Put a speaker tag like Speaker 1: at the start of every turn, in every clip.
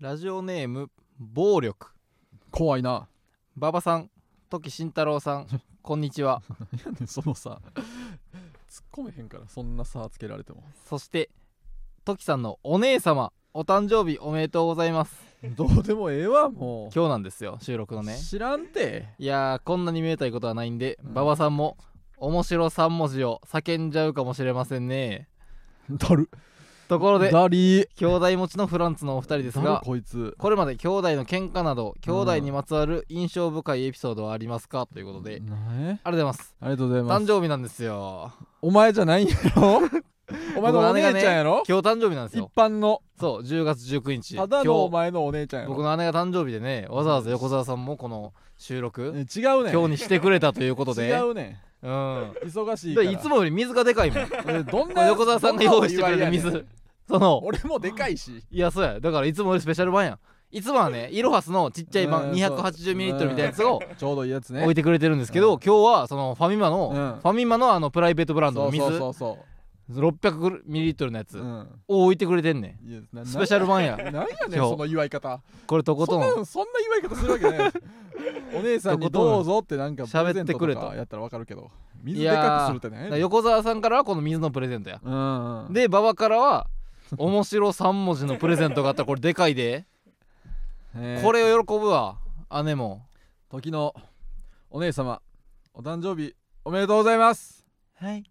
Speaker 1: ラジオネーム暴力
Speaker 2: 怖いな
Speaker 1: 馬場さん時慎太郎さん こんにちは
Speaker 2: 何やねんそのさ突っ込めへんからそんな差つけられても
Speaker 1: そして時さんのお姉様お誕生日おめでとうございます
Speaker 2: どうでもええわもう
Speaker 1: 今日なんですよ収録のね
Speaker 2: 知らんて
Speaker 1: いやーこんなにめでたいことはないんで
Speaker 2: うん
Speaker 1: 馬場さんも面白3文字を叫んじゃうかもしれませんね
Speaker 2: だる
Speaker 1: ところで
Speaker 2: だりー
Speaker 1: 兄弟持ちのフランツのお二人です
Speaker 2: だる
Speaker 1: が
Speaker 2: こいつ
Speaker 1: これまで兄弟の喧嘩など兄弟にまつわる印象深いエピソードはありますかということで、あり
Speaker 2: なえ
Speaker 1: がとうございます
Speaker 2: ありがとうございます
Speaker 1: 誕生日なんですよ
Speaker 2: お前じゃないんやろお前の
Speaker 1: 僕
Speaker 2: お姉
Speaker 1: の姉がね
Speaker 2: ちゃんやろ、
Speaker 1: 今日誕生日なんです
Speaker 2: 一
Speaker 1: よ
Speaker 2: 般の
Speaker 1: そう10月19日
Speaker 2: ただ
Speaker 1: 今
Speaker 2: のお
Speaker 1: 日
Speaker 2: 前のお姉ちゃんやろ
Speaker 1: 僕の姉が誕生日でねわざわざ横澤さんもこの収録、
Speaker 2: ね違うねん
Speaker 1: 今日にしてくれたということで
Speaker 2: 違うね
Speaker 1: うん
Speaker 2: ん忙しいから
Speaker 1: でいつもより水がでか いもん
Speaker 2: えど
Speaker 1: こ
Speaker 2: ん
Speaker 1: れ
Speaker 2: な
Speaker 1: 横澤さんが用意してくれる
Speaker 2: どんなお祝いや
Speaker 1: 水
Speaker 2: ねん
Speaker 1: その
Speaker 2: 俺もでかいし
Speaker 1: いやそうやだからいつもよりスペシャル版やんいつもはねイロハスのちっちゃい版
Speaker 2: うん
Speaker 1: 280ml みたいなやつを
Speaker 2: ちょうどいいやつね
Speaker 1: 置いてくれてるんですけど、
Speaker 2: うん
Speaker 1: 今日はそのファミマの、
Speaker 2: うん
Speaker 1: ファミマのあのプライベートブランドの水
Speaker 2: そうそうそう
Speaker 1: 600ml のやつ
Speaker 2: そう、う
Speaker 1: を
Speaker 2: ん
Speaker 1: 置いてくれてんね
Speaker 2: いやなん
Speaker 1: スペシャル版や
Speaker 2: なんやねん
Speaker 1: 今日
Speaker 2: その祝い方
Speaker 1: これとこと
Speaker 2: そんなんのそんな祝い方するわけ ないお姉さんに
Speaker 1: とことん
Speaker 2: どうぞってなんかプレゼ
Speaker 1: 喋
Speaker 2: ント
Speaker 1: ってくれ
Speaker 2: と
Speaker 1: と
Speaker 2: かやったらわかるけど水
Speaker 1: い
Speaker 2: で
Speaker 1: やー
Speaker 2: かくするって
Speaker 1: だ
Speaker 2: ね
Speaker 1: から横澤さんからはこの水のプレゼントや
Speaker 2: うんうん、
Speaker 1: で馬場からは「面白3文字のプレゼントがあったらこれでかいで
Speaker 2: えー
Speaker 1: これを喜ぶわ姉も
Speaker 2: 時のお姉様お誕生日おめでとうございます
Speaker 1: はい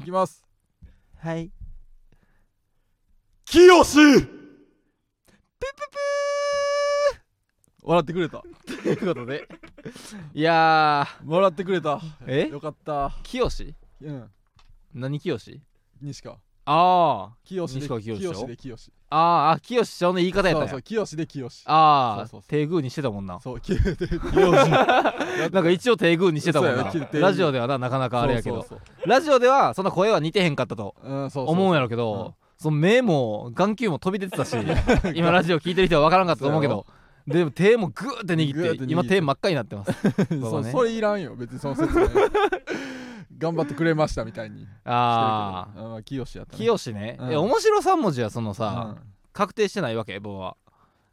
Speaker 2: いきます
Speaker 1: はい
Speaker 2: きよしピピピ笑ってくれた
Speaker 1: ということでいや
Speaker 2: 笑ってくれた
Speaker 1: え
Speaker 2: よかった
Speaker 1: ー清
Speaker 2: うん
Speaker 1: 何清
Speaker 2: 西川
Speaker 1: あ
Speaker 2: きよしで
Speaker 1: 西川
Speaker 2: き
Speaker 1: きよしでしょ
Speaker 2: よしできよし
Speaker 1: あああ清ちゃんの言い方や
Speaker 2: そ
Speaker 1: っ
Speaker 2: う
Speaker 1: た
Speaker 2: そ
Speaker 1: ん
Speaker 2: う
Speaker 1: や
Speaker 2: きよしできよし
Speaker 1: ああ
Speaker 2: そうそうそう
Speaker 1: 手グーにしてたもんな
Speaker 2: そうききよし
Speaker 1: なんか一応手グーにしてたもん
Speaker 2: そうや
Speaker 1: な
Speaker 2: 手
Speaker 1: ラジオではななかなかあれやけど
Speaker 2: そうそう
Speaker 1: ラジオではそんな声は似てへんかったと
Speaker 2: そううんそうそう
Speaker 1: 思うんやろうけど
Speaker 2: うん
Speaker 1: その目も眼球も飛び出て たし今ラジオ聞いてる人は分からんかったと思うけどでも手もグーって握
Speaker 2: グー
Speaker 1: っ
Speaker 2: って
Speaker 1: て
Speaker 2: 握
Speaker 1: 今
Speaker 2: って
Speaker 1: 手真っ赤になって ます馬
Speaker 2: そ
Speaker 1: 場
Speaker 2: う
Speaker 1: ね
Speaker 2: それいらんよ別にその説明頑張ってくれましたみたいにしてるけど
Speaker 1: ああ
Speaker 2: うんまあきよしやったね
Speaker 1: 清ね、
Speaker 2: うん
Speaker 1: え面白3文字はそのさ、
Speaker 2: うん
Speaker 1: 確定してないわけ僕は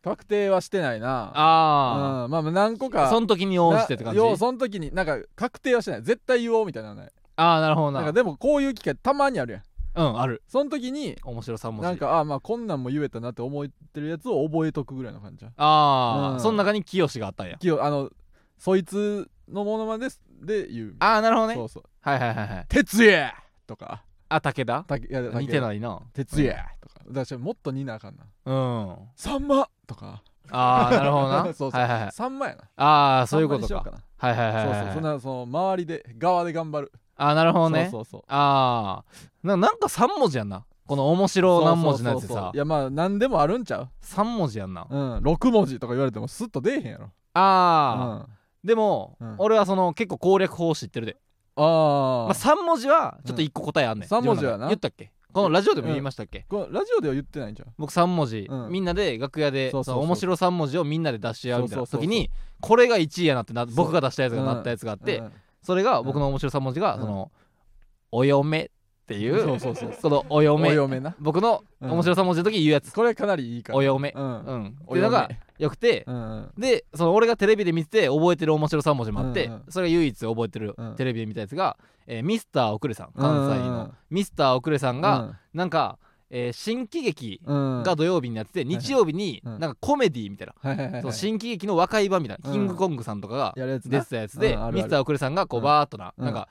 Speaker 2: 確定はしてないな
Speaker 1: あ
Speaker 2: うんまあまあ何個
Speaker 1: あ、
Speaker 2: か
Speaker 1: その時に応じてって感じ
Speaker 2: なようその時になんか確定はしてない絶対言おうみたいなのはない
Speaker 1: ああなるほどな
Speaker 2: なんかでもこういう機会たまにあるやん
Speaker 1: うんある
Speaker 2: その時に
Speaker 1: 面白3文字
Speaker 2: なんかあまあこんなんも言えたなって思ってるやつを覚えとくぐらいの感じや
Speaker 1: ああ、
Speaker 2: うん
Speaker 1: その中に清があったんや
Speaker 2: きよあのそいつのものまねですで言う
Speaker 1: ああなるほどね
Speaker 2: そうそう
Speaker 1: はいはいはいはい
Speaker 2: 哲也とか
Speaker 1: あ武田
Speaker 2: たけいや
Speaker 1: 似て
Speaker 2: い
Speaker 1: ないな
Speaker 2: 哲也とかだからもっと似なあかんな
Speaker 1: うん、うん
Speaker 2: さんまとか
Speaker 1: ああなるほどな
Speaker 2: そうそう
Speaker 1: はいはいはい
Speaker 2: さんまやな
Speaker 1: ああそういうこ
Speaker 2: さん
Speaker 1: と
Speaker 2: まにしよ
Speaker 1: か
Speaker 2: うな
Speaker 1: はいはいはいはい
Speaker 2: そうそうそんなその周りで側で頑張る
Speaker 1: ああなるほどね
Speaker 2: そうそうそう
Speaker 1: ああななんか3文字やんなこの面白何文字のやつ
Speaker 2: そうそうそ
Speaker 1: さ
Speaker 2: ういやまあ何でもあるんちゃ
Speaker 1: 3文字やんな
Speaker 2: ううん6文字とか言われてもスッと出えへんやろ
Speaker 1: ああ、
Speaker 2: うん
Speaker 1: でも、
Speaker 2: うん
Speaker 1: 俺はその結構攻略法知ってるで、
Speaker 2: あ
Speaker 1: ま
Speaker 2: あ
Speaker 1: あ、3文字はちょっと1個答えあんねん、
Speaker 2: うん三文字
Speaker 1: 自分
Speaker 2: はな
Speaker 1: の中で言ったっけこのラジオでも言いましたっけ、
Speaker 2: これラジオでは言ってないんちゃう
Speaker 1: 僕3文字、
Speaker 2: うん
Speaker 1: みんなで楽屋で
Speaker 2: そうそうそう
Speaker 1: その面白3文字をみんなで出し合うみたいな
Speaker 2: そうそうそ
Speaker 1: 時
Speaker 2: う
Speaker 1: にこれが1位やなってな
Speaker 2: そう
Speaker 1: 僕が出したやつがなったやつがあって、それが僕の面白3文字が、その「お嫁」ってい
Speaker 2: うん
Speaker 1: う、
Speaker 2: そうそうそ
Speaker 1: こ
Speaker 2: う
Speaker 1: の「お嫁」
Speaker 2: お嫁な
Speaker 1: 僕の
Speaker 2: うん
Speaker 1: 面白3文字の時に言うやつ
Speaker 2: これかなりいい
Speaker 1: 「
Speaker 2: から
Speaker 1: お嫁」
Speaker 2: う
Speaker 1: うんん、って
Speaker 2: お
Speaker 1: いう
Speaker 2: 嫁
Speaker 1: のがよくて、
Speaker 2: うんうん
Speaker 1: でその俺がテレビで見てて覚えてる面白3文字もあって、
Speaker 2: うんうん
Speaker 1: それが唯一覚えてる、
Speaker 2: うん
Speaker 1: テレビで見たやつが、えーミスターおくれさん関西
Speaker 2: うんうんう
Speaker 1: の
Speaker 2: ん
Speaker 1: ミスターおくれさんが、なんか、えー新喜劇
Speaker 2: うん
Speaker 1: が土曜日にやってて、
Speaker 2: はいはい
Speaker 1: 日曜日に
Speaker 2: うん
Speaker 1: なんかコメディみたいな、
Speaker 2: はいはいはいはい
Speaker 1: その新喜劇の若い版みたいな、
Speaker 2: うん
Speaker 1: キングコングさんとかが
Speaker 2: やるやつな
Speaker 1: 出てたやつで、
Speaker 2: うんあるある
Speaker 1: ミスターおくれさんがこう
Speaker 2: うん
Speaker 1: バーっとな,、
Speaker 2: うん
Speaker 1: なんか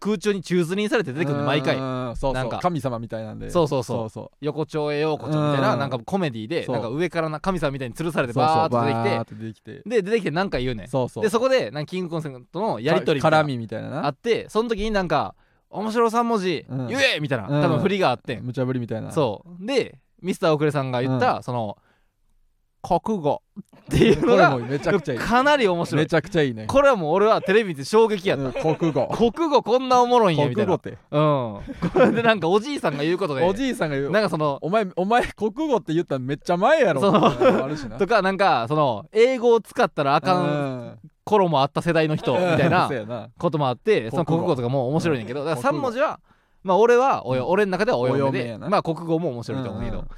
Speaker 1: 空中に宙吊りにされて出てくるの毎回
Speaker 2: うんうんうんそう
Speaker 1: な
Speaker 2: そ
Speaker 1: ん
Speaker 2: う
Speaker 1: か
Speaker 2: 神様みたいなんで
Speaker 1: そうそうそう
Speaker 2: そう
Speaker 1: 横丁へようこちょみたいな,、
Speaker 2: うん
Speaker 1: なんかコメディで
Speaker 2: そう
Speaker 1: なんか上からな神様みたいに吊るされ
Speaker 2: そう
Speaker 1: てバーっと出てきて
Speaker 2: てきて出てきて
Speaker 1: で出てきて何か言うねん
Speaker 2: そうそう
Speaker 1: でそこでなんかキングコングとのやり取りみ
Speaker 2: か
Speaker 1: たいな
Speaker 2: 絡みみたいなな
Speaker 1: あってその時になんか「面白3文字
Speaker 2: うん
Speaker 1: 言え!」みたいな
Speaker 2: うん
Speaker 1: 多分振りがあってん
Speaker 2: 無茶ぶりみたいな
Speaker 1: そうでミスターオクレさんが言ったその「国語」っていうの
Speaker 2: これ
Speaker 1: が
Speaker 2: もめちゃくちゃいい
Speaker 1: かなり面白
Speaker 2: め
Speaker 1: い
Speaker 2: ちゃくちゃいいね
Speaker 1: これはもう俺はテレビ見て衝撃やっ
Speaker 2: うん国語
Speaker 1: た国語こんなおもろいんや
Speaker 2: 国
Speaker 1: みたい
Speaker 2: 語
Speaker 1: な
Speaker 2: って
Speaker 1: うんこれでなんかおじいさんが言うことで
Speaker 2: おじいさんが言う
Speaker 1: なんかその
Speaker 2: お前お前国語って言ったらめっちゃ前やろ
Speaker 1: そう
Speaker 2: みたいなのもあるしな
Speaker 1: とかなんかその英語を使ったらあかん頃もあった世代の人みたいな
Speaker 2: そうやな
Speaker 1: こともあって
Speaker 2: 国
Speaker 1: そ
Speaker 2: 語
Speaker 1: の国語とかも面白いんだけどだから
Speaker 2: 国
Speaker 1: 3
Speaker 2: 語
Speaker 1: 文字はまあ俺はおよ俺の中ではお
Speaker 2: お
Speaker 1: 嫁
Speaker 2: 嫁
Speaker 1: で
Speaker 2: やな
Speaker 1: まあ国語も面白いと思うけど
Speaker 2: ん
Speaker 1: 例
Speaker 2: ん
Speaker 1: え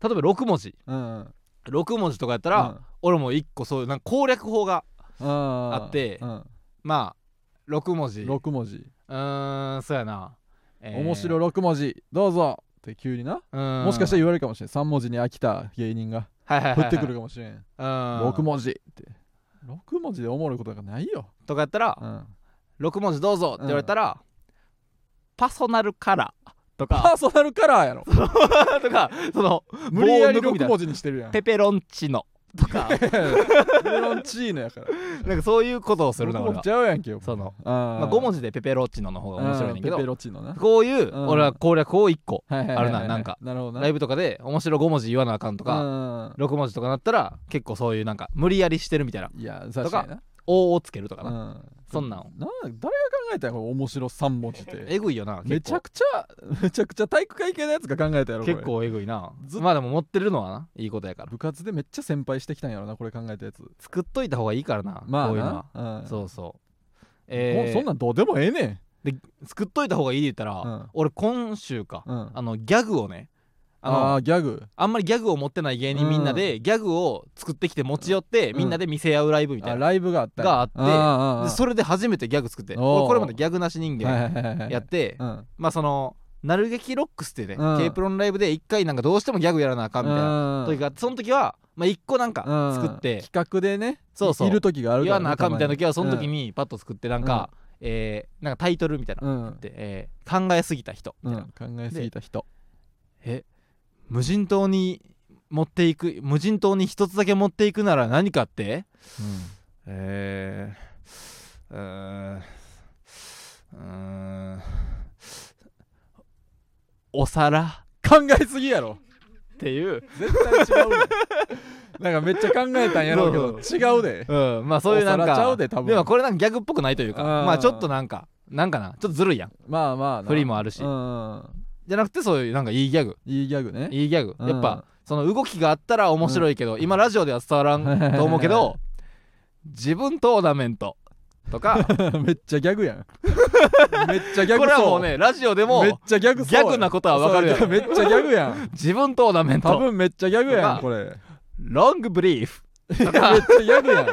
Speaker 1: ば6文字
Speaker 2: うんうん
Speaker 1: 6文字とかやったら、俺も1個そういうなんか攻略法が
Speaker 2: うんあ
Speaker 1: あって
Speaker 2: うん、
Speaker 1: まあ6文字う
Speaker 2: 6文字、
Speaker 1: ーんそうやな、えー
Speaker 2: 面白6文字どうぞって急にな、
Speaker 1: うーん
Speaker 2: もしかしたら言われるかもしれん3文字に飽きた芸人が
Speaker 1: はいはいはい
Speaker 2: 降
Speaker 1: はい
Speaker 2: ってくるかもしれん、
Speaker 1: うーん
Speaker 2: 6文字って6文字でおもろいことがないよ、
Speaker 1: とかやったら
Speaker 2: うん、
Speaker 1: 6文字どうぞって言われたら、パソナルカラーと
Speaker 2: パ
Speaker 1: か
Speaker 2: ーソナルカラーやろ
Speaker 1: とかその
Speaker 2: 無理やり
Speaker 1: 棒を抜くみたいな
Speaker 2: 6文字にしてるやん
Speaker 1: ペペロンチーノと か
Speaker 2: メロンチーノやから
Speaker 1: なんかそういうことをするな
Speaker 2: 6
Speaker 1: 俺
Speaker 2: 文字
Speaker 1: は
Speaker 2: ちゃうやんけよ
Speaker 1: その、
Speaker 2: ま
Speaker 1: まあ、5文字でペペロンチーノの方が面白いねんけ
Speaker 2: ペペ
Speaker 1: ど
Speaker 2: ロチーノな
Speaker 1: こういう
Speaker 2: うん
Speaker 1: 俺は攻略を1個
Speaker 2: はいはいはい
Speaker 1: あるななんか
Speaker 2: なるほどな
Speaker 1: ライブとかで面白5文字言わなあかんとか
Speaker 2: か
Speaker 1: 6文字とかなったら結構そういうなんか無理やりしてるみたいない
Speaker 2: や確かにな
Speaker 1: 「お」をつけるとかな、
Speaker 2: うん
Speaker 1: そんなんを
Speaker 2: なんだ誰が考えたんやこれ面白3文字って
Speaker 1: えぐいよな
Speaker 2: め
Speaker 1: 結
Speaker 2: ち
Speaker 1: 構
Speaker 2: ゃくちゃめちゃくちゃ体育会系のやつが考えたやろこれ
Speaker 1: 結構えぐいな
Speaker 2: ずっ
Speaker 1: まあでも持ってるのはないいことやから
Speaker 2: 部活でめっちゃ先輩してきたんやろなこれ考えたやつ
Speaker 1: 作っといた方がいいからな、こ
Speaker 2: まあ
Speaker 1: ういうのは
Speaker 2: なうん
Speaker 1: そうそう
Speaker 2: こん
Speaker 1: えー
Speaker 2: そんなんどうでもええねん
Speaker 1: 作っといた方がいいって言ったら、
Speaker 2: うん
Speaker 1: 俺今週か、
Speaker 2: うん
Speaker 1: あのギャグをねあの
Speaker 2: あ
Speaker 1: あ
Speaker 2: ーギャグ
Speaker 1: んまりギャグを持ってない芸人みんなで、ギャグを作ってきて持ち寄って、
Speaker 2: うん
Speaker 1: みんなで見せ合うライブみた
Speaker 2: あ
Speaker 1: いな、
Speaker 2: ライブがあったんや
Speaker 1: があって
Speaker 2: ーーー
Speaker 1: でそれで初めてギャグ作って
Speaker 2: おー
Speaker 1: 俺これまでギャグなし人
Speaker 2: はい
Speaker 1: 間
Speaker 2: はいはいはい
Speaker 1: やって、
Speaker 2: うん
Speaker 1: まあそのなる劇ロックスってね、
Speaker 2: うん
Speaker 1: K プロのライブで一回なんかどうしてもギャグやらなあかんみたいな時があってその時はまあ一個なんか作って、
Speaker 2: うん企画でね
Speaker 1: そうそう
Speaker 2: いる時がある
Speaker 1: 言
Speaker 2: か
Speaker 1: わ
Speaker 2: ら
Speaker 1: なあかんみたいな時はその時
Speaker 2: に
Speaker 1: にパッと作ってなんか、えーなんかタイトルみたいな、
Speaker 2: うんうん
Speaker 1: でえー考えすぎた人み
Speaker 2: う
Speaker 1: たい
Speaker 2: ん
Speaker 1: な、
Speaker 2: 考えすぎた人
Speaker 1: え無人島に持っていく無人島に一つだけ持っていくなら何かってえー、うーんうーんお皿
Speaker 2: 考えすぎやろ
Speaker 1: っていう、
Speaker 2: 絶対 違うでなんかめっちゃ考えたんやろうけど違うで
Speaker 1: うん、まあそういうなん
Speaker 2: お皿ちゃ
Speaker 1: か
Speaker 2: うで多分
Speaker 1: もこれなんかギャグっぽくないというか
Speaker 2: うん
Speaker 1: まあちょっとなんかなんかなちょっとずるいやん
Speaker 2: まあまあな
Speaker 1: 振りもあるし
Speaker 2: うん
Speaker 1: じゃなくてそういうなんかいいギャグ
Speaker 2: いいギャグね
Speaker 1: いいギャグ、
Speaker 2: うん
Speaker 1: やっぱその動きがあったら面白いけど、今ラジオでは伝わらんと思うけど自分トーナメントとか
Speaker 2: めっちゃギャグや んめっ ちゃギャグそう
Speaker 1: これはもうねラジオで
Speaker 2: めっ
Speaker 1: も
Speaker 2: ちゃギャグそうやん
Speaker 1: ギャグなことはわかるやん
Speaker 2: そうめっちゃギャグやん
Speaker 1: 自分トーナメン
Speaker 2: 多
Speaker 1: ト
Speaker 2: 分めっちゃギャグや
Speaker 1: ま
Speaker 2: ん
Speaker 1: あ
Speaker 2: これめっ
Speaker 1: ロングブリーフ
Speaker 2: ちゃギャグ やん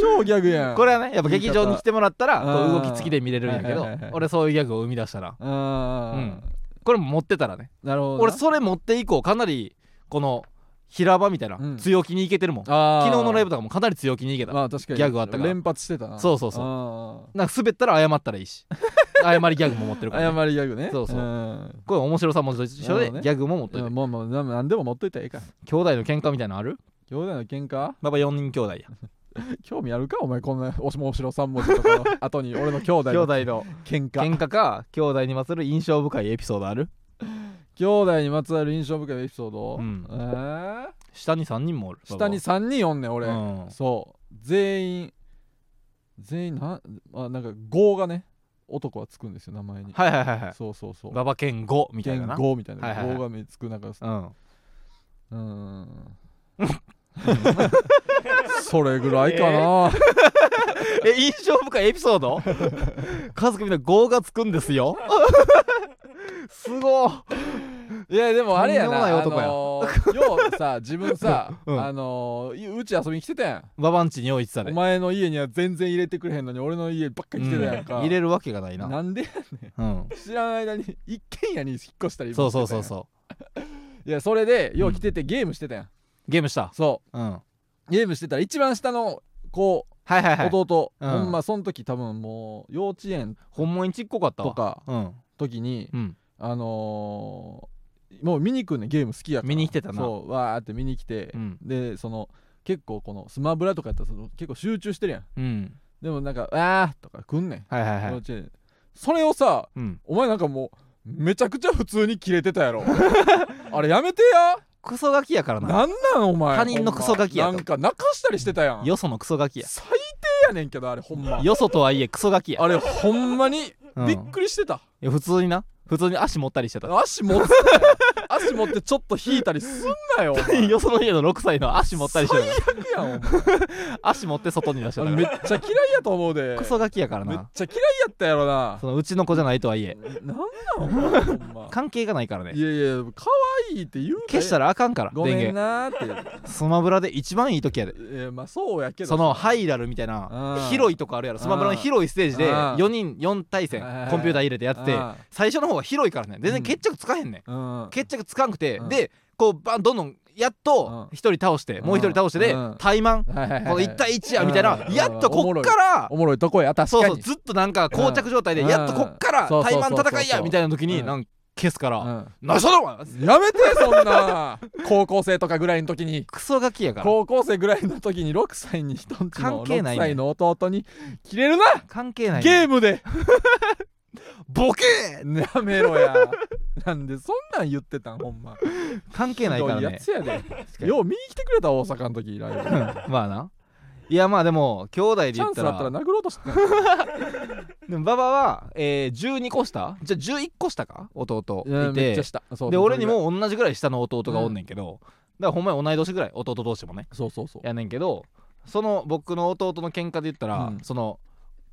Speaker 2: 超ギャグやん
Speaker 1: これはねやっぱ
Speaker 2: 言い方
Speaker 1: 劇場に来てもらったら
Speaker 2: うん
Speaker 1: こう動きつきで見れるんやけど、
Speaker 2: はいはいはいはい
Speaker 1: 俺そういうギャグを生み出したら
Speaker 2: あー
Speaker 1: これも持ってたらね
Speaker 2: なるほどな
Speaker 1: 俺それ持って以降かなりこの平場みたいな、
Speaker 2: うん
Speaker 1: 強気にいけてるもん昨
Speaker 2: あー
Speaker 1: 日のライブとかもかなり強気にいけた、
Speaker 2: まあ確かに
Speaker 1: ギャグあったから
Speaker 2: 連発してたな
Speaker 1: そうそうそう
Speaker 2: あ
Speaker 1: なんか滑ったら謝ったらいい し謝りギャグも持ってる
Speaker 2: ー
Speaker 1: から、ね、
Speaker 2: 謝りギャグね
Speaker 1: そうそうんこれ面白さも一緒
Speaker 2: なる
Speaker 1: で、
Speaker 2: ほどね
Speaker 1: ギャグも持っといて
Speaker 2: もうもう何でも持っといたらええから
Speaker 1: 兄弟の喧嘩みたいなのある
Speaker 2: 兄弟の喧嘩
Speaker 1: やっぱ4人兄弟や
Speaker 2: 興味あるかお前こんなおしもおしろ3文字とか の後に俺の兄弟
Speaker 1: 兄
Speaker 2: の
Speaker 1: 弟の
Speaker 2: 喧嘩
Speaker 1: 喧嘩か兄弟にまつる印象深いエピソードある
Speaker 2: 兄弟にまつわる印象深いエピソード、
Speaker 1: うん
Speaker 2: えー
Speaker 1: 下に3人もおる
Speaker 2: 下に3人おんねん俺、
Speaker 1: うん
Speaker 2: そう全員全員なあなんか5がね男はつくんですよ名前に、
Speaker 1: はいはいはいはい
Speaker 2: そうそうそう
Speaker 1: 馬場健吾みたいなな
Speaker 2: 5みたいな、
Speaker 1: はいはいはい
Speaker 2: 5が目つくなんか
Speaker 1: うん
Speaker 2: うー んそれぐらいかな、
Speaker 1: え印象深いエピソー ド家族みんな5がつくんですよすごー
Speaker 2: いやでもあれやな
Speaker 1: とんでもない男や
Speaker 2: あのーようさ自分 さ、
Speaker 1: うん
Speaker 2: あのーいうち遊びに来てたやん
Speaker 1: 馬場んちに用意してた
Speaker 2: お
Speaker 1: で
Speaker 2: 前の家には全然入れてくれへんのに俺の家ばっかり来てたやんか、
Speaker 1: うん入れるわけがないな
Speaker 2: なんで
Speaker 1: うん
Speaker 2: 知らん間に一軒家に引っ越したり
Speaker 1: そうそうそう
Speaker 2: う
Speaker 1: そう
Speaker 2: いやそれでよう来ててゲームしてたやん、
Speaker 1: ゲームした
Speaker 2: そ
Speaker 1: うんは
Speaker 2: うゲームしてたら一番下の子
Speaker 1: いはいはい
Speaker 2: 弟、
Speaker 1: うん
Speaker 2: ほんまその時多分もう幼稚園
Speaker 1: ほんまにちっこかったわ
Speaker 2: とか
Speaker 1: うん
Speaker 2: 時に
Speaker 1: うん
Speaker 2: あのーもう見に来んねんゲーム好きやから
Speaker 1: 見に来てたな
Speaker 2: そうわーって見に来て、
Speaker 1: うん
Speaker 2: でその結構このスマブラとかやったらその結構集中してるやん
Speaker 1: うん
Speaker 2: でもなんか「あー」とか来んねん、
Speaker 1: はいはいはい
Speaker 2: 幼稚園それをさ
Speaker 1: うん
Speaker 2: お前なんかもうめちゃくちゃ普通にキレてたやろ あれやめてや
Speaker 1: クソガキやからな
Speaker 2: なんなんお前
Speaker 1: 他人のクソガキや
Speaker 2: ほ
Speaker 1: と
Speaker 2: んまなんか泣かしたりしてたやん
Speaker 1: よそのクソガキや
Speaker 2: 最低やねんけどあれほんま
Speaker 1: よそとはいえクソガキや
Speaker 2: あれほんまに
Speaker 1: うん
Speaker 2: びっくりしてた、
Speaker 1: いや普通にな普通に足持ったりしてた
Speaker 2: 足持ってたやん足持ってちょっと引いたりすんなよお前
Speaker 1: よその家の6歳の足持ったりしてるから
Speaker 2: 最悪やんお前
Speaker 1: 足持って外に出して
Speaker 2: あ
Speaker 1: た
Speaker 2: れ
Speaker 1: か
Speaker 2: めっ
Speaker 1: ら
Speaker 2: ちゃ嫌いやと思うで
Speaker 1: クソガキやから
Speaker 2: めっ
Speaker 1: な
Speaker 2: ちゃ嫌いやったやろな
Speaker 1: そのうちの子じゃないとはいえ
Speaker 2: なんなんお前ほんま
Speaker 1: 関係がないからね
Speaker 2: いやいや可愛いって言う
Speaker 1: 消した
Speaker 2: ら
Speaker 1: らあかんから
Speaker 2: ご
Speaker 1: 電
Speaker 2: めん
Speaker 1: 源
Speaker 2: なーって
Speaker 1: スマブラで一番いい時やで
Speaker 2: いやまあそうやけど
Speaker 1: そのハイラルみたいな
Speaker 2: うん
Speaker 1: 広いとこあるやろスマブラの広いステージで
Speaker 2: うん
Speaker 1: 4人4対戦
Speaker 2: はいはい
Speaker 1: コンピューター入れてやってて
Speaker 2: あ
Speaker 1: 最初の方は広いからね全然決着つかへんねん
Speaker 2: ーうん
Speaker 1: 決着つかんくて
Speaker 2: うん
Speaker 1: でこうバンどんどんやっと
Speaker 2: う
Speaker 1: 1
Speaker 2: ん
Speaker 1: 人倒してもう1人倒してで
Speaker 2: うん
Speaker 1: 怠慢
Speaker 2: はいはいはい
Speaker 1: この1対1やみたいな
Speaker 2: うん
Speaker 1: やっとこっから
Speaker 2: おもろいとこや確
Speaker 1: そう
Speaker 2: か
Speaker 1: そう
Speaker 2: に
Speaker 1: ずっとなんか膠着状態で
Speaker 2: うん
Speaker 1: やっとこっから
Speaker 2: うん
Speaker 1: 怠慢
Speaker 2: そうそうそうそう
Speaker 1: 戦いやみたいな時に
Speaker 2: うん
Speaker 1: なんか消すから
Speaker 2: う
Speaker 1: 「何しとんのお前
Speaker 2: んやめてそんな高校生とかぐらいの時に
Speaker 1: クソガキやから
Speaker 2: 高校生ぐらいの時に6歳に人んち
Speaker 1: 関
Speaker 2: の
Speaker 1: 係ない
Speaker 2: 6
Speaker 1: ね
Speaker 2: 歳の弟に切れるな
Speaker 1: 関係ない
Speaker 2: ゲ
Speaker 1: ね
Speaker 2: ームで
Speaker 1: ボケ
Speaker 2: やめろや なんでそんなん言ってたんほんま
Speaker 1: 関係ないから
Speaker 2: ひどい
Speaker 1: ね
Speaker 2: やつやで
Speaker 1: かに
Speaker 2: よう見に来てくれた大阪の時ライブ
Speaker 1: うんまあないやまあでも兄弟で
Speaker 2: チャ
Speaker 1: 言っ
Speaker 2: ンス
Speaker 1: た
Speaker 2: だ
Speaker 1: ら
Speaker 2: ったら殴ろうとしてた
Speaker 1: でも馬場は、えー、12個下じゃあ11個下か弟い
Speaker 2: めってちゃしたそう
Speaker 1: で俺に
Speaker 2: そ
Speaker 1: も同じぐらい下の弟がおんねんけど、だからほんまに同い年ぐらい弟同士もね
Speaker 2: うそうそう
Speaker 1: やねんけどその僕の弟の喧嘩で言ったら、
Speaker 2: うん
Speaker 1: その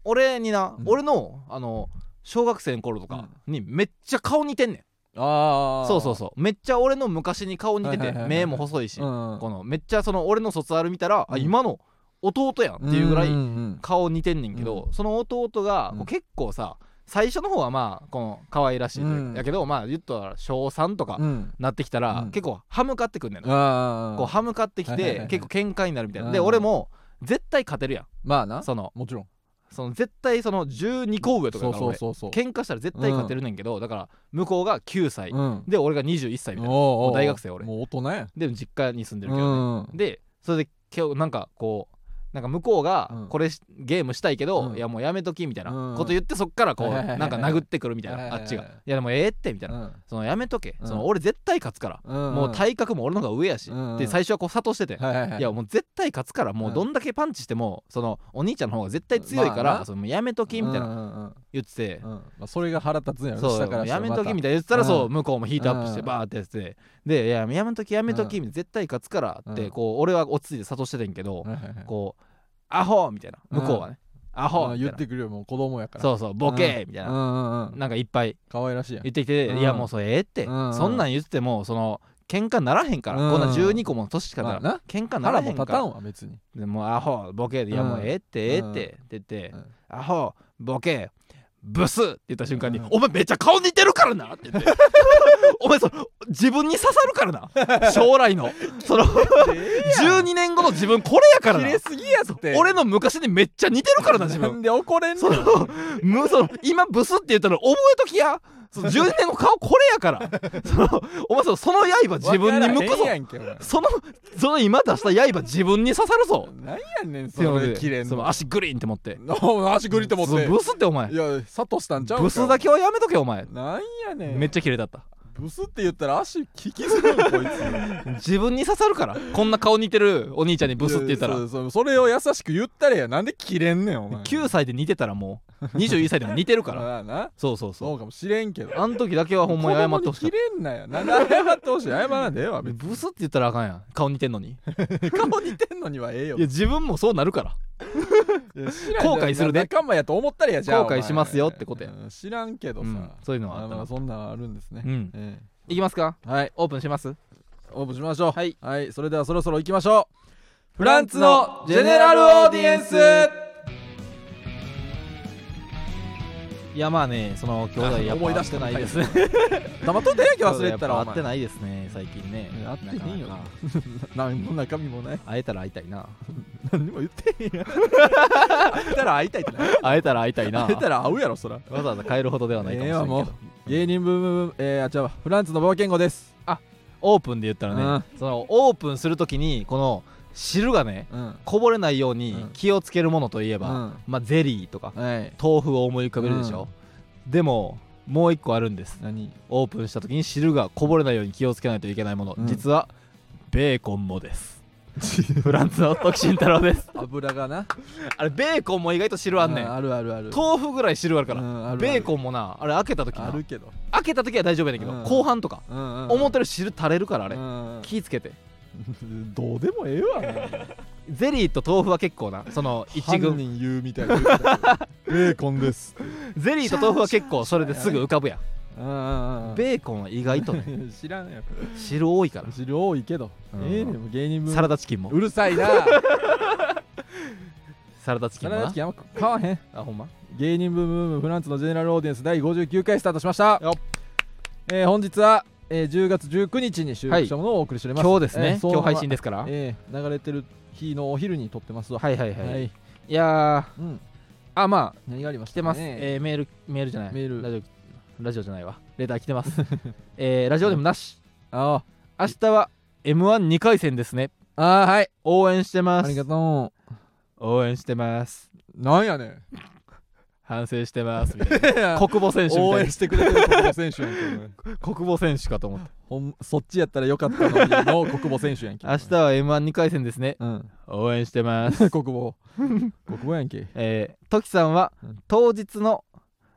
Speaker 1: 俺にな、
Speaker 2: うん
Speaker 1: 俺のあの小学生の頃とかにめっちゃ顔似てんねん、
Speaker 2: ああ
Speaker 1: そうそうそうめっちゃ俺の昔に顔似て
Speaker 2: はい
Speaker 1: て
Speaker 2: はいはいはい
Speaker 1: 目も細いし、
Speaker 2: ん
Speaker 1: このめっちゃその俺の卒アル見たら、あ
Speaker 2: うん
Speaker 1: 今の弟やんっていうぐらい
Speaker 2: んん
Speaker 1: 顔似てんねんけど、その弟が
Speaker 2: うん
Speaker 1: こう結構さ、最初の方はまあこの可愛らしいというか、
Speaker 2: うん
Speaker 1: やけどまあ言ったら小3とか
Speaker 2: うんうん
Speaker 1: なってきたら、
Speaker 2: うん
Speaker 1: 結構歯向かってくんねんな、
Speaker 2: ああ
Speaker 1: こう歯向かってき
Speaker 2: はいはいはい
Speaker 1: て
Speaker 2: はい
Speaker 1: 結構喧嘩になるみたいな、
Speaker 2: うん
Speaker 1: で俺も絶対勝てるや
Speaker 2: まあなん
Speaker 1: その
Speaker 2: もちろん
Speaker 1: その絶対その12個上とか
Speaker 2: そ
Speaker 1: だから
Speaker 2: うそう
Speaker 1: 俺
Speaker 2: そうそう
Speaker 1: 喧嘩したら絶対勝てるねんけど、だから向こうが9歳、
Speaker 2: うん
Speaker 1: で俺が21歳みたいな
Speaker 2: おうおう
Speaker 1: もう大学生俺
Speaker 2: もう大人や
Speaker 1: で実家に住んでる
Speaker 2: う
Speaker 1: けど、
Speaker 2: ん
Speaker 1: でそれで今日なんかこうなんか向こう
Speaker 2: う
Speaker 1: が
Speaker 2: ん
Speaker 1: これしゲームしたいけど、
Speaker 2: うん
Speaker 1: いやもうやめときみたいな
Speaker 2: うん
Speaker 1: こと言ってそっからこう
Speaker 2: はいはいはいはい
Speaker 1: なんか殴ってくるみたい
Speaker 2: はい
Speaker 1: なあっ
Speaker 2: はいはい
Speaker 1: ちが「いやでもええって」みたいな「そのやめとけ、
Speaker 2: うん
Speaker 1: その俺絶対勝つから、
Speaker 2: うん
Speaker 1: もう体格も俺の方が上やし」
Speaker 2: うん
Speaker 1: って最初はこう諭してて。
Speaker 2: はいはいはい
Speaker 1: いやもう絶対勝つからもううんどんだけパンチしてもそのお兄ちゃんの方が絶対強いから、
Speaker 2: まあな
Speaker 1: そのやめときみたいな
Speaker 2: な
Speaker 1: 言ってて、
Speaker 2: まあそれが腹立つんやろ
Speaker 1: そ
Speaker 2: 下から
Speaker 1: う
Speaker 2: した
Speaker 1: や
Speaker 2: ら
Speaker 1: め
Speaker 2: ま
Speaker 1: と
Speaker 2: た
Speaker 1: きみたいな言ってたら
Speaker 2: うん
Speaker 1: そう向こうもヒートアップして
Speaker 2: うん
Speaker 1: バーってやっててでいややめときやめとき絶対勝つからってこう俺は落ち着いて諭しててんけど、
Speaker 2: はいはいはい
Speaker 1: こう「アホ!」みたいな
Speaker 2: うん
Speaker 1: 向こうはね「アホ!」
Speaker 2: まあ
Speaker 1: みた
Speaker 2: 言
Speaker 1: い
Speaker 2: っ
Speaker 1: な
Speaker 2: てくるよもう子供やから
Speaker 1: そうそうボケーみたい
Speaker 2: うん
Speaker 1: な
Speaker 2: うんうん
Speaker 1: なんかいっぱい
Speaker 2: 可愛らしいやん
Speaker 1: 言ってきて
Speaker 2: う
Speaker 1: 「
Speaker 2: ん
Speaker 1: いやもうそれええって
Speaker 2: うん
Speaker 1: そんなん言っててもその喧嘩ならへんから
Speaker 2: う
Speaker 1: こ
Speaker 2: ん
Speaker 1: んな12個も年しかな
Speaker 2: まあ
Speaker 1: ら
Speaker 2: な
Speaker 1: 喧嘩なら
Speaker 2: 腹
Speaker 1: へ
Speaker 2: も
Speaker 1: んか
Speaker 2: 立た
Speaker 1: ら
Speaker 2: んわ別に
Speaker 1: でもうアホボケーで「いや
Speaker 2: うん
Speaker 1: もうええってええって」
Speaker 2: う
Speaker 1: っ
Speaker 2: ん
Speaker 1: て言って
Speaker 2: うん
Speaker 1: 「アホボケーブス!」って言った瞬間に
Speaker 2: う
Speaker 1: 「
Speaker 2: ん
Speaker 1: お前めっちゃ顔似てるからな!」って言って 「お前それ自分に刺さるからな将来のその12年後の自分これやから
Speaker 2: 切
Speaker 1: な
Speaker 2: れすぎやって
Speaker 1: 俺の昔にめっちゃ似てるからな自
Speaker 2: な
Speaker 1: 分
Speaker 2: んで怒れん
Speaker 1: そ
Speaker 2: の
Speaker 1: のむその今ブスって言ったの覚えときやその10年後顔これやからそのお前そのその刃自分に向くぞ
Speaker 2: わからへんやんけお前
Speaker 1: そのその今出した刃自分に刺さるぞ
Speaker 2: なんやねん
Speaker 1: っていう
Speaker 2: そ
Speaker 1: の
Speaker 2: れ切れ
Speaker 1: で
Speaker 2: ん
Speaker 1: そ
Speaker 2: の
Speaker 1: の足グリーンって持って
Speaker 2: な 足ぐりって持っ
Speaker 1: そ
Speaker 2: て
Speaker 1: のブスってお前
Speaker 2: いやサトしたんちゃうか
Speaker 1: ブスだけはやめとけお前
Speaker 2: なんやねん
Speaker 1: めっちゃキレだった
Speaker 2: ブスって言ったら足利きするんこいつ
Speaker 1: 自分に刺さるからこんな顔似てるお兄ちゃんに ブスって言った
Speaker 2: いや
Speaker 1: ら
Speaker 2: そうそうそれを優しく言ったらやなんで切れんねんお前
Speaker 1: 9歳で似てたらもう21歳でも似てるから
Speaker 2: まあな
Speaker 1: そうそう
Speaker 2: そ
Speaker 1: そう
Speaker 2: うかもしれんけど
Speaker 1: うあん時だけはほんまに謝ってほしかった
Speaker 2: 子供に切れんなよなんで謝ってほしい謝らんでええわ別
Speaker 1: ブスって言ったらあかんやん顔似てんのにい
Speaker 2: に顔似てんのにはええよ
Speaker 1: や自分もそうなるから
Speaker 2: いや知らん
Speaker 1: 後悔するで
Speaker 2: 仲間やと思ったらやじゃあ
Speaker 1: 後悔しますよってことや
Speaker 2: お前うん知らんけどさ、
Speaker 1: うんそういうのはあっ
Speaker 2: あ
Speaker 1: たな
Speaker 2: まあそんなんあるんですね、
Speaker 1: うん
Speaker 2: え
Speaker 1: いきますか
Speaker 2: えはい
Speaker 1: オープンします
Speaker 2: 応募しましょう
Speaker 1: はい、
Speaker 2: それではそろそろ行きましょうフランツのジェネラルオーディエンス
Speaker 1: いやまあねその兄弟やっぱ
Speaker 2: 思い出
Speaker 1: 会っ
Speaker 2: してた
Speaker 1: ないですね
Speaker 2: ね黙っとったやんけ
Speaker 1: 兄
Speaker 2: 忘
Speaker 1: 弟
Speaker 2: れ
Speaker 1: や
Speaker 2: て
Speaker 1: ったぱ
Speaker 2: らお
Speaker 1: 会って
Speaker 2: 前
Speaker 1: ないですね最近ね
Speaker 2: いや会ってねえよ
Speaker 1: なかなか
Speaker 2: 何の中身も ない
Speaker 1: 会えたら会いたいな
Speaker 2: 何にも言ってへんやん 会ったら会いたいってな
Speaker 1: 会えたら会いたいな
Speaker 2: 会えたら会うやろそら
Speaker 1: わざわざ帰るほどではないかもし
Speaker 2: ええ
Speaker 1: れな
Speaker 2: わ
Speaker 1: いけど、
Speaker 2: もう芸人ブームブームえー、あ違うわフランツの馬場健吾です
Speaker 1: オープンで言ったらねそのオープンするときにこの汁がね
Speaker 2: うん
Speaker 1: こぼれないように
Speaker 2: うん
Speaker 1: 気をつけるものといえ
Speaker 2: う
Speaker 1: ば、
Speaker 2: ん
Speaker 1: まあゼリーとか
Speaker 2: はい
Speaker 1: 豆腐を思い浮かべるでしょ、でももう一個あるんです
Speaker 2: 何
Speaker 1: オープンした時に汁がこぼれないように気をつけないといけないもの、
Speaker 2: うん
Speaker 1: 実はベーコンもですフランスの徳慎太郎 です
Speaker 2: 油がな
Speaker 1: あれベーコンも意外と汁あんね
Speaker 2: うんあるあるある
Speaker 1: 豆腐ぐらい汁あるから、
Speaker 2: うんあるある
Speaker 1: ベーコンもなあれ開けた時
Speaker 2: あ
Speaker 1: な
Speaker 2: るけど
Speaker 1: 開けた時は大丈夫やねんけど、
Speaker 2: うん
Speaker 1: 後半とか、
Speaker 2: うんうんうん
Speaker 1: 思ったより汁垂れるからあれ、
Speaker 2: うんうん
Speaker 1: 気ぃつけて
Speaker 2: どうでもええわな
Speaker 1: ゼリーと豆腐は結構なその一
Speaker 2: 犯
Speaker 1: 軍
Speaker 2: 人言うみたいな言うてたけどベーコンです
Speaker 1: ゼリーと豆腐は結構それですぐ浮かぶやん、
Speaker 2: うんうんうん
Speaker 1: ベーコンは意外 とね
Speaker 2: 知らんよ
Speaker 1: 汁多いから
Speaker 2: 汁多いけど
Speaker 1: うん
Speaker 2: ええねんもう芸人分
Speaker 1: サラダチキンも
Speaker 2: うるさいな
Speaker 1: サラダチキ
Speaker 2: サ
Speaker 1: ンも
Speaker 2: ラダチ
Speaker 1: な
Speaker 2: キンあんま買わへん
Speaker 1: あほんま
Speaker 2: 芸人ブームブームフランツのジェネラルオーディエンス第59回スタートしました
Speaker 1: よっ
Speaker 2: えー本日は、えー10月19日に収録したものをお送りしております、
Speaker 1: 今日です
Speaker 2: え
Speaker 1: ね、
Speaker 2: ーそう
Speaker 1: 今日配信ですから、
Speaker 2: えー流れてる日のお昼に撮ってますわ
Speaker 1: はいはいはい、、
Speaker 2: はいい
Speaker 1: や
Speaker 2: うん
Speaker 1: ーあまあ
Speaker 2: 何がありまし
Speaker 1: 来
Speaker 2: た
Speaker 1: て
Speaker 2: か
Speaker 1: ます、
Speaker 2: ね
Speaker 1: えーメールメールじゃない
Speaker 2: メール
Speaker 1: ラジオラジオじゃないわレター来てます えーラジオでもなし
Speaker 2: あ
Speaker 1: 明日は m 1 2回戦ですね
Speaker 2: あああはい
Speaker 1: 応援してま
Speaker 2: ありが
Speaker 1: す
Speaker 2: と
Speaker 1: 応援してます
Speaker 2: うなんや ねん
Speaker 1: 反省してますみたい な国母選手み
Speaker 2: 応
Speaker 1: たい
Speaker 2: 援してくれてる国保選手やんけお前
Speaker 1: な国母選手かと思った
Speaker 2: ほんそっちやったらよかったのにの国保選手やんけ
Speaker 1: 明日は m 1 2回戦ですね
Speaker 2: うん
Speaker 1: 応援してます
Speaker 2: 国保国保やんけ
Speaker 1: えー、トキさんは
Speaker 2: うん
Speaker 1: 当日の、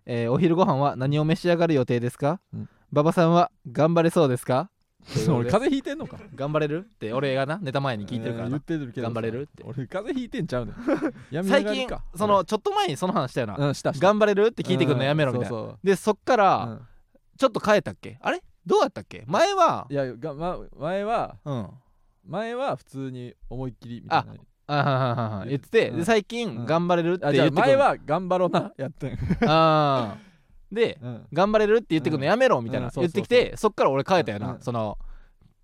Speaker 1: えーお昼ご飯は何を召し上がる予定ですか、
Speaker 2: うん
Speaker 1: 馬場さんは頑張れそうですかということ
Speaker 2: 俺
Speaker 1: で
Speaker 2: 風邪ひいてんのか
Speaker 1: 頑張れるって俺がなネタ前に聞いてるから
Speaker 2: えー言
Speaker 1: な
Speaker 2: っ、てるけどさ
Speaker 1: 頑張れるって
Speaker 2: 俺風邪ひいてんちゃ うねん病み上
Speaker 1: 最
Speaker 2: がり
Speaker 1: 近
Speaker 2: か
Speaker 1: そのちょっと前にその話したよな、
Speaker 2: 俺うんしたした
Speaker 1: 頑張れるって聞いてくるのやめろみたいな、
Speaker 2: うんそう
Speaker 1: でそっか
Speaker 2: そう
Speaker 1: ら、
Speaker 2: うん
Speaker 1: ちょっと変えたっけあれどうやったっけ前はい
Speaker 2: やがま前は
Speaker 1: うん
Speaker 2: 前は普通に思いっきりみたいな
Speaker 1: あはいはいはいはい言ってて、
Speaker 2: うん
Speaker 1: で最近、
Speaker 2: うん
Speaker 1: 頑張れるって
Speaker 2: あじゃ
Speaker 1: 言って
Speaker 2: あ
Speaker 1: くる
Speaker 2: 前は頑張ろうなやって ん
Speaker 1: あーで
Speaker 2: うん
Speaker 1: 頑張れるって言ってくるのやめろみたいな、
Speaker 2: うんそう
Speaker 1: 言
Speaker 2: そう
Speaker 1: っ
Speaker 2: そ
Speaker 1: てき
Speaker 2: う
Speaker 1: てそっから俺変えたよな、
Speaker 2: うん
Speaker 1: その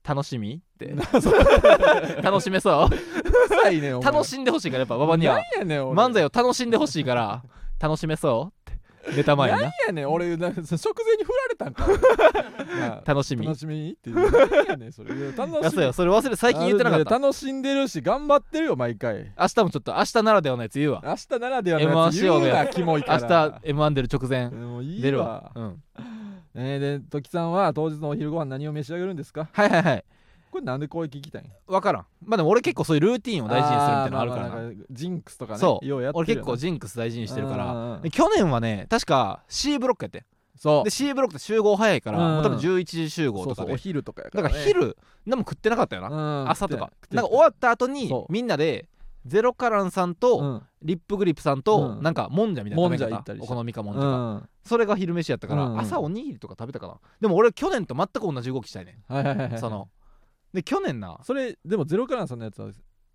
Speaker 1: 楽しみって 楽しめ そう
Speaker 2: 臭いねんお前
Speaker 1: 楽しんでほしいからやっぱ馬場には
Speaker 2: なんやねん俺
Speaker 1: 漫才を楽しんでほしいから楽しめそうってネタ前に
Speaker 2: なん
Speaker 1: な
Speaker 2: やねん俺な食前に振られたんか なあ
Speaker 1: 楽しみ
Speaker 2: 楽しみっていうなんやねんそれいや楽
Speaker 1: い
Speaker 2: し
Speaker 1: や
Speaker 2: み
Speaker 1: そうよそれ忘れて最近言ってなかった
Speaker 2: あ楽しんでるし頑張ってるよ毎回
Speaker 1: 明日もちょっと明日ならではのやつ言うわ
Speaker 2: 明日ならではのや
Speaker 1: M1
Speaker 2: つ言う
Speaker 1: 仕様
Speaker 2: な
Speaker 1: で
Speaker 2: キモいか
Speaker 1: 明日
Speaker 2: ら
Speaker 1: m 1出る直前
Speaker 2: もういい
Speaker 1: 出るわうん
Speaker 2: えー、で時さんは当日のお昼ご飯何を召し上げるんですか
Speaker 1: はいはいはい
Speaker 2: これなんでこう聞きたいん
Speaker 1: 分からんまあでも俺結構そういうルーティンを大事にするみたいなのあるから
Speaker 2: ーま
Speaker 1: な
Speaker 2: まんジンクスとかね
Speaker 1: そう
Speaker 2: ようやって
Speaker 1: 俺
Speaker 2: るよ
Speaker 1: 結
Speaker 2: な
Speaker 1: 構ジンクス大事にしてるか
Speaker 2: うん
Speaker 1: ら
Speaker 2: うんうん
Speaker 1: で去年はね確か C ブロックやって
Speaker 2: そう
Speaker 1: で C ブロックって集合早いから
Speaker 2: うんうん
Speaker 1: もう多分11時集合
Speaker 2: そう
Speaker 1: と
Speaker 2: そ
Speaker 1: か
Speaker 2: う
Speaker 1: で
Speaker 2: お昼とかやか
Speaker 1: だ
Speaker 2: ら、
Speaker 1: か
Speaker 2: ね、
Speaker 1: ら昼何も食ってなかったよ
Speaker 2: う
Speaker 1: な、
Speaker 2: ん
Speaker 1: 朝とか
Speaker 2: 食って
Speaker 1: なんか
Speaker 2: 食って
Speaker 1: 終わった後に
Speaker 2: そう
Speaker 1: みんなでゼロカランさんと、
Speaker 2: うん
Speaker 1: リップグリップさんと、
Speaker 2: うん
Speaker 1: なんかもんじゃみたいな
Speaker 2: もんじゃ
Speaker 1: 食べ
Speaker 2: 行った
Speaker 1: 方
Speaker 2: りし
Speaker 1: お
Speaker 2: た
Speaker 1: 好みかもんじゃ
Speaker 2: う
Speaker 1: か、
Speaker 2: んは
Speaker 1: それが昼飯やったから、
Speaker 2: うんうん
Speaker 1: 朝おにぎりとか食べたかなでも俺去年と全く同じ動きしたいね
Speaker 2: いはいはいはい
Speaker 1: そので去年な
Speaker 2: それでもゼロカランさんのやつは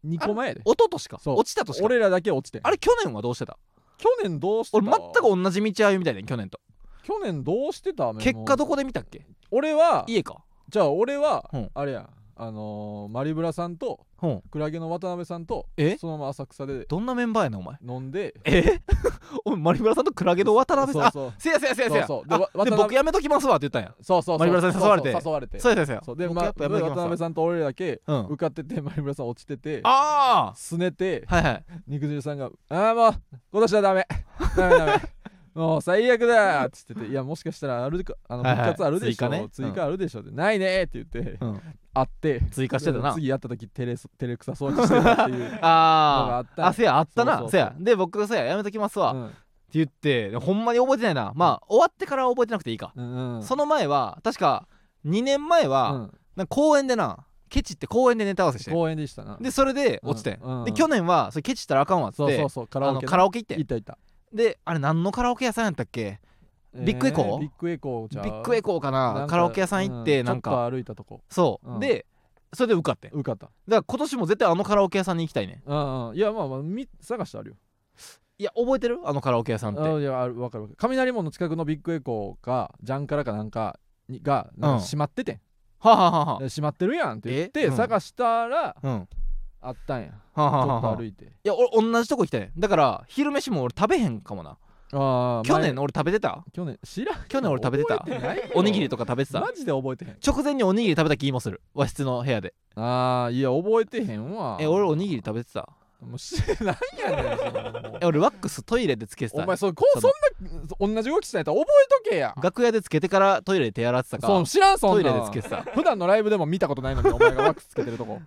Speaker 2: 2個前やで
Speaker 1: 一昨年か
Speaker 2: そう
Speaker 1: 落ちた年か
Speaker 2: 俺らだけ落ちてん
Speaker 1: あれ去年はどうしてた
Speaker 2: 去年どうしてた
Speaker 1: 俺全く同じ道歩みたいね去年と
Speaker 2: 去年どうしてた
Speaker 1: 結果ど
Speaker 2: こ
Speaker 1: こで見たっけ
Speaker 2: 俺は
Speaker 1: 家か
Speaker 2: じゃあ俺は、
Speaker 1: うん
Speaker 2: あれやんあのーマリブラさんと
Speaker 1: うん
Speaker 2: クラゲの渡辺さんと
Speaker 1: え
Speaker 2: そのまま浅草で
Speaker 1: どんなメンバーやねんお前
Speaker 2: 飲んで
Speaker 1: え おマリブラさんとクラゲの渡辺さんあ
Speaker 2: そう
Speaker 1: せやせやせやせや
Speaker 2: そうそうでわ
Speaker 1: あで
Speaker 2: 渡辺
Speaker 1: 僕やめときますわって言ったんや
Speaker 2: そうそうそうそう
Speaker 1: マリブラさんに誘われて
Speaker 2: そうそう誘われて
Speaker 1: そうやせやせ
Speaker 2: そ
Speaker 1: や
Speaker 2: うで、
Speaker 1: 僕
Speaker 2: まあ、
Speaker 1: やっぱやめと
Speaker 2: 渡
Speaker 1: きます
Speaker 2: 辺さんと俺らだけ
Speaker 1: わうん
Speaker 2: 受かっててマリブラさん落ちてて
Speaker 1: あ
Speaker 2: すねて
Speaker 1: あはいはい
Speaker 2: 肉汁さんが「ああもう今年はダメダメダメ もう最悪だ!」っつってて「いやもしかしたらあるかあの
Speaker 1: はい
Speaker 2: 復
Speaker 1: はい
Speaker 2: 活あるでしょ、
Speaker 1: 追加ね
Speaker 2: 追加あるでしょ」って「ないね!」って言って
Speaker 1: うん
Speaker 2: 会って
Speaker 1: 追加してたな
Speaker 2: 次やった時照れそ照れくさそうにしてたっ ていうのがあ
Speaker 1: あ
Speaker 2: った
Speaker 1: ああせやあった
Speaker 2: そうそ
Speaker 1: な
Speaker 2: う
Speaker 1: せやで僕がせややめときますわって
Speaker 2: うん
Speaker 1: 言ってでほんまに覚えてないなまあ終わってからは覚えてなくていいか
Speaker 2: うんうん
Speaker 1: その前は確か2年前
Speaker 2: う
Speaker 1: は
Speaker 2: ん
Speaker 1: なんか公園でなケチって公園でネタ合わせして
Speaker 2: 公園でしたな
Speaker 1: でそれで落ちて
Speaker 2: うんうん
Speaker 1: んで去年はそれケチったらあかんわっつ
Speaker 2: そ
Speaker 1: っ
Speaker 2: う
Speaker 1: て
Speaker 2: そうそうカ
Speaker 1: あ
Speaker 2: ラオ
Speaker 1: の
Speaker 2: ケ
Speaker 1: カラオケ行っ
Speaker 2: 行ってた行った
Speaker 1: であれ何のカラオケ屋さんやったっけビッグエコー
Speaker 2: ビッグエコー
Speaker 1: ビ
Speaker 2: じゃう
Speaker 1: ッグエコーか
Speaker 2: なん
Speaker 1: な
Speaker 2: か
Speaker 1: カラオケ屋さん行って
Speaker 2: う
Speaker 1: なん
Speaker 2: ちょ
Speaker 1: か
Speaker 2: っと歩いたとこ
Speaker 1: そううんでそれで受かってんだか
Speaker 2: 受かった
Speaker 1: ら今年も絶対あのカラオケ屋さんに行きたいね
Speaker 2: うんうんいやまあまあみ探してあるよ
Speaker 1: いや覚えてるあのカラオケ屋さんって
Speaker 2: あいやあるわかるわかる雷門の近くのビッグエコーかジャンカラかなんかにがなん
Speaker 1: うん
Speaker 2: か閉まっててん、
Speaker 1: はあはあはあはあ
Speaker 2: 閉まってるやんって言って、
Speaker 1: えうん
Speaker 2: 探したら
Speaker 1: うんは
Speaker 2: あったんやち
Speaker 1: あは
Speaker 2: ょ
Speaker 1: あは
Speaker 2: っ
Speaker 1: あは
Speaker 2: と
Speaker 1: あ
Speaker 2: 歩
Speaker 1: い
Speaker 2: いて
Speaker 1: や俺同じとこ行きたいだから昼飯も俺食べへんかもな
Speaker 2: あー
Speaker 1: 去
Speaker 2: 前
Speaker 1: 年俺食べてた
Speaker 2: 去年知らん
Speaker 1: 去年俺食べてた
Speaker 2: 覚えないよ
Speaker 1: おにぎりとか食べてた
Speaker 2: マジで覚えてへん
Speaker 1: 直前におにぎり食べた気もする和室の部屋で
Speaker 2: あーいや覚えてへんわ
Speaker 1: え俺おにぎり食べてた
Speaker 2: もうしなんやねんそのもう
Speaker 1: え俺ワックストイレでつけて
Speaker 2: お
Speaker 1: た
Speaker 2: 前そこ
Speaker 1: そ
Speaker 2: そ
Speaker 1: の
Speaker 2: んな同じ動きしたんやったら覚えとけや
Speaker 1: 楽屋でつけてからトイレで手洗ってたか
Speaker 2: そう知らんそ
Speaker 1: ト
Speaker 2: ん
Speaker 1: イレ
Speaker 2: な
Speaker 1: で
Speaker 2: ん
Speaker 1: つけてた
Speaker 2: 普段のライブでも見たことないのにお前がワックスつけてるとこ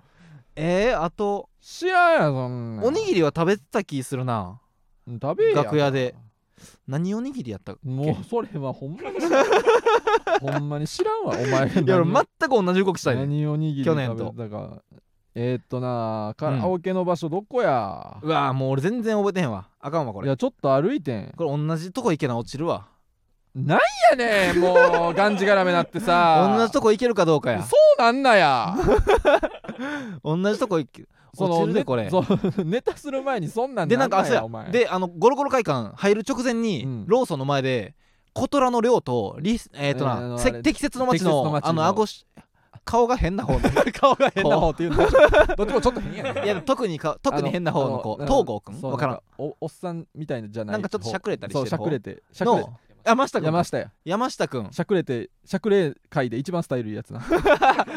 Speaker 1: えー、あと
Speaker 2: 知らんやそんなん
Speaker 1: おにぎりは食べてた気するな
Speaker 2: 食べえや
Speaker 1: 楽屋で何おにぎりやったっけ
Speaker 2: もうそれはほんまに知らんほんまに知らんわお前
Speaker 1: いや俺
Speaker 2: 何を
Speaker 1: 全く同じ動きしたいね
Speaker 2: 何おにぎり
Speaker 1: 去年と
Speaker 2: 食べたかえー、っとなカ
Speaker 1: うん
Speaker 2: ラオケの場所どこや、
Speaker 1: うわーもう俺全然覚えてへんわあかんわこ
Speaker 2: い
Speaker 1: れ
Speaker 2: やちょっと歩いてん
Speaker 1: これ同じとこ行けな落ちるわ
Speaker 2: なんやね んもうがんじがらめなってさ
Speaker 1: 同じとこ行けるかどうかや
Speaker 2: そうなんなや
Speaker 1: 同じとこ行け 落ちるで
Speaker 2: ね
Speaker 1: これ
Speaker 2: そう ネタする前にそんなん
Speaker 1: でなんかあ
Speaker 2: や
Speaker 1: そう
Speaker 2: お前
Speaker 1: やであのゴロゴロ会館入る直前に、
Speaker 2: うん
Speaker 1: ローソンの前で小虎の寮とリスえっ、と
Speaker 2: えーあ
Speaker 1: な、
Speaker 2: の
Speaker 1: せ
Speaker 2: あれ
Speaker 1: 適切の街の
Speaker 2: 適切の街の
Speaker 1: あの顎し顔が変な 方の顔が変な
Speaker 2: こ
Speaker 1: 方
Speaker 2: うっていうの どっちもちょっと変やねん
Speaker 1: いや特にか特に変な方の子
Speaker 2: あ
Speaker 1: 東郷くん
Speaker 2: そう
Speaker 1: わからん
Speaker 2: なかおおっさんみたいなじゃない
Speaker 1: なんかちょっとしゃくれたりして
Speaker 2: そう
Speaker 1: る
Speaker 2: しゃ
Speaker 1: 方
Speaker 2: くれてしゃくれ
Speaker 1: の山下くん
Speaker 2: 山
Speaker 1: か
Speaker 2: 下や
Speaker 1: 山下くん
Speaker 2: しゃくれてしゃくれ会で一番スタイルいいやつな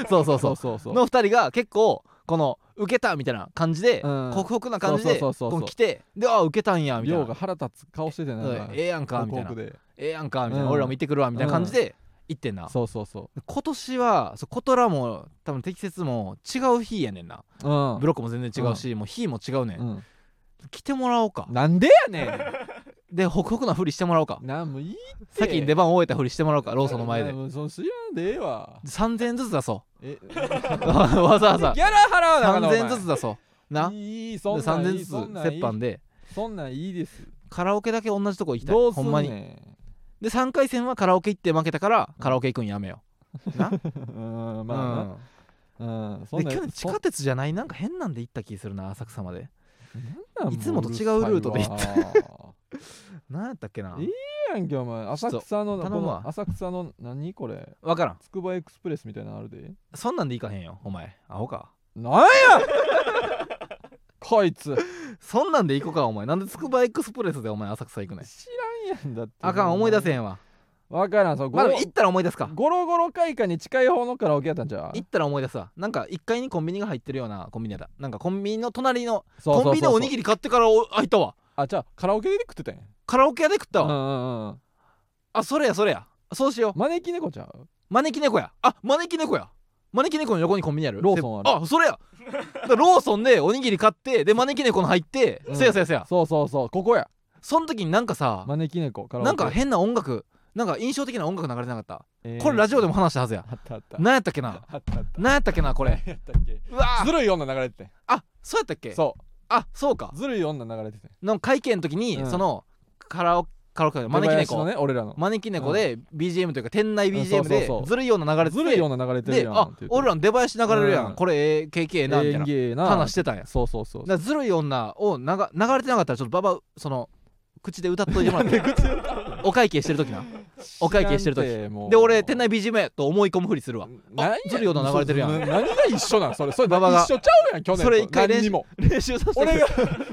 Speaker 1: そうそうそう
Speaker 2: そうそう
Speaker 1: の2人が結構この受けたみたいな感じで
Speaker 2: うん
Speaker 1: 克服な感じで
Speaker 2: そうそうそうそう
Speaker 1: こう来てでああ受けたんやみたい
Speaker 2: 量
Speaker 1: な
Speaker 2: が腹立つ顔しててな
Speaker 1: うんん
Speaker 2: か
Speaker 1: ええやんかみたい
Speaker 2: 広
Speaker 1: な
Speaker 2: 告で
Speaker 1: ええやんかみたいな
Speaker 2: うん
Speaker 1: 俺らも行ってくるわみたいな感じで行ってんな
Speaker 2: そうそうそ
Speaker 1: 今年はそうコトラも多分適切も違う日やねんな
Speaker 2: ううん
Speaker 1: ブロックも全然違うしもう日も違うね
Speaker 2: うんん
Speaker 1: 来てもらおうか
Speaker 2: なんでやね
Speaker 1: でホクホクなふりしてもらおう か
Speaker 2: んなんもいいって
Speaker 1: 先に出番終えたふりしてもらおうかローソンの前で
Speaker 2: なんもその知らんでええわ
Speaker 1: 3000円ずつ出 そ
Speaker 2: えギ
Speaker 1: うわざわざ
Speaker 2: ャラ払うな
Speaker 1: 3000円ずつ出そうなで
Speaker 2: いいそんなん
Speaker 1: 3000
Speaker 2: い
Speaker 1: 円
Speaker 2: い
Speaker 1: ずつ
Speaker 2: そんなんい
Speaker 1: 折
Speaker 2: い
Speaker 1: 半で
Speaker 2: そんなんいいです
Speaker 1: カラオケだけ同じとこ行きたい
Speaker 2: どうす
Speaker 1: ほ
Speaker 2: ん
Speaker 1: んま
Speaker 2: ね
Speaker 1: に
Speaker 2: ん
Speaker 1: で3回戦はカラオケ行って負けたからカラオケ行くんやめような
Speaker 2: うんまあなうんそ
Speaker 1: うん
Speaker 2: ん
Speaker 1: で去
Speaker 2: なん
Speaker 1: 年地
Speaker 2: そん
Speaker 1: 下鉄じゃないなんか変なんで行った気するな浅草まで
Speaker 2: なんも
Speaker 1: いつもと違うルートで行
Speaker 2: うるさい わ
Speaker 1: なんやったっけな
Speaker 2: ええやんけお前
Speaker 1: ちょっと
Speaker 2: 浅草の
Speaker 1: 頼
Speaker 2: こ
Speaker 1: むわ
Speaker 2: の浅草の何これ
Speaker 1: 分からん
Speaker 2: つくばエクスプレスみたいなのあるで
Speaker 1: そんなんで行かへんよお前アホか
Speaker 2: なんや こいつ
Speaker 1: そんなんで行こうかお前なんでつくばエクスプレスでお前浅草行くねん
Speaker 2: 知らんやんだって
Speaker 1: あかん思い出せへ
Speaker 2: ん
Speaker 1: んわ
Speaker 2: わからんそう
Speaker 1: まあで
Speaker 2: ゴロ
Speaker 1: も行ったら思い出すか
Speaker 2: ゴロゴロ会館に近い方のカラオケやったんじゃう
Speaker 1: 行ったら思い出すわなんか1階にコンビニが入ってるようなコンビニやったなんかコンビニの隣の
Speaker 2: そうそうそうそう
Speaker 1: コンビニでおにぎり買ってからお開いたわ
Speaker 2: あじゃあカラオケで食ってたんや
Speaker 1: カラオケ屋で食った
Speaker 2: うん
Speaker 1: わ、
Speaker 2: うんうん
Speaker 1: あそれやそれやそうしよう
Speaker 2: 招き猫ちゃう
Speaker 1: 招き猫やあ招き猫や招き猫の横にコンビニある
Speaker 2: ローソンある
Speaker 1: あそれやだからローソンでおにぎり買ってで招き猫の入って、
Speaker 2: うん
Speaker 1: せやせやせや
Speaker 2: そうそうそうここや
Speaker 1: その時になんかさ
Speaker 2: 招き猫カラオケ
Speaker 1: なんか変な音楽なんか印象的な音楽流れてなかった、
Speaker 2: えー
Speaker 1: これラジオでも話したはずや
Speaker 2: あったあった
Speaker 1: 何やったっけな
Speaker 2: あったあった
Speaker 1: 何やったっけなこれ
Speaker 2: 何やったっけ
Speaker 1: うわ
Speaker 2: ずるい女流れて
Speaker 1: あそうやったってけ
Speaker 2: んそ
Speaker 1: あそうか
Speaker 2: うずるい女流れてて
Speaker 1: の会見の時に、
Speaker 2: うん
Speaker 1: そのカラオカラオケ招き
Speaker 2: 出囃子
Speaker 1: 猫、
Speaker 2: のね俺らの
Speaker 1: 招き猫で BGM というか店内
Speaker 2: うんそ
Speaker 1: BGM
Speaker 2: うそう
Speaker 1: で
Speaker 2: そう
Speaker 1: ずるいような流れて
Speaker 2: ず
Speaker 1: て
Speaker 2: るい女流れてる
Speaker 1: で
Speaker 2: やん
Speaker 1: あ俺
Speaker 2: ら
Speaker 1: らの出囃子流れるやん、
Speaker 2: うん
Speaker 1: これ AKK なみたいな
Speaker 2: 演芸な
Speaker 1: 話してたんや
Speaker 2: そうそうそう
Speaker 1: だからずるい女をなが流れてなかったらちょっとババその口で歌っといてもら ってお会計してる時なお会計してる時
Speaker 2: 時
Speaker 1: で俺店内
Speaker 2: い
Speaker 1: BGM やと思い込むふりする わあずるい女流れてるやん
Speaker 2: 何が一緒なんそれそれ
Speaker 1: 馬場が
Speaker 2: 一緒ちゃうやん去年と
Speaker 1: それ一回練
Speaker 2: 何
Speaker 1: 習
Speaker 2: にも
Speaker 1: 練習させてくれ
Speaker 2: 俺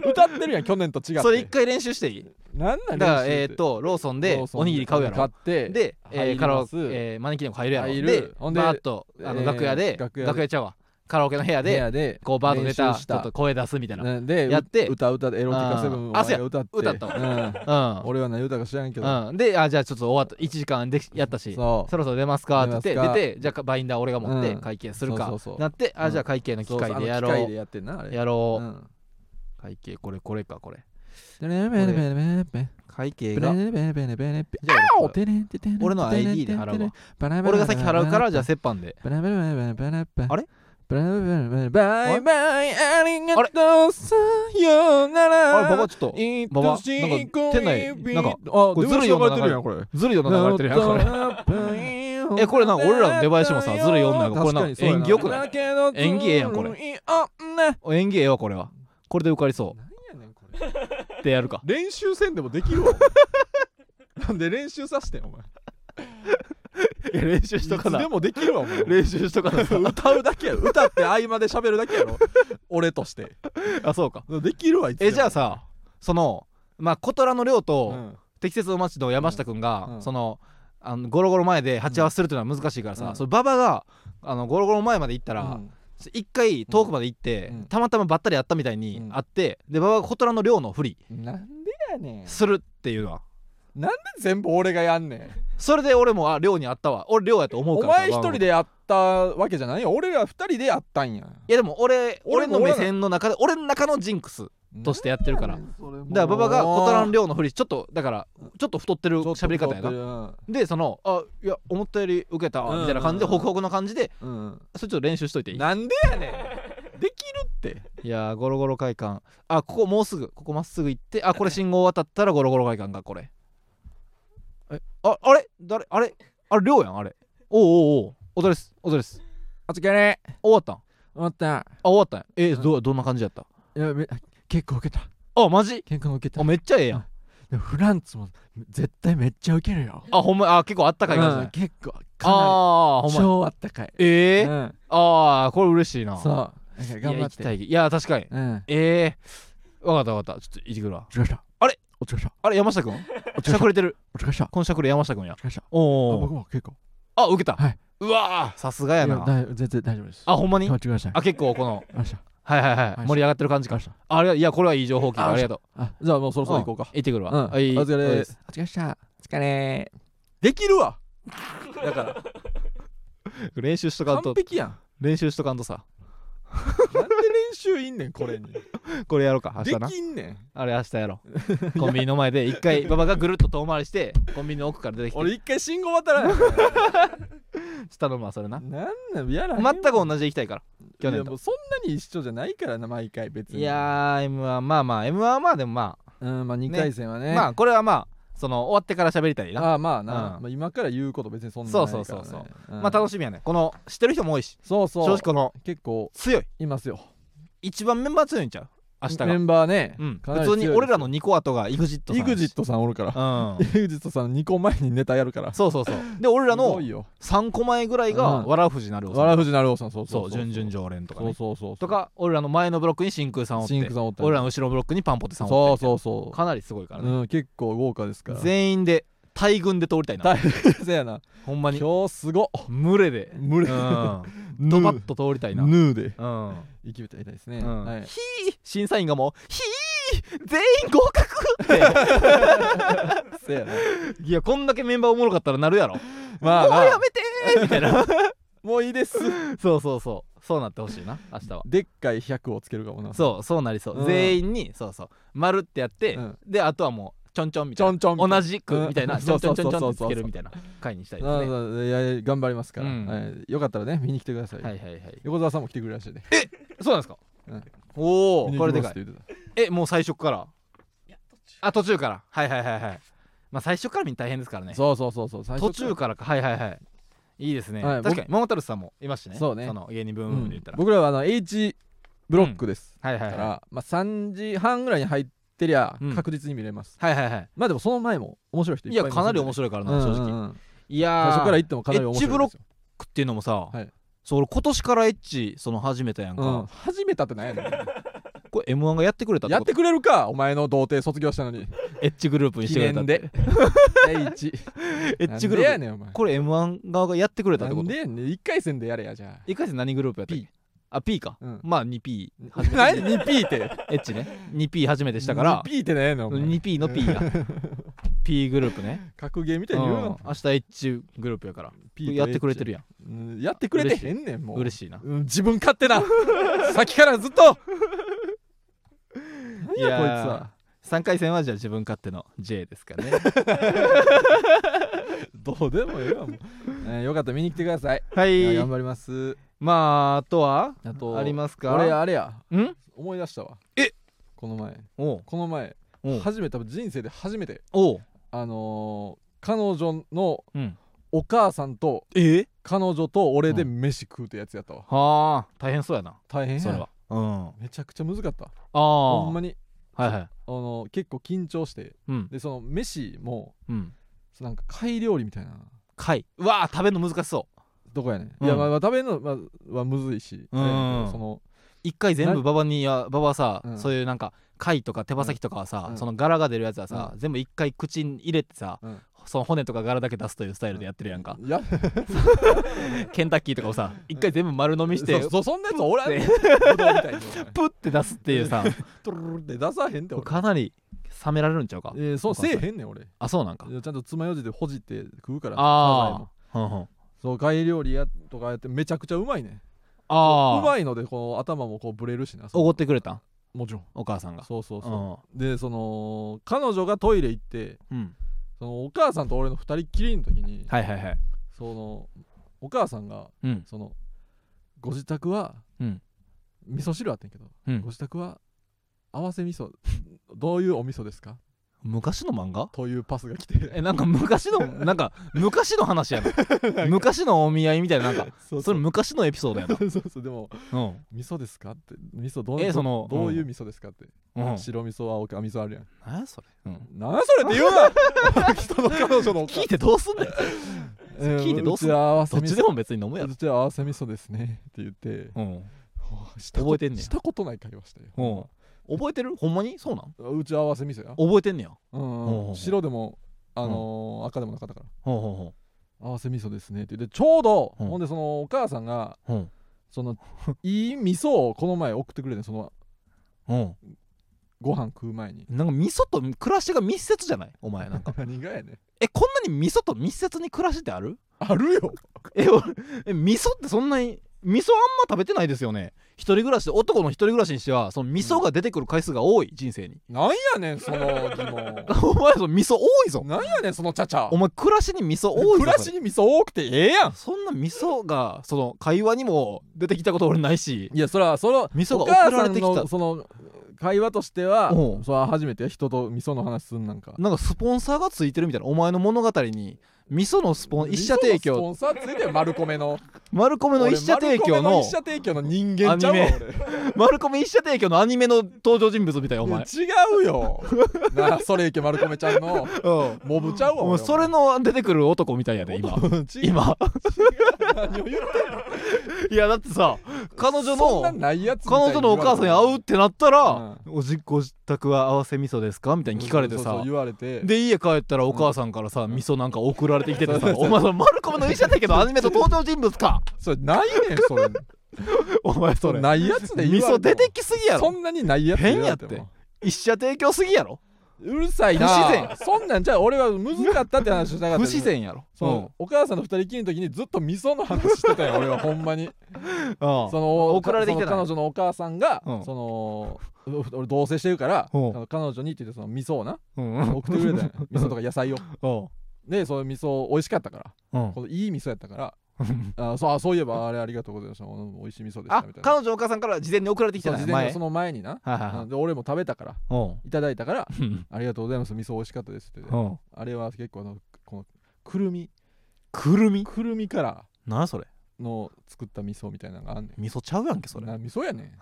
Speaker 2: が歌ってるやん去年と違って
Speaker 1: それ一回練習していい
Speaker 2: 何
Speaker 1: だ
Speaker 2: なん
Speaker 1: からえーっとローソンでおにぎり買うや
Speaker 2: 買
Speaker 1: ろ
Speaker 2: って
Speaker 1: で、え
Speaker 2: 入
Speaker 1: ー、
Speaker 2: り
Speaker 1: カラオ
Speaker 2: ます
Speaker 1: ケ、えー、招き猫入るやろ
Speaker 2: 入る
Speaker 1: で
Speaker 2: ほんで
Speaker 1: バーッとあの
Speaker 2: えー
Speaker 1: 楽屋で、楽
Speaker 2: 楽屋
Speaker 1: 屋
Speaker 2: で
Speaker 1: ちゃうわカラオケの部屋
Speaker 2: 部
Speaker 1: で
Speaker 2: 屋で
Speaker 1: こうバーッと出た
Speaker 2: 練習し
Speaker 1: ちょっと声出すみたいな、
Speaker 2: ねで
Speaker 1: やって
Speaker 2: う歌歌でエロティカセブンをお
Speaker 1: あ
Speaker 2: 前が歌って
Speaker 1: そうや歌った
Speaker 2: うん
Speaker 1: うん
Speaker 2: 俺は何歌か知らんけど
Speaker 1: うん、であじゃあちょっと終わった1時間でやったしそ
Speaker 2: そう
Speaker 1: ろそろ出ますかって言って
Speaker 2: 出ますか
Speaker 1: 出てじゃあバインダー俺が持って
Speaker 2: うん
Speaker 1: 会計するか、
Speaker 2: そうそうそう
Speaker 1: なってあ
Speaker 2: うん
Speaker 1: じゃあ会計の機
Speaker 2: そうそう
Speaker 1: 械
Speaker 2: あの
Speaker 1: でや
Speaker 2: 機
Speaker 1: ろう
Speaker 2: 械でやってんなあれ
Speaker 1: やろう、
Speaker 2: うん
Speaker 1: 会計これこれかこれ
Speaker 2: ペレペレペレペレペレ
Speaker 1: 会計
Speaker 2: ペ
Speaker 1: が
Speaker 2: レペレペレペレペ
Speaker 1: じゃあ
Speaker 2: レ
Speaker 1: 俺か俺の ID で払うわ
Speaker 2: わ
Speaker 1: 俺が先払うからじゃあ折半で
Speaker 2: ペレペレペレペレペレ
Speaker 1: あれ
Speaker 2: ペレペレペレペレバイバイありがとうさような
Speaker 1: あれ
Speaker 2: ら
Speaker 1: ババちょっとババなんか店内なんか
Speaker 2: あ
Speaker 1: これずるい女流れてるやん
Speaker 2: これ
Speaker 1: ずるいような流れてるやんこれ
Speaker 2: れ
Speaker 1: えこれな俺らの出囃子もさずるい女がこれな演技良くない
Speaker 2: 演
Speaker 1: 演技ええやんこれ
Speaker 2: れ
Speaker 1: お演技ええわこれはこれで受かりそ
Speaker 2: れ
Speaker 1: うでやるか
Speaker 2: 練習せんでもできるわなんで練習させてんお前
Speaker 1: いや練習しとか
Speaker 2: いつで
Speaker 1: な
Speaker 2: もできるわお前
Speaker 1: 練習しとかな
Speaker 2: 歌うだけやろ歌って合間で喋るだけやろ俺として
Speaker 1: あそうか
Speaker 2: できるわいつでも
Speaker 1: えじゃあさそのまあ小虎の量と、
Speaker 2: うん
Speaker 1: 適切の町の山下君が、
Speaker 2: うんうん
Speaker 1: そのあのゴロゴロ前で鉢合わせするというのは難しいからさ、
Speaker 2: うん
Speaker 1: その馬場があのゴロゴロ前まで行ったら、
Speaker 2: うん
Speaker 1: 一回遠くまで行って、
Speaker 2: うん
Speaker 1: たまたまばったり会ったみたいに
Speaker 2: うん
Speaker 1: 会って、で馬場が小虎の寮のふり
Speaker 2: なんでやねん
Speaker 1: するっていうのは
Speaker 2: なんで全部俺がやんねん
Speaker 1: それで俺もあ寮にあったわ俺寮やと思う
Speaker 2: お
Speaker 1: からさ
Speaker 2: 前一人でやったわけじゃないよ俺ら二人でやったんや
Speaker 1: いやでも俺俺
Speaker 2: 俺も
Speaker 1: の目線の中で俺の中のジンクスとしてやってるからだから馬場が小太郎の
Speaker 2: 量
Speaker 1: 寮のふりちょっとだからちょっと太ってる喋り方やな
Speaker 2: な
Speaker 1: でその「あいや思ったより受けた」
Speaker 2: うんうんうん
Speaker 1: みたいな感じでホクホクの感じで
Speaker 2: うん
Speaker 1: それちょっと練習しといていい
Speaker 2: なんでやねんできるって
Speaker 1: いやーゴロゴロ会館あここもうすぐここまっすぐ行ってあこれ信号渡ったらゴロゴロ会館かこれえああれ誰あれあれ寮やんあれおうおうおうお疲れっすお疲れっす
Speaker 2: お疲れ
Speaker 1: 終わったんあ
Speaker 2: 思った
Speaker 1: 終わったんやえどどんな感じやった
Speaker 2: いやめ結構受けた
Speaker 1: あマジ
Speaker 2: 結構受けた
Speaker 1: あめっちゃええやん
Speaker 2: でもフランツも絶対めっちゃ受けるよ
Speaker 1: あほんまあ結構あったかい感じ
Speaker 2: う
Speaker 1: だ
Speaker 2: ん
Speaker 1: ね
Speaker 2: 結構か
Speaker 1: ああ
Speaker 2: な
Speaker 1: ほ
Speaker 2: り
Speaker 1: んまや
Speaker 2: 超あったかい
Speaker 1: ええ
Speaker 2: うん
Speaker 1: ああこれ嬉しいな
Speaker 2: そう
Speaker 1: う
Speaker 2: だから
Speaker 1: 頑
Speaker 2: 頑
Speaker 1: 張
Speaker 2: 張
Speaker 1: っ
Speaker 2: って
Speaker 1: い
Speaker 2: て
Speaker 1: や行きたいいや確かに
Speaker 2: うんお
Speaker 1: ええわかったわかったちょっと行ってくるわ
Speaker 2: 疲れした
Speaker 1: あれ
Speaker 2: お疲れした
Speaker 1: あれ山 下くん
Speaker 2: お疲
Speaker 1: し
Speaker 2: れ
Speaker 1: ゃ
Speaker 2: した
Speaker 1: くれてる
Speaker 2: お疲れした
Speaker 1: このしゃくれ山下くんや
Speaker 2: お疲れしたあ
Speaker 1: お
Speaker 2: 僕
Speaker 1: お
Speaker 2: も結構
Speaker 1: あ受けた
Speaker 2: はいう
Speaker 1: わーさすが
Speaker 2: い
Speaker 1: や
Speaker 2: や
Speaker 1: な
Speaker 2: だい全然大丈夫です
Speaker 1: あほんまに
Speaker 2: 頑張ってください
Speaker 1: あ結構この
Speaker 2: あした
Speaker 1: はいはいはい
Speaker 2: い
Speaker 1: 盛り上がってる感じ
Speaker 2: 疲
Speaker 1: か
Speaker 2: れした
Speaker 1: あれいやこれはいい情報聞いた
Speaker 2: あ
Speaker 1: ありがとう
Speaker 2: あじゃあもうそろそろ行こうか
Speaker 1: 行ってくる
Speaker 2: う
Speaker 1: わ
Speaker 2: んお
Speaker 1: はい
Speaker 2: 疲
Speaker 1: そう
Speaker 2: れ
Speaker 1: で
Speaker 2: お
Speaker 1: す
Speaker 2: 疲れしたお疲れできるわ
Speaker 1: だから練習しとかん
Speaker 2: 完
Speaker 1: と
Speaker 2: 璧やん
Speaker 1: 練習しとかんとさ
Speaker 2: なんで練習いんねんこれに
Speaker 1: これやろうか明
Speaker 2: で
Speaker 1: 日な
Speaker 2: きんねん
Speaker 1: あれ明日やろうコンビニの前で一 回馬場がぐるっと遠回りしてコンビニの奥から出てきて
Speaker 2: 俺一回信号渡らない
Speaker 1: 頼むわそれな
Speaker 2: なんなんやらへんわ
Speaker 1: 全く同じで行きたいから去
Speaker 2: い
Speaker 1: 年
Speaker 2: や
Speaker 1: と
Speaker 2: もうそんなに一緒じゃないからな毎回別に
Speaker 1: いやー M はまあまあ M はまあでもまあ
Speaker 2: うんまあ2回戦はね
Speaker 1: まあこれはまあその終わってから喋りたいな
Speaker 2: ああまあな、
Speaker 1: うん
Speaker 2: まあ、今から言うこと別にそんなないから、ね、
Speaker 1: そうそうそう
Speaker 2: そ
Speaker 1: まあ楽しみやねこの知ってる人も多いし
Speaker 2: そうそ
Speaker 1: 正
Speaker 2: う
Speaker 1: 直この
Speaker 2: 結構
Speaker 1: 強い
Speaker 2: いますよ
Speaker 1: 一番メンバー強いんちゃう明日が
Speaker 2: メンバーね、
Speaker 1: うん
Speaker 2: かなり
Speaker 1: 普
Speaker 2: 強
Speaker 1: 通
Speaker 2: いです
Speaker 1: に
Speaker 2: よ
Speaker 1: 俺らの2個後が EXIT さん
Speaker 2: EXIT さんおるから
Speaker 1: うん
Speaker 2: EXIT さん2個前にネタやるから
Speaker 1: そうそうそうで俺ら
Speaker 2: す
Speaker 1: の
Speaker 2: ごいよ
Speaker 1: 3個前ぐらいが
Speaker 2: うん
Speaker 1: 笑う藤なるおさ
Speaker 2: わら
Speaker 1: ん
Speaker 2: ふじなるおさんそう
Speaker 1: そ
Speaker 2: そう
Speaker 1: 準
Speaker 2: う
Speaker 1: 々常連とか
Speaker 2: そう
Speaker 1: ね
Speaker 2: そうそう
Speaker 1: とか俺らの前のブロックに真空さんおっ
Speaker 2: シン
Speaker 1: て
Speaker 2: クさんおったり
Speaker 1: 俺らの後ろのブロックにパンポテさんおっ
Speaker 2: そう
Speaker 1: てみたい
Speaker 2: そ
Speaker 1: な
Speaker 2: うそう
Speaker 1: かなりすごいからね
Speaker 2: うん結構豪華ですから
Speaker 1: 全員で大群で通りたいな
Speaker 2: 大変やな
Speaker 1: ほんまに
Speaker 2: 今日すごっ
Speaker 1: 群れで
Speaker 2: 無
Speaker 1: う
Speaker 2: 理
Speaker 1: ん ド
Speaker 2: ヌ
Speaker 1: バ
Speaker 2: ー
Speaker 1: ッと通りたいな
Speaker 2: ヌーで
Speaker 1: うん
Speaker 2: 生きたいですね、
Speaker 1: うん
Speaker 2: はい
Speaker 1: 審査員がもう「ひー全員合格!」っ
Speaker 2: せやな
Speaker 1: ていやこんだけメンバーおもろかったらなるやろ「
Speaker 2: まあ、
Speaker 1: も
Speaker 2: ま
Speaker 1: う や
Speaker 2: あ、
Speaker 1: めて!」みたいな
Speaker 2: もういいです
Speaker 1: そうそうそうそうなってほしいな明日は
Speaker 2: でっかい100をつけるかもな
Speaker 1: そうそうなりそう
Speaker 2: うん
Speaker 1: 全員にそうそう丸ってやって
Speaker 2: うん
Speaker 1: であとはもうちょんちょんみ
Speaker 2: ち
Speaker 1: たい
Speaker 2: ょ
Speaker 1: なん
Speaker 2: ちょん
Speaker 1: 同じくみたいな
Speaker 2: うん
Speaker 1: ちょんちょんちょんちょん
Speaker 2: そうそうそうそ
Speaker 1: っ
Speaker 2: う
Speaker 1: てつけるみたいな回にしたいです
Speaker 2: な
Speaker 1: ね
Speaker 2: るほどいやいや頑張りますから、
Speaker 1: うん
Speaker 2: はいよかったらね見に来てください、
Speaker 1: はいはいはい
Speaker 2: 横澤さんも来てくれるらしいね
Speaker 1: そうなんですか
Speaker 2: うん
Speaker 1: おお
Speaker 2: 見に
Speaker 1: これ
Speaker 2: 行
Speaker 1: で
Speaker 2: きま
Speaker 1: か
Speaker 2: す
Speaker 1: い
Speaker 2: って言ってた
Speaker 1: えもう最初からあ途中からはいはいはいはいまあ最初から見るの大変ですからね
Speaker 2: そうそうそうそう最
Speaker 1: 途
Speaker 2: 初から
Speaker 1: 中からかはいはいはいいいですね、
Speaker 2: はい
Speaker 1: 確かに桃太郎さんもいますしね
Speaker 2: そうね
Speaker 1: の芸人ブームブームで言ったら、
Speaker 2: 僕らはあの H ブロックです、
Speaker 1: はいはい
Speaker 2: だ
Speaker 1: は
Speaker 2: か
Speaker 1: い
Speaker 2: ら、まあ、3時半ぐらいに入ってりゃ
Speaker 1: うん
Speaker 2: 確実に見れます、
Speaker 1: はいはいはい
Speaker 2: まあでもその前も面白い人
Speaker 1: い
Speaker 2: いっぱいい
Speaker 1: や
Speaker 2: ます
Speaker 1: かなり面
Speaker 2: 白
Speaker 1: 白いからな正直、いやー
Speaker 2: 最初から
Speaker 1: エッ
Speaker 2: 行ってもかなり面白いですよ
Speaker 1: H ブロックっていうのもさ、
Speaker 2: はい
Speaker 1: そう俺今年からエッチその始めたやんか、
Speaker 2: うん、始めたってなんやねん
Speaker 1: これ M1 がやってくれたって
Speaker 2: や
Speaker 1: こ
Speaker 2: っ
Speaker 1: と
Speaker 2: てくれるかお前の童貞卒業したのに
Speaker 1: エッチグループにし
Speaker 2: 記
Speaker 1: てくれたっ
Speaker 2: 念
Speaker 1: て
Speaker 2: で H
Speaker 1: エッチグル
Speaker 2: なんで
Speaker 1: ープ
Speaker 2: やねんお前
Speaker 1: これ M1 側がやってくれたって
Speaker 2: な
Speaker 1: こ
Speaker 2: ん
Speaker 1: と
Speaker 2: でやねん1回戦でやれやじゃ
Speaker 1: 一回戦何グループやったっけ
Speaker 2: P
Speaker 1: あ P か、
Speaker 2: うん
Speaker 1: まあ 2P
Speaker 2: あ何 2P って
Speaker 1: エッチね 2P 初めてしたから
Speaker 2: 2P って何やねんお前
Speaker 1: 2P の P や P グループね
Speaker 2: 格ゲーみたいに言う
Speaker 1: うん
Speaker 2: の
Speaker 1: 明日 H グループやから
Speaker 2: P と H
Speaker 1: やってくれてるやん
Speaker 2: うんやってくれてへんねんもう
Speaker 1: 嬉しいな
Speaker 2: うん自分勝手な さっきからずっと何
Speaker 1: い
Speaker 2: やこいつ
Speaker 1: やー
Speaker 2: は
Speaker 1: 3回戦はじゃあ自分勝手の J ですか ね
Speaker 2: どうでもええわもう えーよかったら見に来てください
Speaker 1: はい
Speaker 2: や
Speaker 1: い
Speaker 2: 頑張ります
Speaker 1: まああとは
Speaker 2: あと
Speaker 1: ありますか
Speaker 2: 俺あれや
Speaker 1: ん
Speaker 2: 思い出したわ
Speaker 1: え
Speaker 2: この前
Speaker 1: おう
Speaker 2: この前
Speaker 1: おう
Speaker 2: 初めて多分人生で初めて
Speaker 1: おう
Speaker 2: あのー彼女の
Speaker 1: うん
Speaker 2: お母さんと
Speaker 1: え
Speaker 2: 彼女と俺で飯食うってやつやったわ、
Speaker 1: はあ大変そうやな
Speaker 2: 大変や
Speaker 1: それはうんあ
Speaker 2: めちゃくちゃ難かった
Speaker 1: あ
Speaker 2: ほ
Speaker 1: ほ
Speaker 2: んまに
Speaker 1: はいはい
Speaker 2: あの結構緊張して
Speaker 1: うん
Speaker 2: でその飯も
Speaker 1: うん
Speaker 2: なんか貝料理みたいな
Speaker 1: 貝うわあ食べるの難しそう
Speaker 2: どこやねん、
Speaker 1: うん
Speaker 2: いやまあまあ食べるのは,、まあ、はむずいし、
Speaker 1: うん
Speaker 2: あれやけどその
Speaker 1: 一回全部
Speaker 2: な
Speaker 1: ババにやババはさ、
Speaker 2: うん
Speaker 1: そういうなんか貝とか手羽先とかはさ、
Speaker 2: うん
Speaker 1: その柄が出るやつはさ、全部一回口に入れてさ、
Speaker 2: うん
Speaker 1: その骨とか柄だけ出すというスタイルでやってるやんか、
Speaker 2: いや
Speaker 1: ケンタッキーとかをさ一回全部丸飲みして、
Speaker 2: そそそんなやつおらんねん
Speaker 1: で
Speaker 2: ブドウみたいにお前
Speaker 1: プッて出すっていうさ
Speaker 2: トゥルルルって出さへんって俺
Speaker 1: かなり冷められるんちゃうか
Speaker 2: えーそう
Speaker 1: お母さ
Speaker 2: せ
Speaker 1: ん
Speaker 2: えへんねん俺
Speaker 1: あそうなんか
Speaker 2: いやちゃんと爪楊枝でほじって食うからサザエ
Speaker 1: あ
Speaker 2: も
Speaker 1: あ、うんうん、
Speaker 2: そうガイ料理やとかやってめちゃくちゃうまいね
Speaker 1: あ
Speaker 2: う
Speaker 1: あ
Speaker 2: まいのでこう頭もこうブレるしな
Speaker 1: おごってくれたん
Speaker 2: もちろん
Speaker 1: お母さんが
Speaker 2: そうそうそう、でその彼女がトイレ行って
Speaker 1: うん、うん、
Speaker 2: そのお母さんと俺の二人っきりの時に、
Speaker 1: はいはいはい
Speaker 2: そのお母さんが
Speaker 1: うん
Speaker 2: そのご自宅は、
Speaker 1: うん
Speaker 2: 味噌汁あってんけど、
Speaker 1: うん
Speaker 2: ご自宅は合わせ味噌どういうお味噌ですか
Speaker 1: 昔の漫画
Speaker 2: というパスが来て
Speaker 1: えなんか昔のなんか昔の話や な昔のお見合いみたいななんか
Speaker 2: そ
Speaker 1: そ
Speaker 2: うそう
Speaker 1: れ昔のエピソードやな
Speaker 2: そうそうでも
Speaker 1: うん
Speaker 2: 味噌ですかって味噌どう
Speaker 1: え
Speaker 2: ど
Speaker 1: その
Speaker 2: どういう
Speaker 1: うん
Speaker 2: 味噌ですかって、
Speaker 1: うん
Speaker 2: 白味噌青味噌あるやん
Speaker 1: 何やそれ、うん、
Speaker 2: なんやそれって言うな 人の彼女のお
Speaker 1: 聞いてどうすん ねん
Speaker 2: えー
Speaker 1: 聞いてどうすん
Speaker 2: ちは合わせ
Speaker 1: どっ
Speaker 2: 味
Speaker 1: ち
Speaker 2: 噌
Speaker 1: でも別に飲むやろ
Speaker 2: うちは合わせ味噌ですねって言って、
Speaker 1: うん
Speaker 2: した
Speaker 1: 覚えてんねや
Speaker 2: したことない会話したよ、
Speaker 1: うん覚えてるほんまにそうなん
Speaker 2: うちは合わせ味噌や、
Speaker 1: 覚えてんねや
Speaker 2: うん
Speaker 1: ほうほう
Speaker 2: う
Speaker 1: ほ
Speaker 2: ん、
Speaker 1: う
Speaker 2: 白でも、あのー赤でもなかったから
Speaker 1: ほうほ
Speaker 2: 合わせ味噌ですねって言ってちょうど、
Speaker 1: うん
Speaker 2: ほんでそのお母さんが
Speaker 1: うほううん
Speaker 2: その いい味噌をこの前送ってくれてその
Speaker 1: うん
Speaker 2: ご飯食う 前に
Speaker 1: なんか味噌と暮らしが密接じゃないお前なんか
Speaker 2: 何がやねん
Speaker 1: えこんなに味噌と密接に暮らしってある
Speaker 2: あるよ
Speaker 1: えおえ味噌ってそんなに味噌あんま食べてないですよね一人暮らしで男の一人暮らしにしてはその味噌が出てくる回数が多い人生に
Speaker 2: なんやねんその疑問
Speaker 1: お前その味噌多いぞ
Speaker 2: なんやねんそのちゃちゃ
Speaker 1: お前暮らしに味噌多いぞ
Speaker 2: 暮らしに味噌多くてええやん
Speaker 1: それそんな味噌がその会話にも出てきたこと俺ないし
Speaker 2: いやそれはその
Speaker 1: 味噌が
Speaker 2: お母
Speaker 1: 送ら
Speaker 2: さ
Speaker 1: れ
Speaker 2: ん
Speaker 1: てきた
Speaker 2: のその会話としては
Speaker 1: うん
Speaker 2: それは初めてや人と味噌の話すんなんか
Speaker 1: なんかスポンサーがついてるみたいなお前の物語に味噌のスポン一社提
Speaker 2: 味噌
Speaker 1: 供
Speaker 2: のスポンサーついてよ丸 米の
Speaker 1: マルコメの一社提供
Speaker 2: 俺丸米
Speaker 1: の
Speaker 2: 一社提供の人間ちゃうわ
Speaker 1: アニ
Speaker 2: 俺
Speaker 1: マルコメ一社提供のアニメの登場人物みたいお前
Speaker 2: 違うよ なあそれいけ丸米ちゃんの
Speaker 1: うん
Speaker 2: モブちゃうわ
Speaker 1: お前
Speaker 2: 俺
Speaker 1: それの出てくる男みたいやで 今
Speaker 2: お前違う
Speaker 1: 今
Speaker 2: 何を言ってんの
Speaker 1: いやだってさ彼女
Speaker 2: そんな
Speaker 1: の
Speaker 2: ないやつみた
Speaker 1: 彼
Speaker 2: いに
Speaker 1: 女のお母さんに会うってなったら「
Speaker 2: う
Speaker 1: おじご自宅は合わせ味噌ですか?」みたいに聞かれて
Speaker 2: そうそ
Speaker 1: さ
Speaker 2: う言われて
Speaker 1: で家帰ったらお母さんからさ、
Speaker 2: ん
Speaker 1: 味噌なんか送られてきてて
Speaker 2: そう
Speaker 1: さ「お前そのマルコムの医者だけどアニメと登場人物か!
Speaker 2: それないねん それ」
Speaker 1: お前それ
Speaker 2: ないやつで
Speaker 1: 味
Speaker 2: 言われ
Speaker 1: 噌
Speaker 2: ても
Speaker 1: 出てきすぎや
Speaker 2: そ
Speaker 1: ろ
Speaker 2: んなにないやつで言われも
Speaker 1: 変や一社提供すぎやろ
Speaker 2: うるさいな
Speaker 1: 不自然
Speaker 2: そんなんじゃあ俺はむずかったって話をしなかった
Speaker 1: 不自然やろ
Speaker 2: そう、お母さんの二人きりの時にずっと味噌の話してたよ俺はほんまに
Speaker 1: うん
Speaker 2: その
Speaker 1: 送られてきてない
Speaker 2: その彼女のお母さんが、
Speaker 1: うん
Speaker 2: そのう俺同棲してるから、
Speaker 1: うん
Speaker 2: あの彼女にって言ってその味噌をな
Speaker 1: うん
Speaker 2: 送ってくれ たよ味噌とか野菜を
Speaker 1: うん
Speaker 2: でその味噌美味しかったから
Speaker 1: うん
Speaker 2: このいい味噌やったからあそうあそういえばあれありがとうございましたうん美味しい味噌でした
Speaker 1: あ
Speaker 2: みたいな
Speaker 1: 彼女のお母さんから事前に送られてきて
Speaker 2: そう
Speaker 1: ない
Speaker 2: 事前
Speaker 1: 前
Speaker 2: にその前にな
Speaker 1: はいはい
Speaker 2: うん
Speaker 1: はい
Speaker 2: で俺も食べたから
Speaker 1: うん
Speaker 2: いただいたから
Speaker 1: うん
Speaker 2: ありがとうございます味噌美味しかったですって
Speaker 1: うん
Speaker 2: あれは結構あのこのくるみ
Speaker 1: くるみ
Speaker 2: くるみから
Speaker 1: なあそれ
Speaker 2: の作った味噌みたいなのがあんねん
Speaker 1: 味噌ちゃうやんけそれ
Speaker 2: な味噌やねん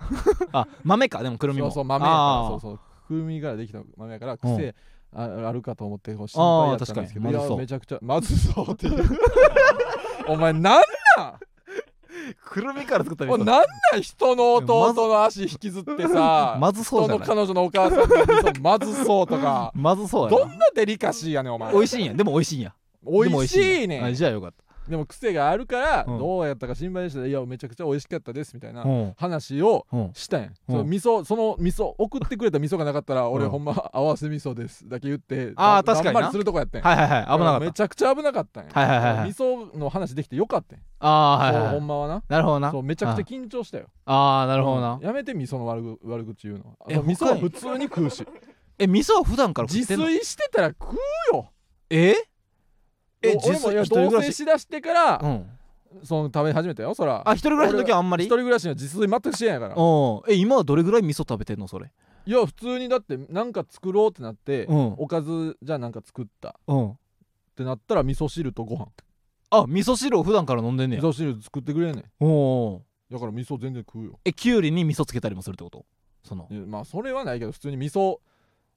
Speaker 1: あ豆かでもくるみ
Speaker 2: そ
Speaker 1: も
Speaker 2: うそう豆やから
Speaker 1: あー
Speaker 2: そうそうくるみからできた豆やから
Speaker 1: うん
Speaker 2: 癖ああるかと思ってこう心配やったんですけど
Speaker 1: あー確かに
Speaker 2: い
Speaker 1: まず
Speaker 2: や
Speaker 1: そう
Speaker 2: めちゃくちゃまずそうっていう お前なんなん
Speaker 1: くるみから作った味
Speaker 2: おい
Speaker 1: 噌
Speaker 2: なんなん人の弟の足引きずってさ
Speaker 1: まずそうじゃ
Speaker 2: 人の
Speaker 1: ない
Speaker 2: 彼女のお母さんの味噌まずそうとか
Speaker 1: まず そうや
Speaker 2: ど
Speaker 1: なん
Speaker 2: なデリカシーやねんお前
Speaker 1: 美味しいんやでも美味しいんや
Speaker 2: 美味し
Speaker 1: で
Speaker 2: い
Speaker 1: も美味んやあ
Speaker 2: ね
Speaker 1: じゃあよかっ
Speaker 2: んでも癖があるから
Speaker 1: うん
Speaker 2: どうやったか心配でしたいやめちゃくちゃ美味しかったですみたい
Speaker 1: た
Speaker 2: な
Speaker 1: うん
Speaker 2: 話を
Speaker 1: うん
Speaker 2: したんやん、
Speaker 1: うん
Speaker 2: その味噌その味噌送ってくれた味噌がなかったら俺
Speaker 1: うん
Speaker 2: ほんま合わせ味噌ですだけ言って
Speaker 1: あー
Speaker 2: だ
Speaker 1: 確かにな
Speaker 2: だんまりするとこやってん、
Speaker 1: はいはいはい危なか
Speaker 2: め
Speaker 1: っ
Speaker 2: ちゃくちゃ危なかったんや、
Speaker 1: たはいはいはいはい
Speaker 2: 味噌の話できてよかったんや、
Speaker 1: ああーはい
Speaker 2: そう
Speaker 1: はい
Speaker 2: ほ
Speaker 1: はい
Speaker 2: んまはな
Speaker 1: なるほどな
Speaker 2: そうめちゃくちゃ緊張したよ
Speaker 1: ああなるほどな
Speaker 2: うんやめて味噌の悪ぐ悪口言うの
Speaker 1: え
Speaker 2: あの味噌は
Speaker 1: 他に
Speaker 2: 普通に食 うし
Speaker 1: え味噌は普段から食
Speaker 2: 自
Speaker 1: ってんの
Speaker 2: 炊してたら食うよ
Speaker 1: ええ
Speaker 2: お俺
Speaker 1: 自炊
Speaker 2: もいや
Speaker 1: 一人
Speaker 2: 同
Speaker 1: 暮ら
Speaker 2: 棲
Speaker 1: し
Speaker 2: しだしてから、
Speaker 1: うん
Speaker 2: その食べ始めたよそら
Speaker 1: あ一人暮らしの時はあんま
Speaker 2: 一
Speaker 1: り
Speaker 2: 人暮らしの自炊全くしてんやから
Speaker 1: うんえ今はどれぐらい味噌食べてんのそれ
Speaker 2: いや普通にだってなんか作ろうってなって、
Speaker 1: うん
Speaker 2: おかずじゃあなんか作った
Speaker 1: うん
Speaker 2: ってなったら味噌汁とご飯
Speaker 1: あ味噌汁を普段から飲んでんね
Speaker 2: 味
Speaker 1: や
Speaker 2: 噌汁作ってくれんねん
Speaker 1: おう
Speaker 2: だから味噌全然食うよ
Speaker 1: えきゅうりに味噌つけたりもするってことその
Speaker 2: いやまあそれはないけど普通に味噌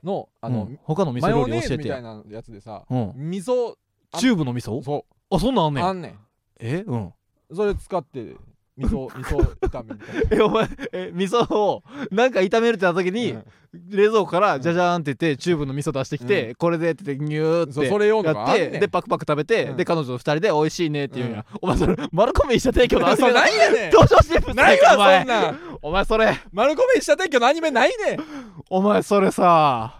Speaker 2: のあの、
Speaker 1: うん他の味
Speaker 2: マ
Speaker 1: 噌料
Speaker 2: ヨネ
Speaker 1: 理
Speaker 2: ー
Speaker 1: 教
Speaker 2: ズ
Speaker 1: え
Speaker 2: み
Speaker 1: て
Speaker 2: た
Speaker 1: や
Speaker 2: いなやつでさ、
Speaker 1: うん
Speaker 2: 味噌
Speaker 1: チューブの味噌
Speaker 2: そ
Speaker 1: あそんなんあん
Speaker 2: う
Speaker 1: ね
Speaker 2: あ
Speaker 1: ん
Speaker 2: んねん
Speaker 1: えうん
Speaker 2: それ使って味噌 味噌炒めみたい
Speaker 1: えお前え味噌をなんか炒めるってなった時に
Speaker 2: な、
Speaker 1: 冷蔵庫からじゃじゃーんって言ってチューブの味噌出してきて、これでって言ってニュ
Speaker 2: う
Speaker 1: ー
Speaker 2: ん、
Speaker 1: っ
Speaker 2: そう
Speaker 1: て
Speaker 2: それ用の
Speaker 1: や
Speaker 2: が
Speaker 1: っ
Speaker 2: あん
Speaker 1: て、
Speaker 2: ねん
Speaker 1: でパクパク食べて、
Speaker 2: うん
Speaker 1: で彼女と二人で美味しいねって言うんや、お前それマルコメ医者提供のアニ
Speaker 2: そ
Speaker 1: メ
Speaker 2: う
Speaker 1: だ
Speaker 2: ないやねん
Speaker 1: 登場人物
Speaker 2: ない
Speaker 1: かお
Speaker 2: わそ
Speaker 1: 前
Speaker 2: んなん
Speaker 1: お前それ
Speaker 2: マルコメ医者提供のアニメないねん
Speaker 1: お前それさ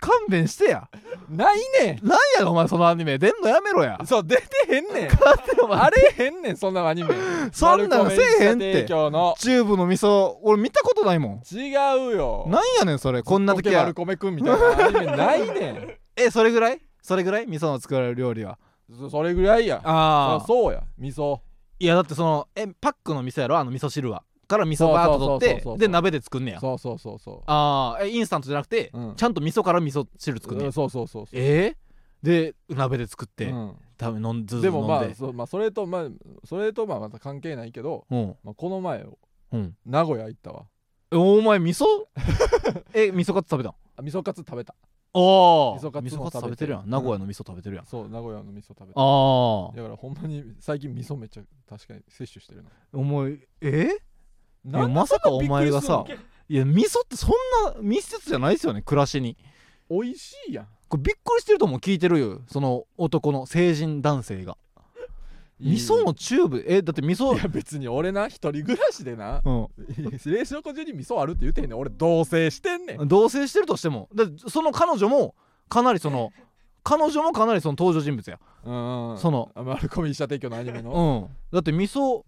Speaker 1: 勘弁してや
Speaker 2: ないね
Speaker 1: なんやろお前そのアニメ出んのやめろや
Speaker 2: んそう出てへん ねんあ
Speaker 1: あれ
Speaker 2: れへんねんそんなアニメ
Speaker 1: そんなんせえへんって
Speaker 2: マルコメンサ提供の
Speaker 1: チューブの味噌俺見たことないもん
Speaker 2: 違うよ
Speaker 1: なんやねんそれこんな時
Speaker 2: マ
Speaker 1: や
Speaker 2: ルコメくんみたいなアニメないね ん
Speaker 1: えそれぐらいそれぐらい味噌の作られる料理は
Speaker 2: そそれぐらいや
Speaker 1: あ
Speaker 2: そそうや味噌
Speaker 1: いやだってそのえパックの味噌やろあの味噌汁はから味噌バーッと取
Speaker 2: そうそうそうそうそ
Speaker 1: っ
Speaker 2: う
Speaker 1: てで鍋で作んねや
Speaker 2: そうそうそうそう
Speaker 1: ああインスタントじゃなくて、
Speaker 2: うん
Speaker 1: ちゃんと味噌から味噌汁作んね
Speaker 2: う
Speaker 1: や
Speaker 2: んそうそうそうそう
Speaker 1: えー、で鍋で作って、
Speaker 2: うん
Speaker 1: 多分飲んずっと
Speaker 2: で
Speaker 1: 飲んで
Speaker 2: もまあそ,、まあ、それとまあそれとまあまた関係ないけど、
Speaker 1: うん
Speaker 2: まあ、この前
Speaker 1: うん
Speaker 2: 名古屋行ったわ
Speaker 1: えお前味 噌え味噌カツ食べたん
Speaker 2: あ味噌カツ食べた
Speaker 1: おお
Speaker 2: 味噌カツも
Speaker 1: 味噌カツ食
Speaker 2: 食
Speaker 1: べ
Speaker 2: べ
Speaker 1: て
Speaker 2: て
Speaker 1: るやん名古屋の味噌食べてるやん、
Speaker 2: そう名古屋の味噌食べ
Speaker 1: あ
Speaker 2: た
Speaker 1: あ
Speaker 2: だからほんまに最近味噌めっちゃ確かに摂取してるな
Speaker 1: お前えい
Speaker 2: な
Speaker 1: や
Speaker 2: ん
Speaker 1: まさかお前がさ
Speaker 2: びっくりすん
Speaker 1: いや味噌ってそんな密接じゃないですよね暮らしに
Speaker 2: の美味しいやん
Speaker 1: これびっくりしてるとも聞いてるよその男の成人男性が味噌のチューブえだって味
Speaker 2: い
Speaker 1: 噌
Speaker 2: や別に俺な一人暮らしでな
Speaker 1: う
Speaker 2: 冷食中に味噌あるって言ってへんねん俺同棲してんねん
Speaker 1: ん同棲してるとしてもだってその彼女もかなりその彼女もかなりその登場人物や
Speaker 2: うん
Speaker 1: その
Speaker 2: マルコミ医者提供のアニメ
Speaker 1: う
Speaker 2: の
Speaker 1: んだって味噌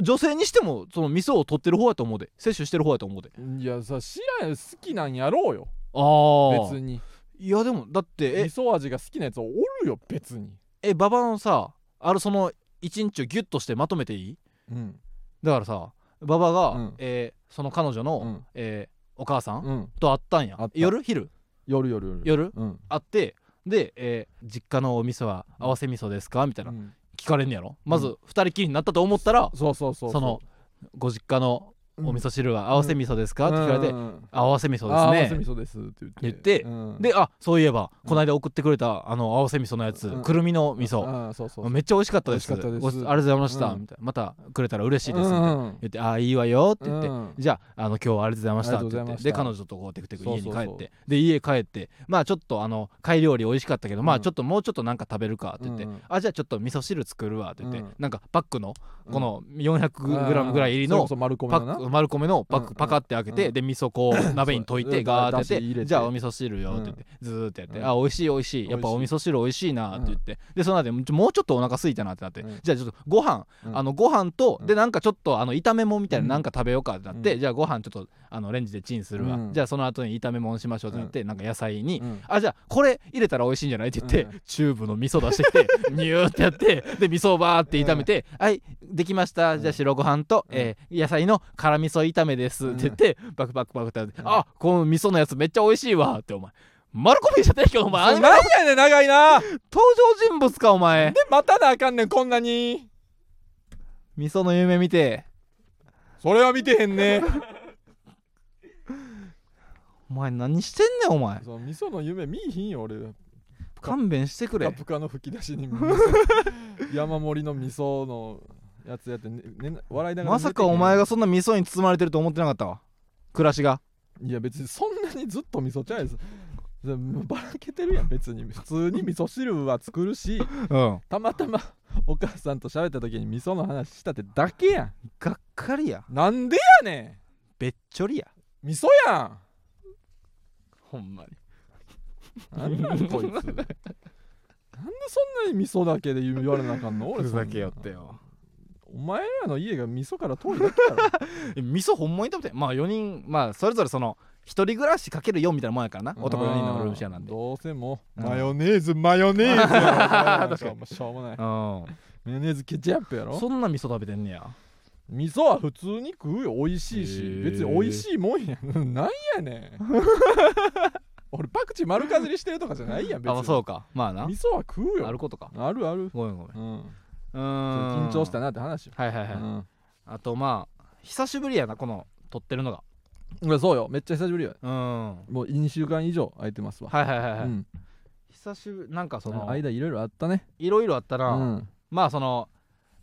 Speaker 1: 女性にしてもその味噌を取ってる方やと思うで摂取してる方やと思うで
Speaker 2: いやさ知らんよ好きなんやろうよ
Speaker 1: あ
Speaker 2: 別に
Speaker 1: いやでもだってえ
Speaker 2: 味噌味が好きなやつおるよ別に
Speaker 1: え馬場のさあれその一日をギュッとしてまとめていい
Speaker 2: うん
Speaker 1: だからさ馬場が、
Speaker 2: うん
Speaker 1: えーその彼女の、
Speaker 2: うん
Speaker 1: えーお母さん、
Speaker 2: うん
Speaker 1: と会ったんや
Speaker 2: 会った
Speaker 1: 夜昼
Speaker 2: 夜夜夜
Speaker 1: 夜
Speaker 2: うん
Speaker 1: 会ってで、えー実家のお味噌は合わせ味噌ですか?」みたいな
Speaker 2: うん
Speaker 1: 聞かれんねやろ、ま
Speaker 2: う
Speaker 1: ず二人きりになったと思ったら
Speaker 2: そうそうそう
Speaker 1: その「ご実家のお味噌汁は合わせ味噌ですか?」
Speaker 2: が
Speaker 1: って聞かれて
Speaker 2: う
Speaker 1: 「合わせ味
Speaker 2: んあ
Speaker 1: 噌
Speaker 2: 合
Speaker 1: で
Speaker 2: わ
Speaker 1: す
Speaker 2: せ
Speaker 1: ね
Speaker 2: 味噌ですって言って
Speaker 1: 言って
Speaker 2: うん」
Speaker 1: で「あそういえば
Speaker 2: うん
Speaker 1: この間送ってくれたあの合わせ味噌のやつ、
Speaker 2: うん
Speaker 1: くるみの味噌、
Speaker 2: ああそうそうそう
Speaker 1: めっちゃ美味しかったです
Speaker 2: 美味しかったです
Speaker 1: ごちありがとうございました」
Speaker 2: うん
Speaker 1: みたいな「またくれたら嬉しいです」みたいな
Speaker 2: うん
Speaker 1: 言って「あいいわよ」って言って、
Speaker 2: うん
Speaker 1: じゃああの今日はありがとうございましたって言っ
Speaker 2: ありが
Speaker 1: て
Speaker 2: とうございまし
Speaker 1: で
Speaker 2: た
Speaker 1: 彼女とこうテクテク家に帰って
Speaker 2: そうそうそう
Speaker 1: で家帰ってまあちょっとあの貝料理美味しかったけど、まあ
Speaker 2: うん
Speaker 1: ちょっともうちょっとなんか食べるかって言って、
Speaker 2: うんうん
Speaker 1: あじゃあちょっと味噌汁作るわって言って、
Speaker 2: うん
Speaker 1: なんかパックの
Speaker 2: うん
Speaker 1: この 400g ぐらい入りの
Speaker 2: それこそ丸米
Speaker 1: パ
Speaker 2: のな
Speaker 1: ック丸米のパッ
Speaker 2: うんう
Speaker 1: ク
Speaker 2: ん
Speaker 1: パカって開けて、
Speaker 2: うん
Speaker 1: で味噌こう鍋に溶いて
Speaker 2: うん
Speaker 1: ガーってや
Speaker 2: だし入
Speaker 1: って
Speaker 2: れて
Speaker 1: じゃあお味噌汁よって言って、ずーっとやって、
Speaker 2: うん
Speaker 1: あ美味しい美味しいやっぱお味噌汁美味しいなって言って、でその後でもうちょっとお腹空いたなってなって、
Speaker 2: うん
Speaker 1: じゃあちょっとご飯
Speaker 2: うん
Speaker 1: あのご飯と、
Speaker 2: うん
Speaker 1: でなんかちょっとあの炒め物みたいな
Speaker 2: うん
Speaker 1: なんか食べようかってなって、
Speaker 2: うん
Speaker 1: じゃあご飯ちょっとあのレンジでチンするわ、
Speaker 2: うん
Speaker 1: じゃあその後に炒め物しましょうってなって、なんか野菜に、
Speaker 2: うん
Speaker 1: あじゃあこれ入れたら美味しいんじゃないって言って、
Speaker 2: うん
Speaker 1: チューブの味噌出してきて ニューってやってで味噌をバーって炒めて「はいできましたじゃあ白ご飯と、
Speaker 2: うん
Speaker 1: えー野菜の辛味噌炒めです」って言って、バクバクバクってやって、あこの味噌のやつめっちゃ美味しいわ」ってお前マルコミじゃねえかお前アニメ
Speaker 2: 何やねん長いなで
Speaker 1: 登場人物かお前
Speaker 2: 待たなあかんねんこんなに
Speaker 1: 味噌の夢見て
Speaker 2: それは見てへんね
Speaker 1: お前何してんねんお前
Speaker 2: その味噌の夢見いひんよ俺
Speaker 1: 勘弁してく
Speaker 2: プ
Speaker 1: れ
Speaker 2: カプカの吹き出 しに味噌山盛りの味噌のやつやって、ねね笑いながら
Speaker 1: ま
Speaker 2: 寝て
Speaker 1: さ
Speaker 2: ん
Speaker 1: かお前がそんな味噌に包まれてると思ってなかったわ暮らしが
Speaker 2: いや別にそんなにずっと味噌ちゃうやつでもばらけてるやん別に普通に味噌汁は作るし
Speaker 1: うん
Speaker 2: たまたまお母さんと喋った時に味噌の話したってだけや
Speaker 1: がっかりや
Speaker 2: んなんでやね
Speaker 1: べっちょりや
Speaker 2: ん味噌やん
Speaker 1: ほんまに
Speaker 2: なんなんこいつなんでそんなに味噌だけで言われなあかんの俺
Speaker 1: ふ
Speaker 2: そんな
Speaker 1: ざけよってよ
Speaker 2: お前らの家が味噌から遠いだけやろ
Speaker 1: え味噌ほんまに食べてまあ4人まあそれぞれその一人暮らしかける4みたいなもんやからな男4人のルームシェアなんで
Speaker 2: あーどうせもう
Speaker 1: うん
Speaker 2: マヨネーズマヨネーズやろ
Speaker 1: 確か
Speaker 2: にしょうもないうマヨネーズケチャップや
Speaker 1: ん
Speaker 2: ろ
Speaker 1: そんな味噌食べてんねや
Speaker 2: 味噌は普通に食うよ美味しいし
Speaker 1: へー
Speaker 2: 別に美味しいもんや なんやねん 俺パクチー丸かじりしてるとかじゃないやん別
Speaker 1: あ
Speaker 2: に
Speaker 1: まあそうかまあな
Speaker 2: 味噌は食うよ
Speaker 1: あることか
Speaker 2: あるある
Speaker 1: ごめんごめんう
Speaker 2: う
Speaker 1: ー
Speaker 2: ん
Speaker 1: ん
Speaker 2: 緊張したなって話よ
Speaker 1: はいはいはい、
Speaker 2: うん
Speaker 1: あとまあ久しぶりやなこの撮ってるのが
Speaker 2: いやそうよめっちゃ久しぶりよ
Speaker 1: うんは
Speaker 2: もう2週間以上空いてますわ。
Speaker 1: いはいはいはい、
Speaker 2: うん、
Speaker 1: 久しぶりなんかそ
Speaker 2: その
Speaker 1: の
Speaker 2: 間いろいろあったね。
Speaker 1: いろいろあった
Speaker 2: う
Speaker 1: な、
Speaker 2: ん、
Speaker 1: まあその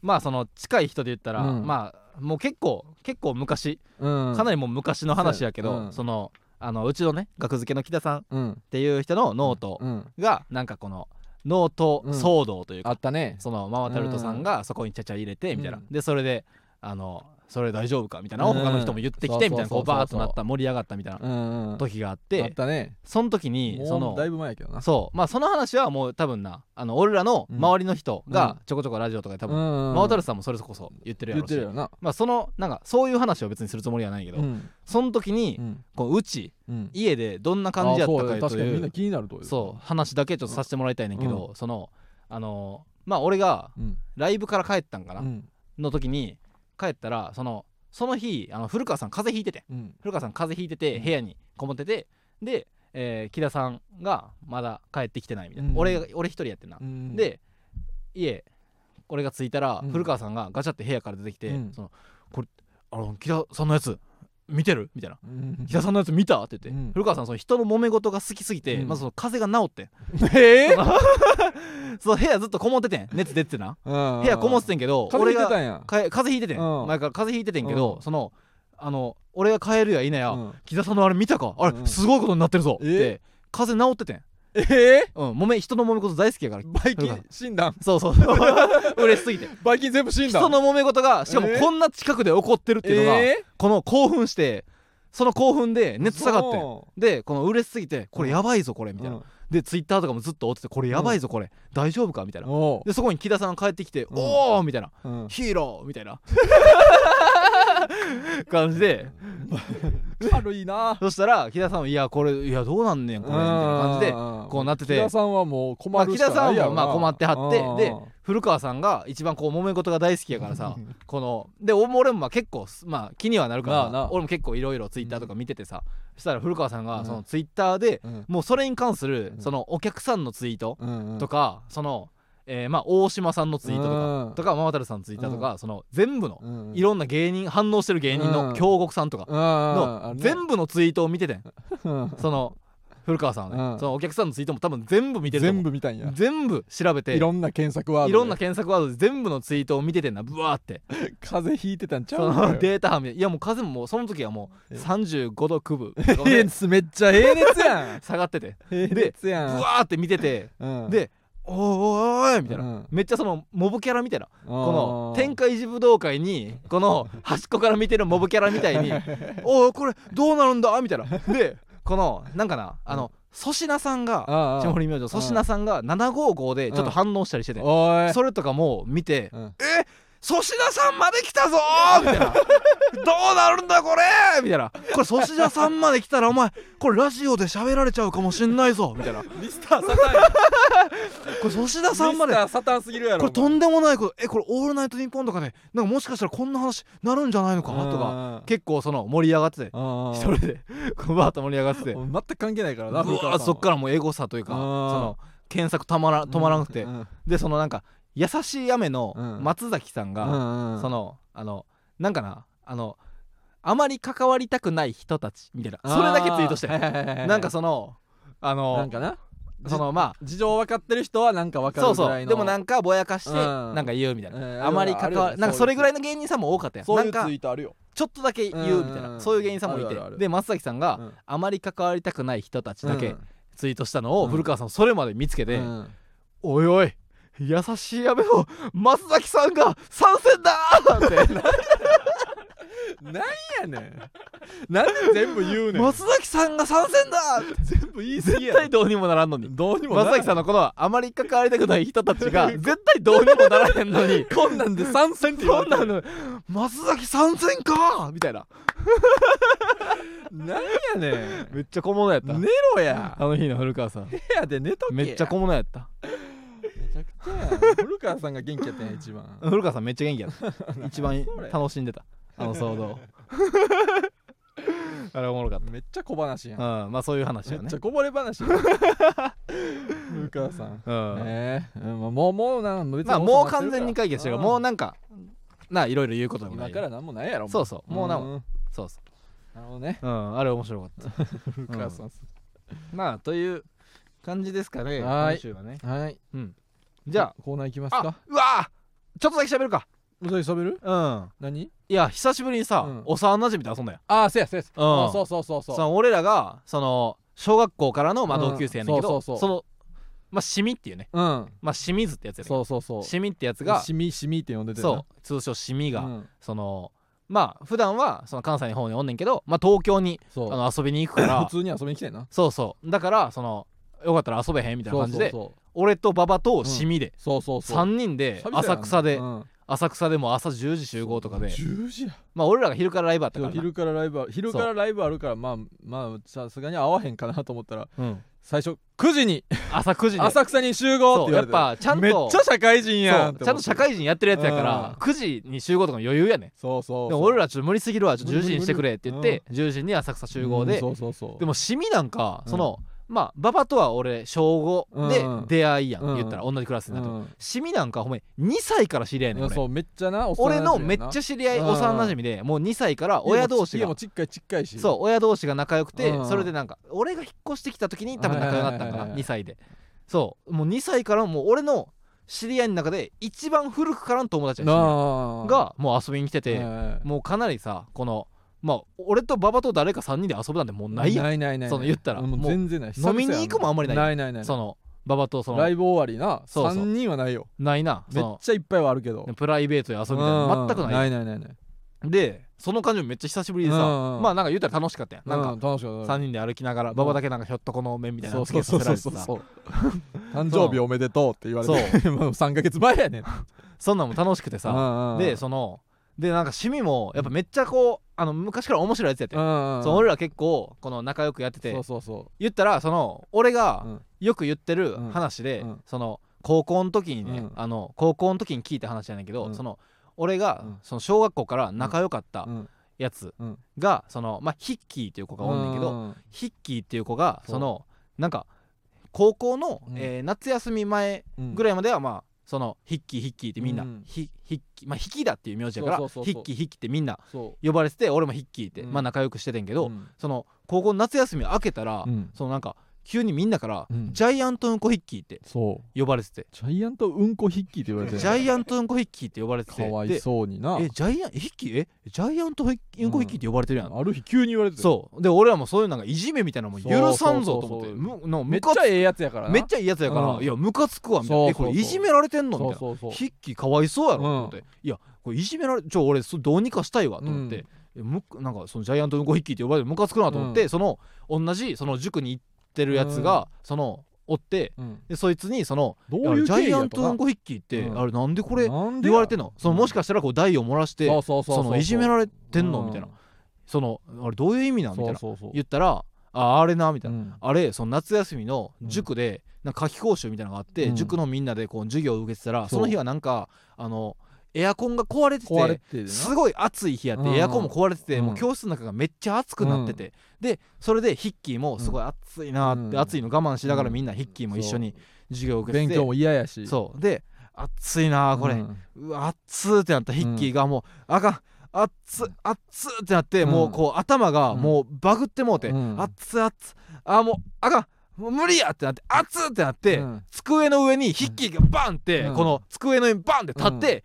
Speaker 1: まあその近い人で言ったら、
Speaker 2: うん
Speaker 1: まあもう結構結構昔
Speaker 2: か
Speaker 1: かな
Speaker 2: り、
Speaker 1: りもう昔の話やけど、
Speaker 2: うん
Speaker 1: そのあのうちのね学付けの木田さんっ
Speaker 2: うん、
Speaker 1: ていう人のノート
Speaker 2: うん、
Speaker 1: がなんかこのノート騒動という
Speaker 2: あ
Speaker 1: か、
Speaker 2: ったね。
Speaker 1: そのママタルトさんがそこにちゃちゃ入れてみたいな、
Speaker 2: うん
Speaker 1: でそれであのそれ大丈夫かみたいなのを
Speaker 2: うん
Speaker 1: 他の人も言ってきてみたいな
Speaker 2: そ
Speaker 1: こ
Speaker 2: うそうそうそう
Speaker 1: うバーッとなった盛り上がったみたいな
Speaker 2: うんうん
Speaker 1: 時があっ
Speaker 2: あってたね
Speaker 1: その時にそ
Speaker 2: も
Speaker 1: の
Speaker 2: うだいぶ前やけどな
Speaker 1: そうまあその話はもう多分なあの俺らの周りの人
Speaker 2: うん
Speaker 1: がちょこちょこラジオとかで多分マ
Speaker 2: マ
Speaker 1: オタルさんもそれこそ言ってるや
Speaker 2: 言っ
Speaker 1: ろう
Speaker 2: て
Speaker 1: し
Speaker 2: るよな
Speaker 1: まあそのなんかそういう話を別にするつもりはないけど、
Speaker 2: うん
Speaker 1: その時に
Speaker 2: うん
Speaker 1: こううち
Speaker 2: うん
Speaker 1: 家でどんな感じやった
Speaker 2: あそう
Speaker 1: か
Speaker 2: 確
Speaker 1: と
Speaker 2: かに
Speaker 1: い
Speaker 2: みんな
Speaker 1: う
Speaker 2: 気になるという
Speaker 1: そう話だけちょっとさせてもらいたいねんけど、そのあのーまあ俺が
Speaker 2: うん
Speaker 1: ライブから帰ったんかな、
Speaker 2: うん
Speaker 1: の時に帰ったらそのその日あの古川さん風邪ひいてて
Speaker 2: うん
Speaker 1: 古川さん風邪ひいてて
Speaker 2: うん
Speaker 1: 部屋にこもっててで、えー木田さんがまだ帰ってきてないみたいな、
Speaker 2: うん
Speaker 1: 俺が俺一人やってんな、
Speaker 2: うん
Speaker 1: で家俺が着いたら
Speaker 2: うん
Speaker 1: 古川さんがガチャって部屋から出てきて「
Speaker 2: うん
Speaker 1: そのこれあの木田さんのやつ見てる?」みたいな
Speaker 2: うんう
Speaker 1: 「
Speaker 2: ん
Speaker 1: 木田さんのやつ見た?」って言って、
Speaker 2: うん
Speaker 1: 古川さんその人の揉め事が好きすぎて、
Speaker 2: うん
Speaker 1: まずその風邪が治ってん
Speaker 2: ええ
Speaker 1: その部屋ずっとこもって てん熱出ててな
Speaker 2: 部
Speaker 1: 部屋こもっててんけど
Speaker 2: 俺
Speaker 1: 俺
Speaker 2: が
Speaker 1: が
Speaker 2: たんや
Speaker 1: かえ風邪ひいててん、
Speaker 2: うん
Speaker 1: 前から風邪ひいててんけど、
Speaker 2: うん
Speaker 1: そのあの俺が帰るやいなや、
Speaker 2: うん
Speaker 1: 木田さんのあれ見たかあれ、
Speaker 2: うん
Speaker 1: すごいことになってるぞっ
Speaker 2: え
Speaker 1: て風邪治っててん、
Speaker 2: ええ
Speaker 1: うん、揉め人の揉め事大好きやから
Speaker 2: バイキン診断
Speaker 1: そうそう 嬉しすぎて
Speaker 2: バイキン全部診断
Speaker 1: 人の揉め事がしかも
Speaker 2: えー
Speaker 1: こんな近くで起こってるっていうのが、
Speaker 2: え
Speaker 1: この興奮してその興奮で
Speaker 2: え
Speaker 1: 熱下がってん
Speaker 2: そ
Speaker 1: でこの嬉しすぎてこれやばいぞこれ
Speaker 2: う
Speaker 1: みたいな、
Speaker 2: うん
Speaker 1: でツイッターとかもずっと追っててこれやばいぞこれ、大丈夫かみたいな
Speaker 2: お
Speaker 1: でそこに木田さんが帰ってきて、
Speaker 2: ん
Speaker 1: おおみたいな
Speaker 2: ううん
Speaker 1: ヒーローみた いな感じで
Speaker 2: 軽いな
Speaker 1: そしたら木田さんはいやこれいやどうなんねんこれみたいな感じでこうなって
Speaker 2: 木
Speaker 1: て
Speaker 2: 田さんはもう
Speaker 1: ま
Speaker 2: 困
Speaker 1: あ
Speaker 2: る
Speaker 1: 木
Speaker 2: しか
Speaker 1: 田さ
Speaker 2: なんいや
Speaker 1: も
Speaker 2: ろ
Speaker 1: ま
Speaker 2: な
Speaker 1: あ困ってはってで
Speaker 2: うん
Speaker 1: 古川さんが一番こう揉め事が大好きやから さこのでお俺もまあ結構すまあ気にはなるから
Speaker 2: なあなあ
Speaker 1: 俺も結構いろいろツイッターとか見ててさそしたら古川さん
Speaker 2: う
Speaker 1: が
Speaker 2: ん
Speaker 1: そのツイッターで
Speaker 2: うん
Speaker 1: もうそれに関する
Speaker 2: うん
Speaker 1: そのお客さんのツイート
Speaker 2: うんうん
Speaker 1: とかそのえーまあ大島さんのツイートと
Speaker 2: う
Speaker 1: か
Speaker 2: ん
Speaker 1: とかママタルさんのツイッターとかその全部の
Speaker 2: うんうん
Speaker 1: いろんな芸人反応してる芸人
Speaker 2: うん
Speaker 1: の京極さんとか
Speaker 2: うんうんうんあ
Speaker 1: の
Speaker 2: るね
Speaker 1: 全部のツイートを見ててん
Speaker 2: うん
Speaker 1: その古川さんはね、
Speaker 2: うん
Speaker 1: そのお客さんのツイートも多分全部見てると思
Speaker 2: 全
Speaker 1: う
Speaker 2: 部見たんや
Speaker 1: 全部調べて
Speaker 2: いろんな検索ワード
Speaker 1: いろんな検索ワードで全部のツイートを見ててんなブワー って
Speaker 2: 風邪ひいてたんちゃ
Speaker 1: そうの
Speaker 2: の
Speaker 1: データは見ていやもう風ももうその時はもう
Speaker 2: え
Speaker 1: 35度区分とか
Speaker 2: え
Speaker 1: で
Speaker 2: めっちゃ平熱やん
Speaker 1: 下がってて
Speaker 2: 平熱
Speaker 1: ブ
Speaker 2: やん
Speaker 1: ワーって見てて
Speaker 2: うん
Speaker 1: で「おーおいおい」みたいな。
Speaker 2: うん
Speaker 1: めっちゃそのモブキャラみたいなこの
Speaker 2: あー
Speaker 1: 天下一武道会にこの端っこから見てるモブキャラみたい に「おおこれどうなるんだ?」みたいなでこのなんかなあの粗品さんが
Speaker 2: ああ
Speaker 1: 霜降り明星粗品さんが755でちょっと反応したりしてて、
Speaker 2: おい
Speaker 1: それとかも見て
Speaker 2: うん
Speaker 1: 「え粗品さんまで来たぞ!」みたいな「どうなるんだこれ!」みたいな「これ粗品さんまで来たらお前これラジオで喋られちゃうかもしんないぞ」みたいな「こ
Speaker 2: ミスターサタンや
Speaker 1: れ粗品さんまで
Speaker 2: ミスターサタンすぎるやろ
Speaker 1: これとんでもないことえこれ『オールナイトニッポン』とかでなんかもしかしたらこんな話なるんじゃないのか?」とか
Speaker 2: か
Speaker 1: 結構その盛り上がってて
Speaker 2: 一
Speaker 1: それでこうバーッと盛り上がってて
Speaker 2: 全く関係ないから
Speaker 1: う
Speaker 2: な
Speaker 1: わ
Speaker 2: 古川さん
Speaker 1: ー
Speaker 2: は
Speaker 1: そっからもうエゴさというか
Speaker 2: う
Speaker 1: そ
Speaker 2: ん
Speaker 1: の検索たまら止まらなくて、
Speaker 2: うん
Speaker 1: でそのなんか「優しい雨」の
Speaker 2: うん
Speaker 1: 松崎さん
Speaker 2: う
Speaker 1: が、
Speaker 2: んうん
Speaker 1: そのあのなんかなあのあまり関わりたくない人たちみたいな
Speaker 2: あ
Speaker 1: それだけツイートして
Speaker 2: はいはいはいはい
Speaker 1: なんかそのあ
Speaker 2: な
Speaker 1: の
Speaker 2: んかな
Speaker 1: そのまあ
Speaker 2: 事情分かってる人はなんか分か
Speaker 1: そ
Speaker 2: る
Speaker 1: う
Speaker 2: ぐ
Speaker 1: そ
Speaker 2: らいうの
Speaker 1: でもなんかぼやかして
Speaker 2: うん
Speaker 1: なんか言うみたいな、
Speaker 2: うん
Speaker 1: あまり関わ
Speaker 2: あるよね
Speaker 1: なんかそれぐらいの芸人さんも多かったやんなんか
Speaker 2: ートあるよ
Speaker 1: ちょっとだけ言うみたいな、
Speaker 2: うん
Speaker 1: そういう芸人さんもい
Speaker 2: あ
Speaker 1: て
Speaker 2: るあるある
Speaker 1: で松崎さんが、
Speaker 2: うん
Speaker 1: あまり関わりたくない人たちだ
Speaker 2: う
Speaker 1: け
Speaker 2: ん
Speaker 1: ツイートしたのを、
Speaker 2: うん
Speaker 1: 古川さんそれまで見つけて、
Speaker 2: うん
Speaker 1: おいおい優しい雨を松崎さんが参戦だーっ
Speaker 2: なんやねんなんで全部言う
Speaker 1: て
Speaker 2: ねん
Speaker 1: 松崎さんが参戦だーって
Speaker 2: 全部言い過ぎ
Speaker 1: 絶
Speaker 2: やろ
Speaker 1: 対どうにもならんのに
Speaker 2: どうにもなら
Speaker 1: 松
Speaker 2: ない
Speaker 1: 崎さんのこのあまり関わりたくない人たち が絶対どうにもならへんのに
Speaker 2: こんなんで参戦って言わ
Speaker 1: そ
Speaker 2: れ
Speaker 1: ん
Speaker 2: て
Speaker 1: な
Speaker 2: る
Speaker 1: の松崎参戦かーみたいな
Speaker 2: なんやねん
Speaker 1: めっちゃ小物やった、
Speaker 2: 寝ろや
Speaker 1: あの日の古川さん
Speaker 2: 部屋で寝とけや
Speaker 1: めっちゃ小物やった
Speaker 2: めちゃくちゃやん古川さんが元気やったんや一番
Speaker 1: 古川さんめっちゃ元気やった 一番
Speaker 2: それ
Speaker 1: 楽しんでたあの騒動 あれおもろかっ
Speaker 2: めっちゃ小話やん
Speaker 1: たうんまあそういう話
Speaker 2: め
Speaker 1: よ
Speaker 2: っ
Speaker 1: ね
Speaker 2: ちゃこぼれ話 やん古川さん
Speaker 1: うん
Speaker 2: ええうんまあもうもうな別に
Speaker 1: まあもう完全に解決してるからもう
Speaker 2: う
Speaker 1: なんかないろいろ言うことでもな
Speaker 2: 今
Speaker 1: い
Speaker 2: からなんもないやろ
Speaker 1: そうそうもうなんも
Speaker 2: ん
Speaker 1: そうそ
Speaker 2: なるほ どね
Speaker 1: ううんあれ面白かった
Speaker 2: 古川さんす
Speaker 1: まあという感じですかね
Speaker 2: はーい
Speaker 1: 今週はね
Speaker 2: はい
Speaker 1: うんじゃ
Speaker 2: コーナー行きます
Speaker 1: あ
Speaker 2: か
Speaker 1: あうわーちょっとだけ喋るか
Speaker 2: うそしゃべる
Speaker 1: うん
Speaker 2: 何
Speaker 1: いや久しぶりに
Speaker 2: う
Speaker 1: さ
Speaker 2: ん
Speaker 1: 幼馴染と遊んだよ
Speaker 2: ああせやせやせや
Speaker 1: うん
Speaker 2: あそうそうそうそう
Speaker 1: その俺らがその小学校からのまあ
Speaker 2: うん
Speaker 1: 同級生やねんけ
Speaker 2: そ
Speaker 1: ど
Speaker 2: う
Speaker 1: そ
Speaker 2: そ
Speaker 1: う
Speaker 2: そう
Speaker 1: のまあシミっていうね
Speaker 2: うん
Speaker 1: まあ清水ってやつやねんけど
Speaker 2: そうそうそう
Speaker 1: シミってやつが
Speaker 2: シミシミって呼んでてな
Speaker 1: そう通称シミが
Speaker 2: うん
Speaker 1: そのまあ普段はその関西の方におんねんけど、まあ、東京に
Speaker 2: そ
Speaker 1: あ
Speaker 2: う
Speaker 1: の遊びに行くから
Speaker 2: 普通に遊びに来てんな
Speaker 1: そうそうだからそのよかったら遊べへんみたいな感じで
Speaker 2: そう
Speaker 1: 俺と馬場とシミで、
Speaker 2: そうそうそうそう
Speaker 1: 3人で
Speaker 2: 久々やな
Speaker 1: 浅草で、
Speaker 2: うん
Speaker 1: 浅草でも朝10時集合とかで
Speaker 2: 10時や
Speaker 1: まあ俺らが昼からライブあった
Speaker 2: で
Speaker 1: か
Speaker 2: も
Speaker 1: らな
Speaker 2: 昼からライブある昼からライブあるからまあまあさすがに会わへんかなと思ったら
Speaker 1: うん
Speaker 2: 最初9時に
Speaker 1: 朝9時に
Speaker 2: 浅草に集合って
Speaker 1: そう
Speaker 2: 言わ
Speaker 1: や
Speaker 2: れ
Speaker 1: ってぱちゃんと
Speaker 2: めっちゃ社会人やん
Speaker 1: そうちゃんと社
Speaker 2: 会
Speaker 1: 会人やってるやつやから
Speaker 2: う
Speaker 1: 9時に集合とかの余裕やねん
Speaker 2: そうそう
Speaker 1: でも俺
Speaker 2: ら
Speaker 1: らちょっと無理すぎるわちょっと10時にしてくれって言って10時に浅草集合で
Speaker 2: そうそうそう
Speaker 1: でもシミなんか
Speaker 2: うん
Speaker 1: そのまあ馬場とは俺小
Speaker 2: うんうん
Speaker 1: 5で出会いや
Speaker 2: うん
Speaker 1: ん言ったら同じクラスになっても
Speaker 2: うん
Speaker 1: シミなんかほんまに2歳から知り合いやねん
Speaker 2: いや
Speaker 1: 俺
Speaker 2: そうめっちゃな
Speaker 1: 俺のめっちゃ
Speaker 2: ゃ
Speaker 1: 知り合い
Speaker 2: うん
Speaker 1: 幼馴染でもう2歳から親同士
Speaker 2: 家
Speaker 1: が
Speaker 2: もちっかいちっかいし
Speaker 1: そう親同士が仲良くて
Speaker 2: うん
Speaker 1: それでなんか俺が引っ越してきた時に多分仲良くなったん
Speaker 2: はいはい
Speaker 1: か
Speaker 2: はい
Speaker 1: な
Speaker 2: はい
Speaker 1: 2歳でそうもう2歳からもう俺の知り合いの中で一番古くからの友達やし
Speaker 2: なあ
Speaker 1: がもう遊びに来てて、
Speaker 2: ええ
Speaker 1: もうかなりさこのまあ俺と馬場と誰か3人で遊ぶなんてもうないやん
Speaker 2: ないないない
Speaker 1: その言ったら
Speaker 2: もう
Speaker 1: もう
Speaker 2: 全然ない
Speaker 1: 飲みに行くもあんまりない
Speaker 2: ないないない
Speaker 1: その馬場とそ
Speaker 2: ラ
Speaker 1: の
Speaker 2: イブ終わりな
Speaker 1: そうそう
Speaker 2: 3人はないよ
Speaker 1: ないなそ
Speaker 2: めっ
Speaker 1: の
Speaker 2: ちゃいっぱいはあるけど
Speaker 1: プライベートで遊ぶみたいな全くない
Speaker 2: いないないないない
Speaker 1: でその感じもめっちゃ久しぶりでさ
Speaker 2: うんうん
Speaker 1: まあなんか言ったら楽しかったやんなん
Speaker 2: う
Speaker 1: か
Speaker 2: 楽しかった
Speaker 1: 3人で歩きながら馬場だけなんかひょっとこの面みたいな
Speaker 2: そ
Speaker 1: の
Speaker 2: う
Speaker 1: つ
Speaker 2: そ
Speaker 1: け
Speaker 2: う
Speaker 1: さ
Speaker 2: そう
Speaker 1: せら
Speaker 2: そう
Speaker 1: れて
Speaker 2: そう
Speaker 1: さ
Speaker 2: そう誕生日おめでとうって言われて そ3ヶ月前やねん
Speaker 1: そんなんも楽しくてさでそのでなんか趣味もやっぱめっちゃこうあの昔から面白いやつやって
Speaker 2: の
Speaker 1: そう俺ら結構この仲良くやってて
Speaker 2: そうそうそ
Speaker 1: 言ったらその俺が
Speaker 2: ううん
Speaker 1: よく言ってる
Speaker 2: うん
Speaker 1: 話で、
Speaker 2: うん
Speaker 1: その高校の時にね、
Speaker 2: うん
Speaker 1: あの高校の時に聞いた話やねんけど、
Speaker 2: うん
Speaker 1: その俺が
Speaker 2: うん
Speaker 1: その小学校から仲良かった
Speaker 2: うん
Speaker 1: やつ
Speaker 2: うん
Speaker 1: が、そのまあヒッキーっていう子がおんねんけど、
Speaker 2: うん
Speaker 1: ヒッキーっていう子が
Speaker 2: そう
Speaker 1: そのなんか高校の、
Speaker 2: うん
Speaker 1: えー夏休み前
Speaker 2: うん
Speaker 1: ぐらいまではまあそのヒッキーヒッキーってみんな、
Speaker 2: うん
Speaker 1: ひヒッキーまあヒキだっていう名字やから
Speaker 2: そうそうそうそ
Speaker 1: ヒ
Speaker 2: う
Speaker 1: ッキーヒッキーってみんな
Speaker 2: そう
Speaker 1: 呼ばれてて俺もヒッキーって、
Speaker 2: うん
Speaker 1: まあ仲良くしててんけど、
Speaker 2: うん
Speaker 1: その高校の夏休み明けたら、
Speaker 2: うん
Speaker 1: そのなんか急にみんなから、
Speaker 2: うん
Speaker 1: ジャイアントうんこヒッキーって
Speaker 2: そう
Speaker 1: 呼ばれてて
Speaker 2: ジャイアントうんこヒッキーって言われて
Speaker 1: ジ
Speaker 2: る
Speaker 1: ャイアントうんこヒッキーって呼ばれて
Speaker 2: か
Speaker 1: て
Speaker 2: わいそうにな
Speaker 1: でえジャイアンヒッキーえジャイアントヒッキーうんこヒッキーって呼ばれてるやん、
Speaker 2: ある日急に言われてた
Speaker 1: そうで俺らもそういうなんかいじめみたいなのも許さんぞと思って
Speaker 2: そうそうそ
Speaker 1: む
Speaker 2: う
Speaker 1: なんか
Speaker 2: めっ
Speaker 1: ム
Speaker 2: ち
Speaker 1: カつ
Speaker 2: ゃええやつやからな
Speaker 1: めっちゃいいやつやから、
Speaker 2: うん
Speaker 1: いやムカつくわみたいな
Speaker 2: そう
Speaker 1: え
Speaker 2: そう
Speaker 1: こ
Speaker 2: そう
Speaker 1: れいじめられてんのみたい
Speaker 2: そう
Speaker 1: な
Speaker 2: そうそう
Speaker 1: ヒッキーかわいそうやろと思って、
Speaker 2: う
Speaker 1: いやこれいじめられちょ俺そどうにかしたいわと思って、えむなんかそのジャイアントうんこヒッキーって呼ばれてムカつくなと思って、
Speaker 2: う
Speaker 1: その同じその塾に行ってるやつが、そのおって
Speaker 2: うん
Speaker 1: でそいつにその
Speaker 2: どう
Speaker 1: い
Speaker 2: い
Speaker 1: や
Speaker 2: う
Speaker 1: ジ
Speaker 2: 経
Speaker 1: ャ
Speaker 2: 緯
Speaker 1: イア
Speaker 2: や
Speaker 1: ン
Speaker 2: と
Speaker 1: ト
Speaker 2: な
Speaker 1: うんこヒッキーって、
Speaker 2: うん
Speaker 1: あれなんでこれ
Speaker 2: なんで
Speaker 1: 言われてんのその
Speaker 2: うん
Speaker 1: もしかしたらこう代を漏らして
Speaker 2: そうそうそ
Speaker 1: そ
Speaker 2: う
Speaker 1: のいじめられてんの
Speaker 2: うん
Speaker 1: みたいなそのあれどういう意味なんみたいな
Speaker 2: そうそうそう
Speaker 1: 言ったらああれなみたいな、
Speaker 2: うん
Speaker 1: あれその夏休みの塾でなんか夏期講習みたいなのがあって、
Speaker 2: うん
Speaker 1: 塾のみんなでこう授業を受けてたら
Speaker 2: そ
Speaker 1: そうの日はなんかあのエアコンが壊れて
Speaker 2: 壊れ
Speaker 1: て
Speaker 2: てるな
Speaker 1: すごい暑い日やって、
Speaker 2: うん
Speaker 1: エアコンも壊れてて、
Speaker 2: うん
Speaker 1: もう教室の中がめっちゃ暑くなってて、でそれでヒッキーもすごい暑いなって、
Speaker 2: うん
Speaker 1: 暑いの我慢しながら
Speaker 2: うん
Speaker 1: みんなヒッキーも一緒に授業を受けて
Speaker 2: 勉
Speaker 1: て
Speaker 2: 強も嫌やし
Speaker 1: そうで暑いなこれ、
Speaker 2: うん
Speaker 1: うわ熱ーってなったヒッキーがもう、あかん熱っ熱っってなって、
Speaker 2: うん
Speaker 1: もうこう頭が
Speaker 2: うん
Speaker 1: もうバグってもうて、
Speaker 2: うん
Speaker 1: 熱っ熱っあーもうあかんもう無理やってなって熱っってなって、
Speaker 2: うん
Speaker 1: 机の上にヒッキーがバンって、
Speaker 2: うん
Speaker 1: この机の上にバンって立って、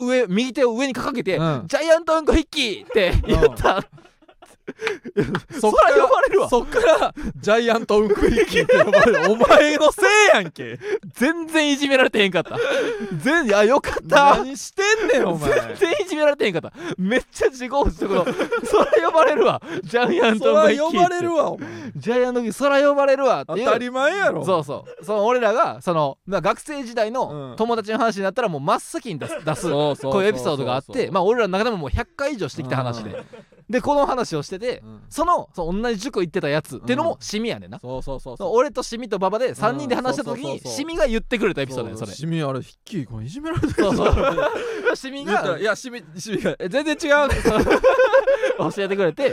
Speaker 1: 上右手を上に掲げて、
Speaker 2: うん
Speaker 1: ジャイアントウンコヒッキーって言った、そ
Speaker 2: っから
Speaker 1: ら呼ばれるわ
Speaker 2: そっからジャイアントうんこヒッキーって呼ばれるお前のせいやんけ
Speaker 1: 全然いじめられてへんかった全然あよかった
Speaker 2: 何してんねんお前
Speaker 1: 全然いじめられてへんかっためっちゃ自己落ちたことそら呼ばれるわジャイアン
Speaker 2: そ
Speaker 1: トウンコヒッキ
Speaker 2: ら
Speaker 1: ーっ
Speaker 2: 呼
Speaker 1: て
Speaker 2: ばれるわお前
Speaker 1: ジャイアントウンコヒッキーそら呼ばれるわって
Speaker 2: 当
Speaker 1: いう
Speaker 2: たり前やろ
Speaker 1: そうそうその俺らがその、まあ、学生時代の
Speaker 2: うん
Speaker 1: 友達の話になったらもう真っ先に出 す出す
Speaker 2: そうそう
Speaker 1: こういうエピソードがあってまあ
Speaker 2: あ
Speaker 1: 俺らの中でももう100回以上してきた話ででこの話をしててそのその同じ塾行ってたやつっていうのもシミやねんな
Speaker 2: そうそうそう
Speaker 1: そう
Speaker 2: そう
Speaker 1: 俺とシミと馬場で3人で話した時
Speaker 2: うんそう
Speaker 1: に
Speaker 2: そうそうそう
Speaker 1: シミが言ってくれたエピソードやそれ
Speaker 2: シミあれヒッキーこれいじめられてる
Speaker 1: そうそう シミ
Speaker 2: 言ったら
Speaker 1: が
Speaker 2: いやシミシミがえ全然違う
Speaker 1: 教えてくれて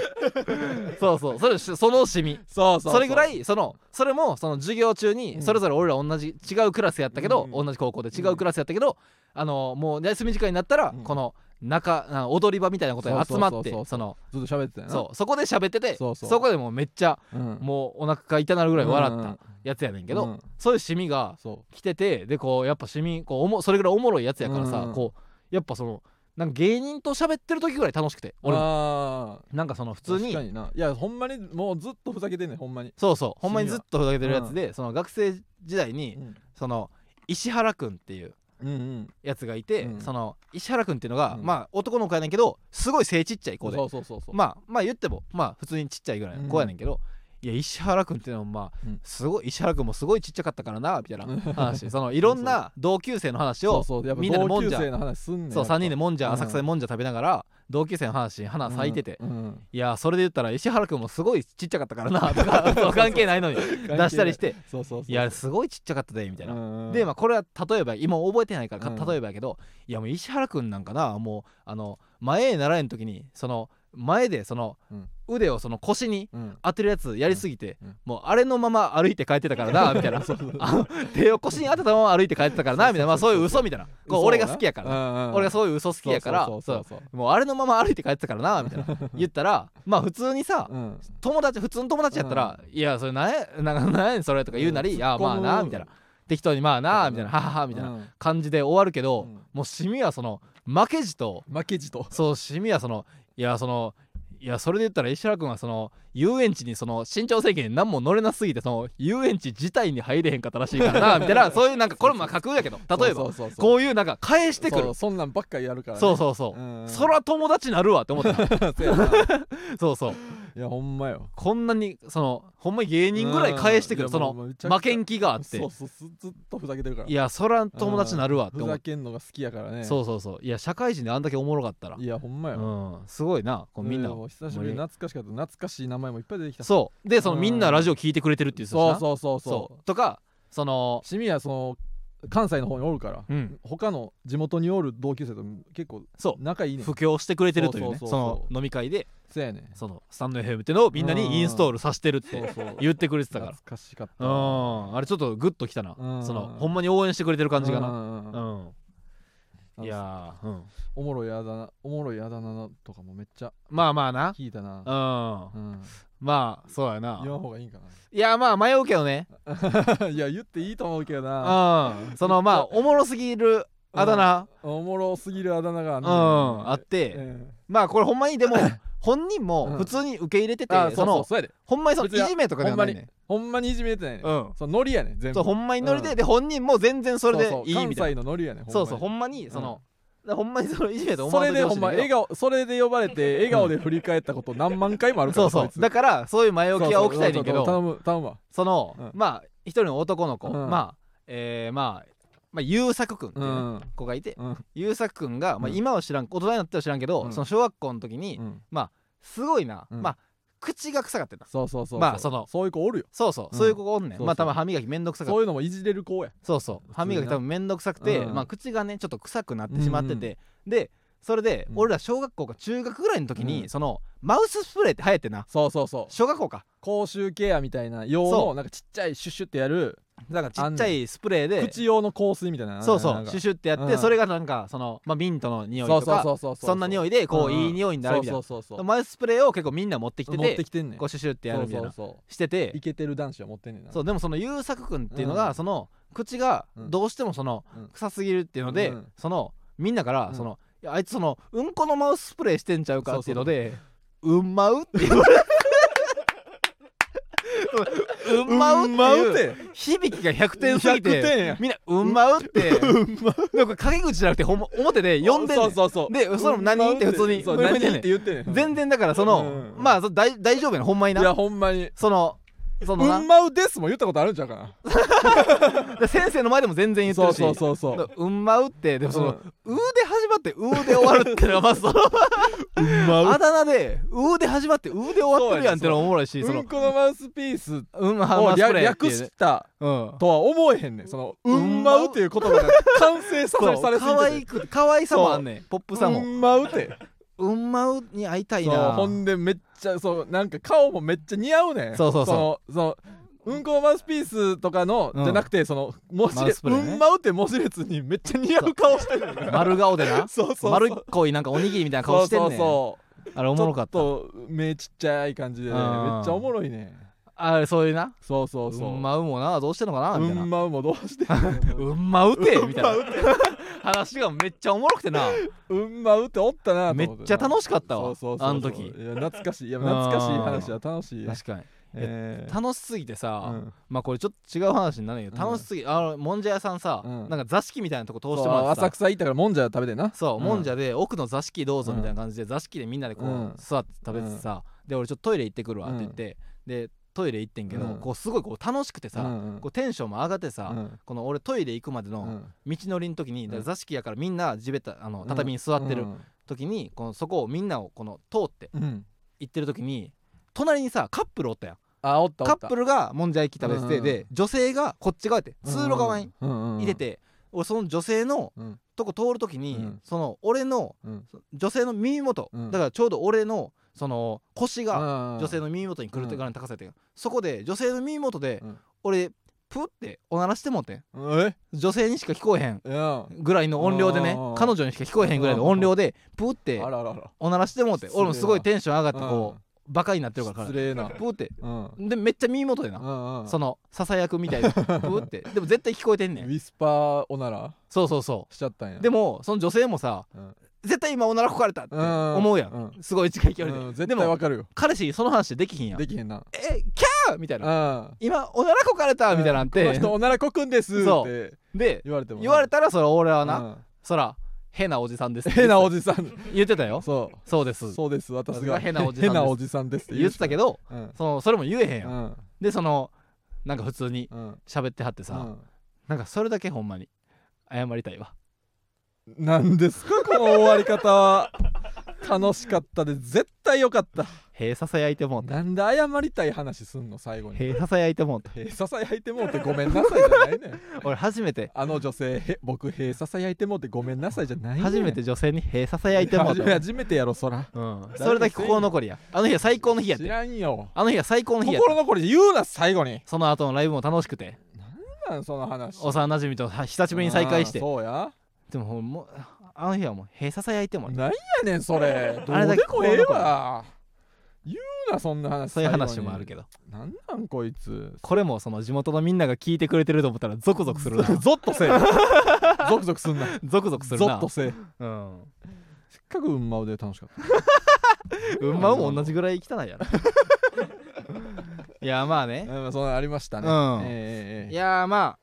Speaker 1: そうそうそれそのシミ
Speaker 2: そうそう
Speaker 1: それぐらいそのそれもその授業中にそれぞれ俺ら同じ違うクラスやったけど、
Speaker 2: うん
Speaker 1: 同じ高校で違うクラスやったけど、あのもう休み時間になったら、
Speaker 2: うん
Speaker 1: この中あの踊り場みたいなことに集ま
Speaker 2: そ
Speaker 1: っ
Speaker 2: うそうそうそ
Speaker 1: て
Speaker 2: う
Speaker 1: その
Speaker 2: ずっと喋ってたよな
Speaker 1: そうそこで喋ってて
Speaker 2: そうそう
Speaker 1: こでもうめっちゃ
Speaker 2: うんうん
Speaker 1: もうお腹が痛なるぐらい笑
Speaker 2: う
Speaker 1: っ
Speaker 2: んう
Speaker 1: た
Speaker 2: ん
Speaker 1: やつやねんけど、
Speaker 2: うん
Speaker 1: そういうシミが
Speaker 2: そ
Speaker 1: 来ててでこうやっぱシミこうおもそれぐらいおもろいやつやからさ、
Speaker 2: うん
Speaker 1: こうやっぱそのなんか芸人と喋ってる時ぐらい楽しくて
Speaker 2: う
Speaker 1: 俺も
Speaker 2: あー
Speaker 1: なんかその普通
Speaker 2: 確
Speaker 1: に
Speaker 2: かにないやほんまにもうずっとふざけてんねんほんまに
Speaker 1: そうそうほんまに
Speaker 2: シミ
Speaker 1: ず
Speaker 2: は
Speaker 1: っとふざけてるやつで、その学生時代に
Speaker 2: うん
Speaker 1: その石原くんっていう
Speaker 2: うんうん
Speaker 1: やつがいて、
Speaker 2: うん
Speaker 1: その石原君っていうのが、
Speaker 2: うん
Speaker 1: まあ男の子やねんけどすごい背ちっちゃい子で
Speaker 2: そうそうそうそう
Speaker 1: まあまあ言ってもまあ普通にちっちゃいぐらいの子やねんけど、いや石原君っていうのはまあ
Speaker 2: うん
Speaker 1: すごい石原君もすごいちっちゃかったからなみたい
Speaker 2: うん
Speaker 1: な 話そのいろんな同級生の話を
Speaker 2: そうそうやっぱ
Speaker 1: みんなでも
Speaker 2: 同
Speaker 1: ん
Speaker 2: 級
Speaker 1: じゃ
Speaker 2: 生の話すんねん
Speaker 1: そう3人で
Speaker 2: も
Speaker 1: もんじ
Speaker 2: う
Speaker 1: ゃ
Speaker 2: ん
Speaker 1: 浅草でもんじゃ食べながら同級生の話に花咲いてて、
Speaker 2: うんうん
Speaker 1: いやそれで言ったら石原君もすごいちっちゃかったから なとかそう関係ないのに出したりして
Speaker 2: そうそうそう
Speaker 1: いやすごいちっちゃかったでみたいな、
Speaker 2: な
Speaker 1: でまあこれは例えば今覚えてないからか
Speaker 2: うん
Speaker 1: 例えばやけど、いやもう石原君なんかなもうあの前へ習えん時にその前でその
Speaker 2: うん
Speaker 1: 腕をその腰に
Speaker 2: うん
Speaker 1: 当てるやつやりすぎて、
Speaker 2: うんうん
Speaker 1: もうあれのまま歩いて帰ってたからなみたいな
Speaker 2: そうそう
Speaker 1: あの手を腰に当てたまま歩いて帰ってたからなみたいなまあそういう嘘みたいなこう俺が好きやから、
Speaker 2: ら
Speaker 1: 俺が
Speaker 2: 好
Speaker 1: そういう嘘好きやから
Speaker 2: そうそうそう
Speaker 1: そうもうあれのまま歩いて帰ってたからなみた いな言ったらまあ普通にさ、
Speaker 2: そううん
Speaker 1: 友達普通の友達やったら「いやそれなんやなんかなんやねんそれ」とか言うなり「
Speaker 2: うん
Speaker 1: いやまあな」みたいな適当に「まあな」みたいな「ははは」みたいな
Speaker 2: うん
Speaker 1: 感じで終わるけど、
Speaker 2: うん
Speaker 1: もうシミはその負けじと
Speaker 2: 負けじと
Speaker 1: そうシミはそのいやそのいやそれで言ったら石原君はその遊園地にその身長制限に何も乗れなすぎてその遊園地自体に入れへんかったらしいからなみたい なそういうなんかこれもまあ架空やけど例えば
Speaker 2: そうそうそうそう
Speaker 1: こういうなんか返してく
Speaker 2: そ
Speaker 1: る
Speaker 2: うそんなんばっかりやるからね
Speaker 1: そうそうそううん
Speaker 2: うん
Speaker 1: そら友達なるわって思った
Speaker 2: そうやない
Speaker 1: そうそう
Speaker 2: やほんまよ
Speaker 1: こんなにそのほんまに芸人ぐらい返してく
Speaker 2: う
Speaker 1: る
Speaker 2: ん
Speaker 1: そ
Speaker 2: いやもう
Speaker 1: の
Speaker 2: めちゃくちゃ
Speaker 1: 負けん気があって
Speaker 2: そうそうずずっとふざけてるから
Speaker 1: いやそら友達なるわって
Speaker 2: ふ
Speaker 1: 思っ
Speaker 2: ざ
Speaker 1: て
Speaker 2: けんのが好きやからね
Speaker 1: そうそうそういや社会人であんだけおもろかったら
Speaker 2: いやほんまよ
Speaker 1: うんすごいなこうみんな
Speaker 2: う久しぶりに懐かしかった懐かしい名前もいっぱい出てきた
Speaker 1: そうでその
Speaker 2: うん
Speaker 1: みんなラジオ聞いてくれてるっていう
Speaker 2: そう
Speaker 1: う
Speaker 2: そうそう
Speaker 1: そ
Speaker 2: そう
Speaker 1: とかその
Speaker 2: うシミはその関西の方におるから
Speaker 1: うん
Speaker 2: 他の地元におる同級生と結構
Speaker 1: そう
Speaker 2: 仲いいねん
Speaker 1: 布教してくれてるというねそ
Speaker 2: そ
Speaker 1: う
Speaker 2: そうそうそう
Speaker 1: の飲み会で
Speaker 2: そうやねん
Speaker 1: そのスタンド FM ってのをみんなにインストールさせてるっ
Speaker 2: そう
Speaker 1: て
Speaker 2: そう
Speaker 1: 言ってくれてたから
Speaker 2: 懐かしかった
Speaker 1: う
Speaker 2: わ
Speaker 1: んあれちょっとグッときたな
Speaker 2: うん
Speaker 1: そのほんまに応援してくれてる感じがな
Speaker 2: うんうんうん
Speaker 1: うんいやーうん
Speaker 2: おもろいあだ名おもろいあだ名とかもめっちゃ
Speaker 1: まあまあな
Speaker 2: 聞いたな
Speaker 1: う、ん
Speaker 2: うん、
Speaker 1: まあそうやな
Speaker 2: 言わん方がいいんか
Speaker 1: いやまあ迷うけどね
Speaker 2: な いや言っていいと思うけど
Speaker 1: う
Speaker 2: なん
Speaker 1: そのま あおもろすぎるあだ名
Speaker 2: おもろすぎるあだ名があ
Speaker 1: う
Speaker 2: る
Speaker 1: んあっ
Speaker 2: え
Speaker 1: て
Speaker 2: え
Speaker 1: まあこれほんまにで も本人
Speaker 2: うん
Speaker 1: も普通に受け入れてて
Speaker 2: あそ
Speaker 1: そう
Speaker 2: そう
Speaker 1: の
Speaker 2: そうやで
Speaker 1: ほんまにそのい
Speaker 2: 別に
Speaker 1: じめとかではないね
Speaker 2: ほんまにいじめてないね、
Speaker 1: うん
Speaker 2: そうノリやね全部
Speaker 1: そうほんまにノリ
Speaker 2: う
Speaker 1: で
Speaker 2: ん
Speaker 1: で本人も全然それで
Speaker 2: そうそう
Speaker 1: いいみたい
Speaker 2: 関西のノリやね
Speaker 1: なそうそうほ
Speaker 2: ん
Speaker 1: んまにそのだからほんまにそのいじめと
Speaker 2: ま
Speaker 1: 思
Speaker 2: にそ
Speaker 1: わ
Speaker 2: れ
Speaker 1: んとい
Speaker 2: で
Speaker 1: てほ
Speaker 2: ほ
Speaker 1: しいね
Speaker 2: んま
Speaker 1: ん
Speaker 2: 笑
Speaker 1: けど
Speaker 2: 顔それで呼ば れて笑顔で振り返ったこと何万回もあるか
Speaker 1: そ
Speaker 2: ら
Speaker 1: うそう
Speaker 2: こいつ
Speaker 1: だからそういう前置きは起きたいねんけ
Speaker 2: そうそ
Speaker 1: ど
Speaker 2: うそう頼む頼むわ
Speaker 1: その
Speaker 2: うん
Speaker 1: まあ一人の男の子
Speaker 2: うん
Speaker 1: まあえーまあまあ優作くんっていうね
Speaker 2: ん
Speaker 1: 子がいて
Speaker 2: うん
Speaker 1: 優作くんがまあ
Speaker 2: うん
Speaker 1: 今は知らん大人になっては知らんけ
Speaker 2: う
Speaker 1: ど
Speaker 2: ん
Speaker 1: その小学校の時に
Speaker 2: うん
Speaker 1: すごいな、
Speaker 2: うん
Speaker 1: まあ口が臭かったな
Speaker 2: そうそうそう
Speaker 1: まあその
Speaker 2: そういう子おるよ
Speaker 1: そうそう、
Speaker 2: うん
Speaker 1: そういう子がおんねん
Speaker 2: そうそう
Speaker 1: まあ多分歯磨きめんどくさかっ
Speaker 2: そ
Speaker 1: た
Speaker 2: ういうのもいじれる子や
Speaker 1: そうそう歯磨き多分めんどくさくて、
Speaker 2: うん
Speaker 1: まあ口がねちょっと臭くなってしまって
Speaker 2: うん
Speaker 1: て、でそれで
Speaker 2: うん
Speaker 1: 俺ら小学校か中学ぐらいの時に、
Speaker 2: うん
Speaker 1: そのマウススプレーって流行ってんな
Speaker 2: そうそうそう
Speaker 1: 小学校か
Speaker 2: 口臭ケアみたいな用
Speaker 1: そ
Speaker 2: のなんかちっちゃいシュッシュってやる
Speaker 1: だからちっちゃいスプレーで
Speaker 2: 口用の香水みたいな
Speaker 1: そうそ
Speaker 2: なん
Speaker 1: う
Speaker 2: か
Speaker 1: シュシュってやって、
Speaker 2: うん
Speaker 1: それがなんかその、まあ、ミントの匂い
Speaker 2: そ
Speaker 1: と
Speaker 2: う
Speaker 1: か
Speaker 2: そ
Speaker 1: そ
Speaker 2: うそうそう
Speaker 1: んな匂
Speaker 2: い
Speaker 1: いでこう、いい匂いになるみたいな
Speaker 2: そうそうそうそう
Speaker 1: マウススプレーを結構みんな持ってきて
Speaker 2: 持っててきてんねん
Speaker 1: こうシュシュってやるみたいな
Speaker 2: そうそうそ
Speaker 1: してて
Speaker 2: うイケてる男子は持ってんねんな
Speaker 1: そうでもその優作君っていうの
Speaker 2: う
Speaker 1: が
Speaker 2: ん
Speaker 1: その口が
Speaker 2: うん
Speaker 1: どうしてもその
Speaker 2: うん
Speaker 1: 臭すぎるっていうので
Speaker 2: うん
Speaker 1: そのみんなから
Speaker 2: うん
Speaker 1: そのいやあいつそのうんこのマウススプレーしてんちゃうかっていうのでうんまうっていううんまう
Speaker 2: うんま
Speaker 1: っ
Speaker 2: うって
Speaker 1: いう
Speaker 2: て
Speaker 1: 響きが100点すぎ
Speaker 2: 100
Speaker 1: て
Speaker 2: 点や
Speaker 1: みんなうんまうってなんか陰口じゃなくてほんま表で呼んでんね
Speaker 2: そ
Speaker 1: ん
Speaker 2: うそうそう
Speaker 1: でそれも何って普通に
Speaker 2: そう
Speaker 1: こういうふう
Speaker 2: 何
Speaker 1: にね
Speaker 2: って言ってんねん
Speaker 1: 全然だからその
Speaker 2: うん
Speaker 1: まあそ大大丈夫やねんほんまに
Speaker 2: いや
Speaker 1: な
Speaker 2: ほんまに
Speaker 1: そのその
Speaker 2: うん
Speaker 1: な
Speaker 2: まうですも言ったことあるんちゃうかな
Speaker 1: で先生の前でも全然言って
Speaker 2: そ
Speaker 1: る
Speaker 2: う
Speaker 1: し
Speaker 2: そうそうそう
Speaker 1: だうんまうってでもその、
Speaker 2: うん
Speaker 1: うーで始まってうーで終わるって いうのはまずその
Speaker 2: うんま
Speaker 1: あ
Speaker 2: う
Speaker 1: だ名でうーで始まってうーで終わってるやんっていうのがおもろいしそうの
Speaker 2: んこのマウスピースを
Speaker 1: うんまはまスプレーって
Speaker 2: 略
Speaker 1: いうね
Speaker 2: した
Speaker 1: うん
Speaker 2: とは思えへんねんその「う
Speaker 1: うん
Speaker 2: ん
Speaker 1: ま
Speaker 2: ま
Speaker 1: う
Speaker 2: う」っていう言葉が完成さ
Speaker 1: そう
Speaker 2: せされすぎ
Speaker 1: 可
Speaker 2: て
Speaker 1: 愛
Speaker 2: て
Speaker 1: く可愛さもあんねんポップさ
Speaker 2: う
Speaker 1: も
Speaker 2: んまうって
Speaker 1: うんまうに会いたい
Speaker 2: そう
Speaker 1: な
Speaker 2: ほんでめっちゃそうなんか顔もめっちゃ似合うねん
Speaker 1: そうそう
Speaker 2: そうそのうんこマウスピースとかの、
Speaker 1: うん
Speaker 2: じゃなくてその文字
Speaker 1: マウス
Speaker 2: 列、
Speaker 1: プレーね
Speaker 2: うんまうって文字列にめっちゃ似合う顔して るねん
Speaker 1: 丸顔でな
Speaker 2: そうそうそう
Speaker 1: 丸っこいなんかおにぎりみたいな顔してんねん
Speaker 2: そうそうそう
Speaker 1: あれおもろかった
Speaker 2: ちょっと目ちっちゃい感じでね
Speaker 1: う
Speaker 2: め
Speaker 1: ん
Speaker 2: っちゃおもろいね
Speaker 1: あそういうな
Speaker 2: そうそう
Speaker 1: う
Speaker 2: そう、
Speaker 1: んまうもなどうしてんのかなみたいな、
Speaker 2: うんまうもどうして
Speaker 1: うんまうてみたいな
Speaker 2: うん
Speaker 1: 話がめっちゃおもろく てな
Speaker 2: うんまうっておったなと思
Speaker 1: め
Speaker 2: て
Speaker 1: っちゃ楽しかったわ
Speaker 2: そうそうそうそう
Speaker 1: あの時
Speaker 2: いや懐かし いいや懐かしい話は楽しい
Speaker 1: 確かに
Speaker 2: えー
Speaker 1: 楽しすぎてさ、
Speaker 2: うん
Speaker 1: まあこれちょっと違う話になるんやけど、
Speaker 2: うん
Speaker 1: 楽しすぎあのもんじゃ屋さんさ、
Speaker 2: うん
Speaker 1: なんか座敷みたいなとこ通して
Speaker 2: そ
Speaker 1: もらって
Speaker 2: う
Speaker 1: さ
Speaker 2: 浅草行ったからもんじゃ食べてな
Speaker 1: そう、
Speaker 2: うん
Speaker 1: もんじゃで奥の座敷どうぞみたいな感じで、座敷でみんなでこう、
Speaker 2: うん
Speaker 1: 座って食べてさ、で俺ちょっとトイレ行ってくるわって言って、でトイレ行ってんけど、
Speaker 2: うん
Speaker 1: こうすごいこう楽しくてさ、
Speaker 2: うんうん
Speaker 1: こうテンションも上がってさ、
Speaker 2: うん
Speaker 1: この俺トイレ行くまで
Speaker 2: う
Speaker 1: の
Speaker 2: ん
Speaker 1: 道のりの時に、
Speaker 2: うん
Speaker 1: だから座敷やからみんな地べたあの畳に座ってる
Speaker 2: うん
Speaker 1: 時に、このそこをみんなをこの通って
Speaker 2: うん
Speaker 1: 行ってる時に隣にさカップルおったやん
Speaker 2: あおったお
Speaker 1: カ
Speaker 2: った
Speaker 1: ップルがもんじゃ焼き食べてて、
Speaker 2: うん
Speaker 1: で女性がこっち側やって通路側に
Speaker 2: 入
Speaker 1: 入れ、て、俺その女性の
Speaker 2: うんうん
Speaker 1: とこ通る時に、
Speaker 2: うん
Speaker 1: その俺の
Speaker 2: うん
Speaker 1: そ女性の耳元、
Speaker 2: うん
Speaker 1: だからちょうど俺のその腰が
Speaker 2: 女
Speaker 1: 女性の耳元に来るってぐらいの高さやってん、そこで女性の耳元で、
Speaker 2: うん
Speaker 1: 俺プっておならしてもってん
Speaker 2: え
Speaker 1: 女性にしか聞こえへん
Speaker 2: いや
Speaker 1: ぐらいの音量でね
Speaker 2: ああ
Speaker 1: 彼女にしか聞こえへんぐらいの音量でプって
Speaker 2: あらあらあら
Speaker 1: おならしてもって
Speaker 2: 失礼な
Speaker 1: 俺もすごいテンション上がってこ
Speaker 2: うん
Speaker 1: うバカになってるから
Speaker 2: 失礼な
Speaker 1: プって
Speaker 2: うんうん
Speaker 1: でめっちゃ耳元でな
Speaker 2: うん
Speaker 1: そのささやくみたい なブーってでも絶対聞こえてんね
Speaker 2: ウ
Speaker 1: ん
Speaker 2: ィスパーおなら
Speaker 1: そうそうそ
Speaker 2: しちゃったんや
Speaker 1: うでもその女性もさ
Speaker 2: うん
Speaker 1: 絶対今おならこかれたって思うやん
Speaker 2: う
Speaker 1: すごい近い距離で
Speaker 2: うん絶
Speaker 1: で
Speaker 2: 対
Speaker 1: も
Speaker 2: わかるよ
Speaker 1: 彼氏にその話できひんやんえ
Speaker 2: できへんな
Speaker 1: キャーみたいな
Speaker 2: あ
Speaker 1: 今おならこかれたみたいなん
Speaker 2: この
Speaker 1: て
Speaker 2: 人おならこくんですっ
Speaker 1: そう
Speaker 2: て
Speaker 1: で
Speaker 2: 言われても
Speaker 1: 言われ
Speaker 2: た
Speaker 1: たらそれ俺はな
Speaker 2: な
Speaker 1: そら変なおじさんです
Speaker 2: 変なお
Speaker 1: じ
Speaker 2: じさん
Speaker 1: 言ってたよ
Speaker 2: そ
Speaker 1: そうで
Speaker 2: う
Speaker 1: す
Speaker 2: そうです私
Speaker 1: 私が
Speaker 2: が
Speaker 1: 変なおじさんです
Speaker 2: 変なおじさんですって
Speaker 1: 言ってたけど
Speaker 2: どうん
Speaker 1: そのそれも言えへん
Speaker 2: う
Speaker 1: やん
Speaker 2: ん
Speaker 1: でそのなんか普通に
Speaker 2: うん
Speaker 1: 喋ってはってさなんかそれだけほんまに謝りたいわ
Speaker 2: うんなんですかこの終わり方は楽しかったで絶対よかった
Speaker 1: へえささやいてもうた
Speaker 2: なんで謝りたい話すんの最後に
Speaker 1: へえささやいてもうた
Speaker 2: 閉鎖さやいてもうてごめんなさいじゃないねん
Speaker 1: 俺初めて
Speaker 2: あの女性へ僕閉鎖さやいてもうてごめんなさいじゃないねん
Speaker 1: 初めて女性に「へえささやいてもう
Speaker 2: 初
Speaker 1: た
Speaker 2: め初めてやろそら
Speaker 1: うん、それだけ心残りやあの日は最高の日やっ
Speaker 2: 知
Speaker 1: て
Speaker 2: らんよ
Speaker 1: あの日は最高の日やって
Speaker 2: 心残りで言うな最後に
Speaker 1: その後のライブも楽しくて
Speaker 2: なんその話
Speaker 1: 幼馴染とは久しぶりに再会して
Speaker 2: あーそうや
Speaker 1: でもほんもうああの日はもうへえささやいてもうた
Speaker 2: なんやねんそれ ど
Speaker 1: あれだ
Speaker 2: う
Speaker 1: け
Speaker 2: でこええわ言うなそんな話
Speaker 1: そういう話もあるけ
Speaker 2: ど
Speaker 1: ど
Speaker 2: なんなんこいつ
Speaker 1: これもその地元のみんなが聞いてくれてると思ったらゾクゾクするな
Speaker 2: ゾッとせえ ゾクゾクすんな
Speaker 1: ゾクゾクする
Speaker 2: ゾッ
Speaker 1: な
Speaker 2: とせえ
Speaker 1: うん
Speaker 2: せっかくうんまうで楽しかった
Speaker 1: うんまも同じぐらい汚いやろいやまあね
Speaker 2: うんそんなのありましたね
Speaker 1: うん
Speaker 2: ええええ
Speaker 1: い
Speaker 2: ええ
Speaker 1: やまあ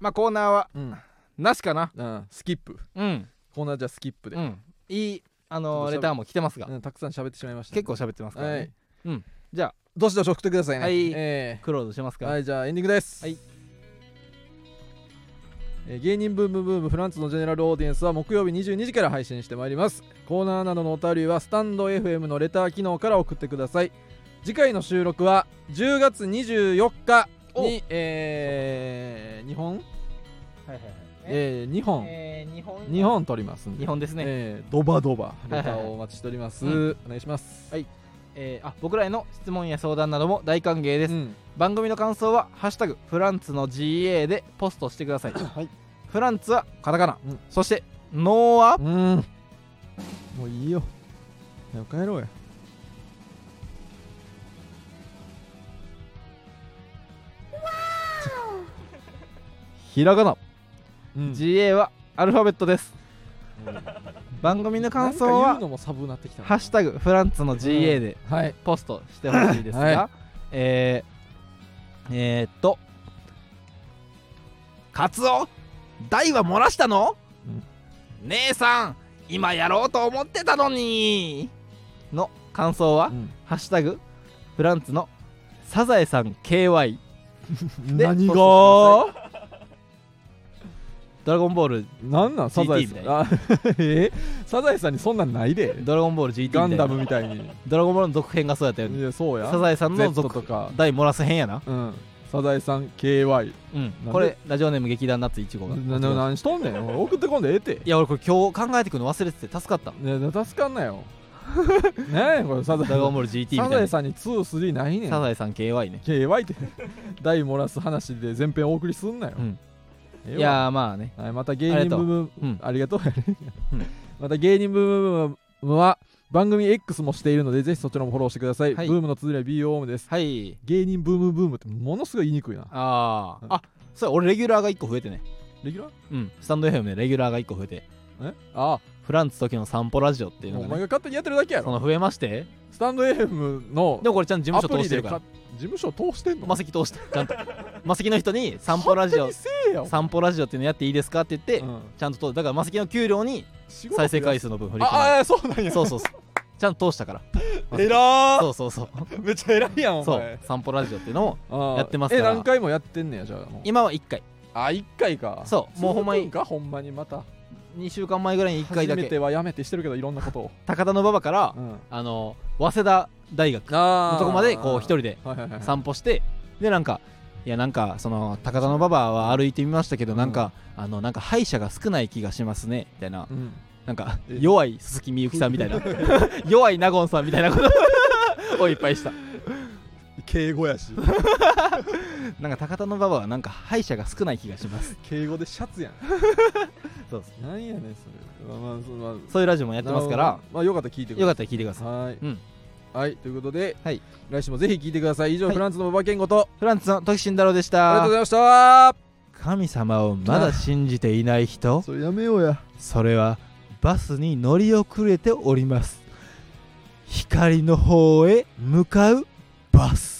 Speaker 1: まあコーナーは
Speaker 2: うん
Speaker 1: なしかな
Speaker 2: うんスキップ
Speaker 1: うん
Speaker 2: コーナーじゃスキップで
Speaker 1: うんいいあ
Speaker 2: ちょっ
Speaker 1: の
Speaker 2: としゃべ
Speaker 1: レターも来てますが
Speaker 2: うんたくさん喋ってしまいましたね
Speaker 1: 結構喋ってますから
Speaker 2: は
Speaker 1: ね
Speaker 2: い
Speaker 1: うんじゃあ
Speaker 2: どしどし送ってくださいね
Speaker 1: はい
Speaker 2: え
Speaker 1: クローズします
Speaker 2: え
Speaker 1: か
Speaker 2: はいじゃあエンディングです
Speaker 1: はい
Speaker 2: えー芸人ブームブームフランツのジェネラルオーディエンスは木曜日22時から配信してまいりますコーナーなどのお便りはスタンド FM のレター機能から送ってください次回の収録は10月24日にえー、日本
Speaker 1: はいはいはい
Speaker 2: えー、日本
Speaker 1: えー日本
Speaker 2: 日本撮りますんで
Speaker 1: 日本ですね
Speaker 2: えードバドバ
Speaker 1: いはいはい
Speaker 2: レターをお待ちしております、
Speaker 1: う
Speaker 2: お願いします
Speaker 1: はいえーあ僕らへの質問や相談なども大歓迎です、
Speaker 2: うん
Speaker 1: 番組の感想は「ハッシュタグフランツの GA」でポストしてください、
Speaker 2: はい
Speaker 1: フランツはカタカナ、
Speaker 2: うん
Speaker 1: そしてノーは
Speaker 2: うんもういいよ早く帰ろうや
Speaker 1: ひらがな、
Speaker 2: うん、
Speaker 1: GA はアルファベットです番組の感想
Speaker 2: なんか言う
Speaker 1: は
Speaker 2: のもサブなって
Speaker 1: 「
Speaker 2: きたな
Speaker 1: ハッシュタグフランツの GA」で
Speaker 2: はい
Speaker 1: ポストしてほしいですが、
Speaker 2: は
Speaker 1: えー、えー、っと「カツオ大は漏らしたの
Speaker 2: うん
Speaker 1: 姉さん今やろうと思ってたのに」の感想は
Speaker 2: うん
Speaker 1: 「ハッシュタグフランツのサザエさん KY で」
Speaker 2: 何
Speaker 1: ポストしてくださ
Speaker 2: が
Speaker 1: いドラゴンボール
Speaker 2: 何なんサザエ
Speaker 1: GT みた
Speaker 2: さ
Speaker 1: い
Speaker 2: んあ えサザエさんにそんなんないで
Speaker 1: ドラゴンボール GT みた
Speaker 2: ガ
Speaker 1: い
Speaker 2: ン
Speaker 1: な
Speaker 2: ダムみたいに
Speaker 1: ドラゴンボールの続編がそうやったよね
Speaker 2: いやそうや
Speaker 1: サザエさんの
Speaker 2: Z
Speaker 1: 続
Speaker 2: とか
Speaker 1: 大漏らす編やな、
Speaker 2: うんサザエさん KY
Speaker 1: うん
Speaker 2: で、
Speaker 1: これラジオネーム劇団ナッツ1号が
Speaker 2: なな何しとんねんおい送ってこんでええて
Speaker 1: いや俺これ今日考えてくるの忘れてて助かった
Speaker 2: ねな助かんな よねえこれサザエ
Speaker 1: ドラゴンボール GT みた
Speaker 2: サ
Speaker 1: い
Speaker 2: ザエ
Speaker 1: な
Speaker 2: さんに23ないねん
Speaker 1: サザエさん KY ね
Speaker 2: KY って 大漏らす話で全編お送りすんなよ、
Speaker 1: うん
Speaker 2: ええわ
Speaker 1: いやーまあね
Speaker 2: はい、また芸人ブーム
Speaker 1: うん
Speaker 2: ありがとう
Speaker 1: うん
Speaker 2: また芸人ブームブームは番組 X もしているのでぜひそちらもフォローしてください、
Speaker 1: はい
Speaker 2: ブームの綴りは BOM です
Speaker 1: はい
Speaker 2: 芸人ブームブームってものすごい言いにくいな
Speaker 1: あー
Speaker 2: うん
Speaker 1: あそれ俺レギュラーが1個増えてね
Speaker 2: レギュラー
Speaker 1: うんスタンド FM でレギュラーが1個増えて
Speaker 2: えあ
Speaker 1: フランツ時の散歩ラジオっていう
Speaker 2: お
Speaker 1: の
Speaker 2: 前
Speaker 1: が、
Speaker 2: が
Speaker 1: ね、
Speaker 2: 勝手にやってるだけや
Speaker 1: そ
Speaker 2: ろ
Speaker 1: の増えまして
Speaker 2: スタンド FM の
Speaker 1: でもこれちゃんと事
Speaker 2: ア
Speaker 1: 務所通
Speaker 2: プリ
Speaker 1: して
Speaker 2: で
Speaker 1: るから
Speaker 2: か事務所通してんの
Speaker 1: マセキ通してちゃんとマセキの人に散歩ラジ
Speaker 2: 勝
Speaker 1: オ
Speaker 2: 手にせえよ
Speaker 1: 散歩ラジオっていうのやっていいですかって言って、
Speaker 2: うん
Speaker 1: ちゃんと通だからマセキの給料に
Speaker 2: 仕事
Speaker 1: 再生回数の分振り込まれ
Speaker 2: ああそうなんや
Speaker 1: るそうそうそうちゃんと通したから
Speaker 2: えら
Speaker 1: そうそうそう
Speaker 2: めっちゃ偉いやんお
Speaker 1: そう
Speaker 2: 前
Speaker 1: 散歩ラジオっていうのを
Speaker 2: や
Speaker 1: やってますから
Speaker 2: え何回もやってんねやじゃあもう
Speaker 1: 今は1回
Speaker 2: あ一回か
Speaker 1: そうもうほんまに
Speaker 2: 続くかほんまにまた
Speaker 1: 2週間前ぐらいに1回だ
Speaker 2: 初めて
Speaker 1: け
Speaker 2: はやめてしてるけどいろんなことを
Speaker 1: 高田の馬場から、
Speaker 2: うん
Speaker 1: あの早稲田大学の
Speaker 2: あ
Speaker 1: とこまでこう一人で
Speaker 2: はいはいはい
Speaker 1: 散歩してでなんかいやなんかその高田の馬場は歩いてみましたけどなんか、あのなんか歯医者が少ない気がしますねみたいな
Speaker 2: うん
Speaker 1: なんか
Speaker 2: え
Speaker 1: 弱い鈴木みゆきさんみ たいな弱い納言さんみたいなことをいっぱいした
Speaker 2: 敬語やし
Speaker 1: なんか高田の馬場はなんか歯医者が少ない気がします
Speaker 2: 敬語でシャツやん
Speaker 1: そう
Speaker 2: なんやねんそれまあまあそまあ
Speaker 1: そういうラジオもやってますから
Speaker 2: なるほどまあよかったら聞いてく
Speaker 1: よ
Speaker 2: だ
Speaker 1: か
Speaker 2: さ
Speaker 1: ったら聞いてください
Speaker 2: いはい
Speaker 1: うん
Speaker 2: はいということで
Speaker 1: はい
Speaker 2: 来週もぜひ聞いてください以上
Speaker 1: はい
Speaker 2: フランスの馬場健吾と
Speaker 1: フランツの時慎太郎でし
Speaker 2: ありが
Speaker 1: た
Speaker 2: とうございました
Speaker 1: 神様をまだ信じていない人
Speaker 2: それやめようや
Speaker 1: それはバスに乗り遅れております光の方へ向かうバス